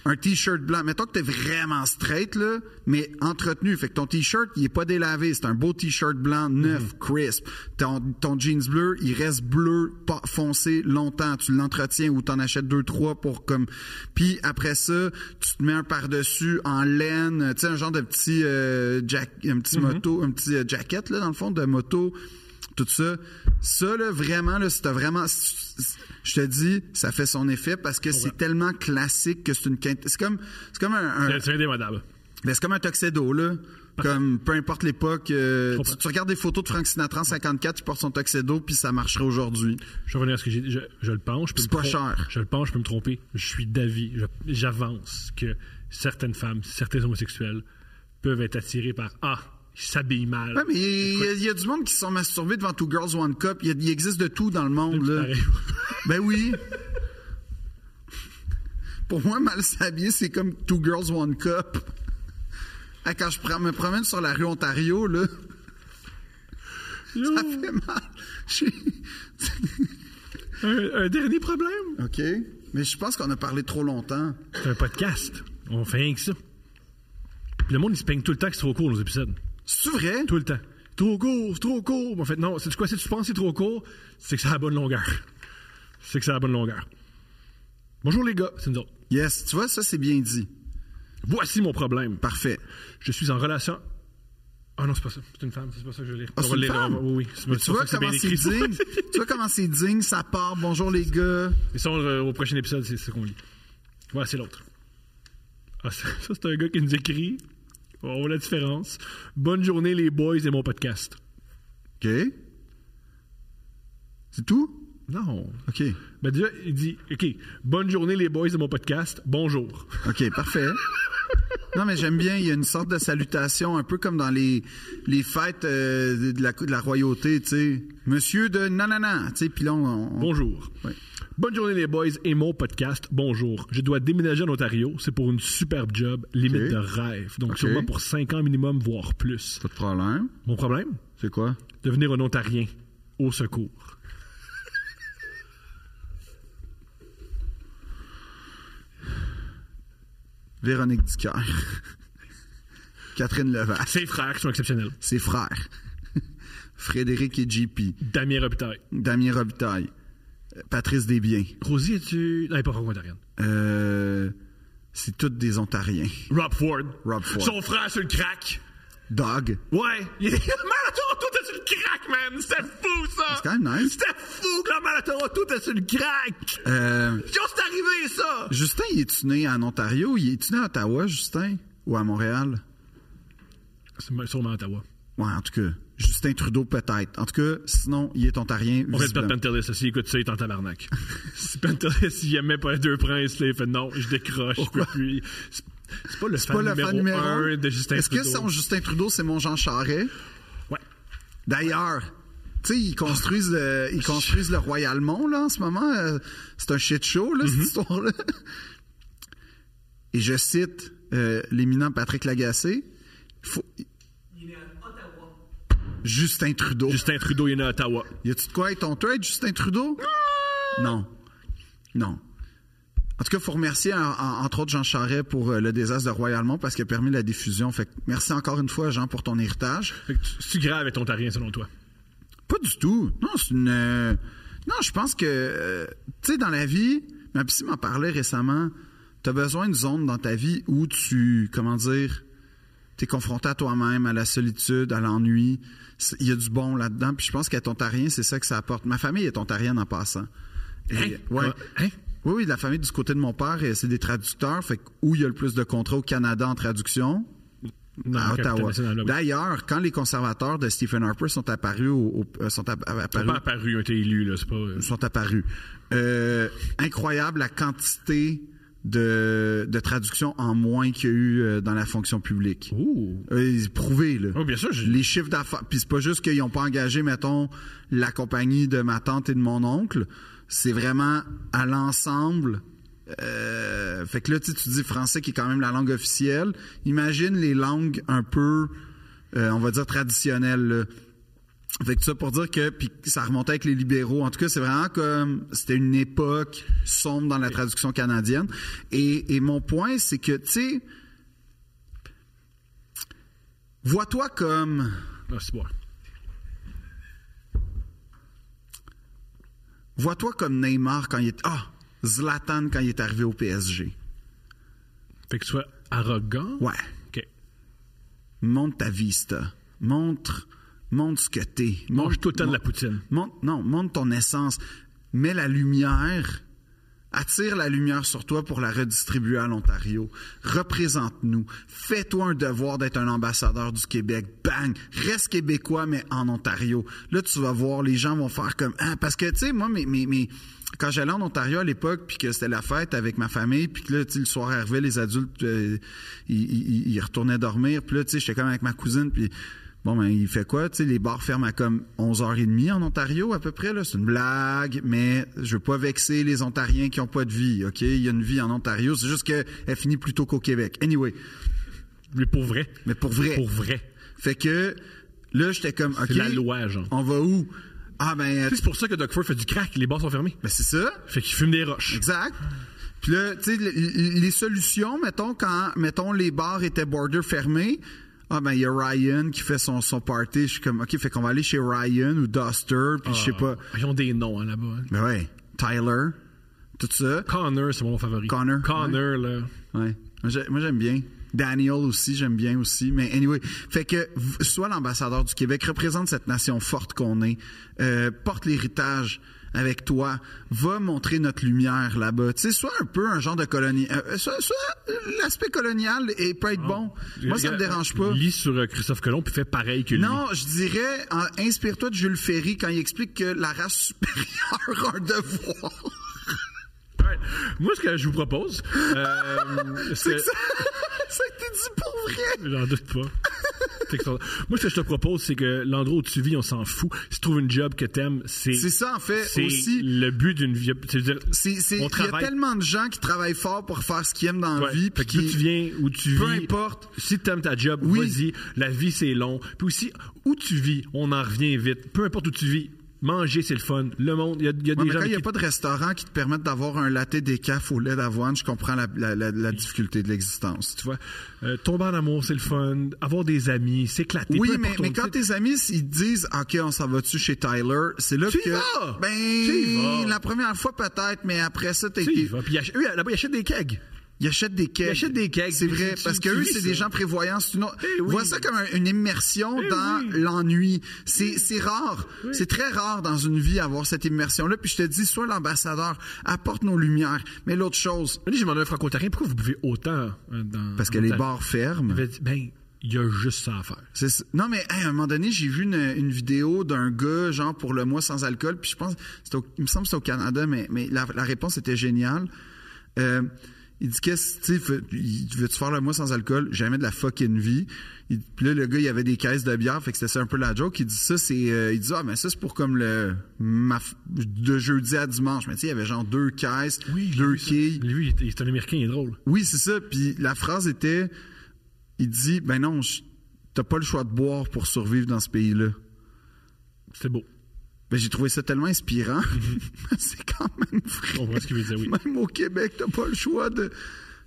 B: un t-shirt blanc. Mettons que t'es vraiment straight là, mais entretenu. Fait que ton t-shirt il est pas délavé, c'est un beau t-shirt blanc neuf, crisp. Ton, ton jeans bleu il reste bleu pas foncé longtemps. Tu l'entretiens ou t'en achètes deux trois pour comme. Puis après ça, tu te mets un par dessus en laine, tu sais un genre de petit euh, jack, un petit
A: Mm-hmm.
B: moto, un petit euh, jacket là dans le fond de moto tout ça. Ça, là, vraiment, là, si t'as vraiment. Je te dis, ça fait son effet parce que c'est tellement classique que c'est une quinte. C'est comme, c'est comme un. un-
A: C'est indémodable.
B: ben, c'est comme un tuxedo, là. Comme peu importe l'époque, euh,
A: Je comprends.
B: tu, tu regardes des photos de Frank Sinatra en 54, il porte son tuxedo, puis ça marcherait aujourd'hui.
A: Je vais revenir à ce que j'ai dit. Je, je le pense. je peux
B: C'est
A: me
B: pas
A: trom-
B: cher.
A: Je le pense, je peux me tromper. Je suis d'avis. Je- J'avance que certaines femmes, certains homosexuels peuvent être attirés par Ah, ils s'habillent mal.
B: Ouais, mais il y, a- il y a du monde qui se sont masturbés devant Two Girls One Cup. Il, y a- il existe de tout dans le monde. Là.
A: Pareil.
B: Ben oui. Pour moi, mal s'habiller, c'est comme Two Girls One Cup. Ah, quand je pr- me promène sur la rue Ontario, là, ça fait mal. Je suis-
A: un, un dernier problème.
B: OK. Mais je pense qu'on a parlé trop longtemps.
A: C'est un podcast. On fait rien que ça. Puis le monde, il se peigne tout le temps que c'est trop court, nos épisodes.
B: C'est vrai?
A: Tout le temps. Trop court, c'est trop court. En fait, non, c'est quoi? Si tu penses que c'est trop court, c'est que c'est à la bonne longueur. C'est que c'est à la bonne longueur. Bonjour les gars, c'est nous autres.
B: Yes. Tu vois, ça, c'est bien dit.
A: Voici mon problème.
B: Parfait.
A: Je suis en relation. Ah non, c'est pas ça. C'est une femme. C'est pas ça que je vais lire.
B: Ah,
A: On
B: c'est
A: va
B: une
A: le lire,
B: femme?
A: on va- Oui, oui. C'est
B: Mais
A: pas-
B: tu
A: c'est pas
B: vois
A: ça que
B: comment c'est
A: c'est bien
B: digne?
A: écrit.
B: tu vois comment c'est digne? Ça part. Bonjour, les gars.
A: Et ça, on le- au prochain épisode, c'est ce qu'on lit. Voilà, c'est l'autre. Ah, ça, ça, c'est un gars qui nous écrit. On voit la différence. Bonne journée, les boys et mon podcast.
B: OK. C'est tout?
A: Non.
B: OK.
A: Ben déjà, il dit OK, bonne journée, les boys et mon podcast. Bonjour.
B: OK, parfait. Non, mais j'aime bien. Il y a une sorte de salutation, un peu comme dans les, les fêtes euh, de, la, de la royauté, tu sais. Monsieur de nanana, tu sais, puis là, on... on-
A: Bonjour.
B: Ouais.
A: Bonne journée, les boys et mon podcast. Bonjour. Je dois déménager en Ontario. C'est pour une superbe job, limite
B: Ok.
A: de rêve. Donc,
B: Ok.
A: sûrement pour 5 ans minimum, voire plus.
B: Pas de problème.
A: Mon problème
B: C'est quoi?
A: Devenir un Ontarien. Au secours.
B: Véronique Dicker. Catherine Levasse.
A: Ses frères qui sont exceptionnels.
B: Ses frères. Frédéric et JP.
A: Damien Robitaille.
B: Damien Robitaille. Euh, Patrice Desbiens.
A: Rosie, es-tu. Non, elle est pas franco-ontarienne.
B: Euh, c'est tous des Ontariens.
A: Rob Ford.
B: Rob Ford.
A: Son frère sur le crack.
B: Dog.
A: Ouais. Il est à Toronto, t'es sur le crack, man. C'était fou, ça.
B: C'est quand même nice.
A: C'était fou que le mal à Toronto, t'es sur le crack.
B: Euh,
A: Quand c'est arrivé, ça?
B: Justin, il est-tu né en Ontario? Il est-tu né à Ottawa, Justin? Ou à Montréal?
A: C'est sûrement à Ottawa.
B: Ouais, en tout cas. Justin Trudeau, peut-être. En tout cas, sinon, il est ontarien.
A: On fait pas
B: visiblement.
A: Pentelis, s'il écoute ça, il est en tabarnak. si Pentelis, il aimait pas les deux princes, là, il fait non, je décroche, je peux plus. C'est c'est pas le
B: Pas
A: fan
B: le
A: numéro,
B: fan numéro un.
A: un de Justin
B: Est-ce que
A: Trudeau.
B: son Justin Trudeau, c'est mon Jean Charest?
A: Ouais.
B: D'ailleurs, tu sais, ils construisent le, ils construisent le Royalmont, là, en ce moment. Euh, C'est un shit show, là,
A: Mm-hmm.
B: cette histoire-là. Et je cite euh, l'éminent Patrick Lagacé. Faut... Justin Trudeau.
A: Justin Trudeau, il est né à Ottawa.
B: Y a-tu de quoi être honteux être Justin Trudeau? Non. Non. En tout cas, faut remercier en- en- entre autres Jean Charest pour euh, le désastre de Royalmont parce qu'il a permis la diffusion. Fait que merci encore une fois, Jean, pour ton héritage.
A: Fait que tu- C'est grave être ontarien, selon toi.
B: Pas du tout. Non, c'est une. euh, Non, je pense que. euh, tu sais, dans la vie, ma psy m'en parlait récemment. T'as besoin d'une zone dans ta vie où tu. Comment dire. T'es confronté à toi-même, à la solitude, à l'ennui. C'est- Il y a du bon là-dedans. Puis je pense qu'être ontarien, c'est ça que ça apporte. Ma famille est ontarienne en passant. Et,
A: Hein?
B: ouais.
A: Hein?
B: Oui, oui, la famille du côté de mon père, euh, c'est des traducteurs. Fait que où il y a le plus de contrats au Canada en traduction,
A: Non,
B: à
A: la capitale
B: Ottawa.
A: nationale, là, ah oui.
B: D'ailleurs, quand les conservateurs de Stephen Harper sont apparus, au- au- euh, sont app-
A: Ils sont
B: apparus,
A: pas apparus, ils ont été élus, là. C'est pas. euh,
B: sont apparus. Euh, incroyable la quantité de, de traductions en moins qu'il y a eu euh, dans la fonction publique.
A: Ouh.
B: Euh, c'est prouvé, là.
A: Oh, bien sûr, j'ai-
B: Les chiffres d'affaires. Puis c'est pas juste qu'ils n'ont pas engagé, mettons, la compagnie de ma tante et de mon oncle. C'est vraiment à l'ensemble. Euh, fait que là, tu sais, tu dis français qui est quand même la langue officielle. Imagine les langues un peu, euh, on va dire, traditionnelles. là. Fait que ça pour dire que puis ça remontait avec les libéraux. En tout cas, c'est vraiment comme c'était une époque sombre dans la traduction canadienne. Et, et mon point, c'est que tu sais, vois-toi comme
A: Non, Ah, c'est bon.
B: vois-toi comme Neymar quand il est ah Zlatan quand il est arrivé au PSG.
A: Fait que tu sois arrogant.
B: Ouais,
A: OK.
B: montre ta vista, montre montre ce que t'es.
A: Mange
B: Montre
A: tout le temps de la
B: montre-
A: poutine.
B: Montre, non, montre ton essence. Mets la lumière Attire la lumière sur toi pour la redistribuer à l'Ontario. Représente-nous. Fais-toi un devoir d'être un ambassadeur du Québec. Bang! Reste québécois, mais en Ontario. Là, tu vas voir, les gens vont faire comme... Ah, parce que, tu sais, moi, mes, mes, mes- quand j'allais en Ontario à l'époque, puis que c'était la fête avec ma famille, puis que là, tu sais, le soir arrivait, les adultes, euh, ils, ils- ils retournaient dormir. Puis là, tu sais, j'étais comme avec ma cousine, puis... Bon, ben, il fait quoi? Tu sais, les bars ferment à comme 11h30 en Ontario, à peu près, là. C'est une blague, mais je veux pas vexer les Ontariens qui ont pas de vie, OK? Il y a une vie en Ontario. C'est juste qu'elle finit plus tôt qu'au Québec. Anyway.
A: Mais pour vrai.
B: Mais pour vrai.
A: Pour vrai.
B: Fait que, là, j'étais comme, OK.
A: C'est la loi, genre.
B: On va où? Ah, ben,
A: Tu sais, C'est pour ça que Doug Ford fait du crack. Les bars sont fermés.
B: ben, c'est ça.
A: Fait qu'il fume des roches.
B: Exact. Puis là, tu sais, le- le- les solutions, mettons, quand, mettons, les bars étaient border fermés, ah ben, il y a Ryan qui fait son, son party. Je suis comme, OK, fait qu'on va aller chez Ryan ou Duster, puis je sais pas.
A: Ah. Ils ont des noms hein, là-bas. hein.
B: Mais Ben ouais, Tyler, tout ça.
A: Connor, c'est mon favori.
B: Connor,
A: Connor, là.
B: Ouais. Moi, j'ai- Moi, j'aime bien. Daniel aussi, j'aime bien aussi. Mais anyway, fait que v- sois l'ambassadeur du Québec, représente cette nation forte qu'on est, euh, porte l'héritage avec toi, va montrer notre lumière là-bas. Tu sais, sois un peu un genre de colonie. euh, soit, soit l'aspect colonial et peut être bon. Moi, ça me dérange pas.
A: Lis sur euh, Christophe Colomb puis fais pareil que lui.
B: Non, je dirais, en- inspire-toi de Jules Ferry quand il explique que la race supérieure a un devoir.
A: Ouais. Moi, ce que je vous propose, euh,
B: C'est
A: c'est.
B: que ça, ça a été dit pour vrai.
A: J'en doute pas. C'est extraordinaire. Moi, ce que je te propose, c'est que l'endroit où tu vis, on s'en fout. Si tu trouves une job que t'aimes, c'est.
B: C'est ça, en fait,
A: C'est
B: aussi.
A: le but d'une vie. C'est-à-dire,
B: C'est,
A: on
B: c'est- il y a
A: travaille.
B: tellement de gens qui travaillent fort pour faire ce qu'ils aiment dans la
A: Ouais.
B: vie.
A: Fait
B: Puis
A: que d'où
B: qui-
A: tu viens, où tu
B: Peu
A: vis.
B: importe.
A: Si tu aimes ta job,
B: Oui.
A: vas-y. La vie, c'est long. Puis aussi, où tu vis, on en revient vite. Peu importe où tu vis, manger, c'est le fun. Le monde, il y a, il y a
B: Ouais,
A: des
B: mais
A: gens
B: quand il n'y a
A: qui-
B: pas de restaurant qui te permette d'avoir un latte décaf au lait d'avoine, je comprends la, la- la- la difficulté de l'existence.
A: Tu vois, euh, tomber en amour, c'est le fun. Avoir des amis, s'éclater.
B: Oui,
A: peu
B: mais,
A: importe où
B: mais
A: on-
B: quand
A: tu sais,
B: tes amis ils te disent OK, on s'en va-tu chez Tyler, c'est là
A: Tu y
B: que
A: vas!
B: ben
A: Tu y vas!
B: la première fois peut-être, mais après ça t'as
A: il
B: été
A: va. Puis il ach- eux, là-bas, ils achètent des kegs.
B: Ils achètent des cakes.
A: Ils achètent des cakes.
B: C'est
A: Tu-
B: vrai,
A: tu-
B: parce que
A: tu
B: eux,
A: vis
B: c'est
A: ça.
B: des gens prévoyants. C'est une autre-
A: Eh oui.
B: Vois ça comme un- une immersion
A: Eh
B: dans
A: oui.
B: l'ennui. C'est c'est rare. C'est très rare dans une vie avoir cette immersion-là. Puis je te dis, sois l'ambassadeur, apporte nos lumières. Mais l'autre chose,
A: Là, j'ai demandé à un franco-ontarien pourquoi vous buvez autant euh, dans.
B: parce que les
A: dans-
B: bars
A: Il
B: ferment.
A: avait dit, ben, il y a juste ça à faire.
B: C'est ça. Non, mais hey, à un moment donné, j'ai vu une, une vidéo d'un gars, genre, pour le mois sans alcool, puis je pense, c'était au- il me semble que c'était au Canada, mais, mais la, la réponse était géniale. Euh, il dit, qu'est-ce, tu sais, veux- il- veux-tu faire le mois sans alcool? Jamais de la fucking vie. Il- puis là, le gars, il avait des caisses de bière, fait que c'était ça un peu la joke. Il dit ça, c'est, euh, il dit, ah, mais ça, c'est pour comme le, ma f- de jeudi à dimanche. Mais tu sais, il y avait genre deux caisses,
A: j'ai
B: deux
A: vu ça.
B: quilles.
A: Lui, il est- il est un Américain, il est drôle.
B: Oui, c'est ça. Puis la phrase était, il dit, ben non, je- t'as pas le choix de boire pour survivre dans ce pays-là.
A: C'est beau.
B: Ben, j'ai trouvé ça tellement inspirant. c'est quand même
A: On
B: vrai.
A: comprend ce qu'il veut dire, oui.
B: Même au Québec, t'as pas le choix de...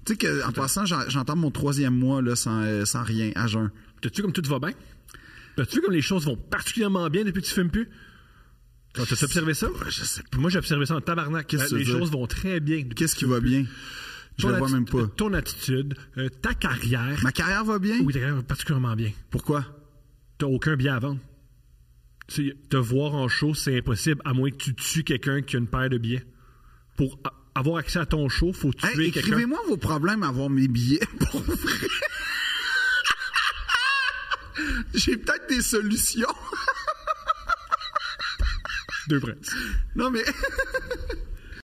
B: Tu sais que, en passant, j'en- j'entends mon troisième mois là, sans, euh, sans rien, à jeun.
A: T'as-tu vu comme tout va bien? T'as-tu vu comme les choses vont particulièrement bien depuis que tu fumes plus? Quand t'as observé ça?
B: Je sais
A: Puis moi, j'ai observé ça en tabarnak.
B: Qu'est-ce que
A: les
B: tu veux
A: choses
B: dire?
A: vont très bien. depuis
B: Qu'est-ce
A: que
B: qui
A: tu fumes
B: va
A: plus.
B: bien? Je
A: Ton
B: le vois
A: atti-
B: même pas.
A: Ton attitude, euh, ta carrière.
B: Ma carrière va bien?
A: Oui, ta carrière va particulièrement bien.
B: Pourquoi?
A: T'as aucun bien à vendre. Tu sais, te voir en show, c'est impossible, à moins que tu tues quelqu'un qui a une paire de billets. Pour a- avoir accès à ton show, faut tuer
B: Hey,
A: quelqu'un.
B: Écrivez-moi vos problèmes à avoir mes billets pour vrai. J'ai peut-être des solutions.
A: Deux princes.
B: Non, mais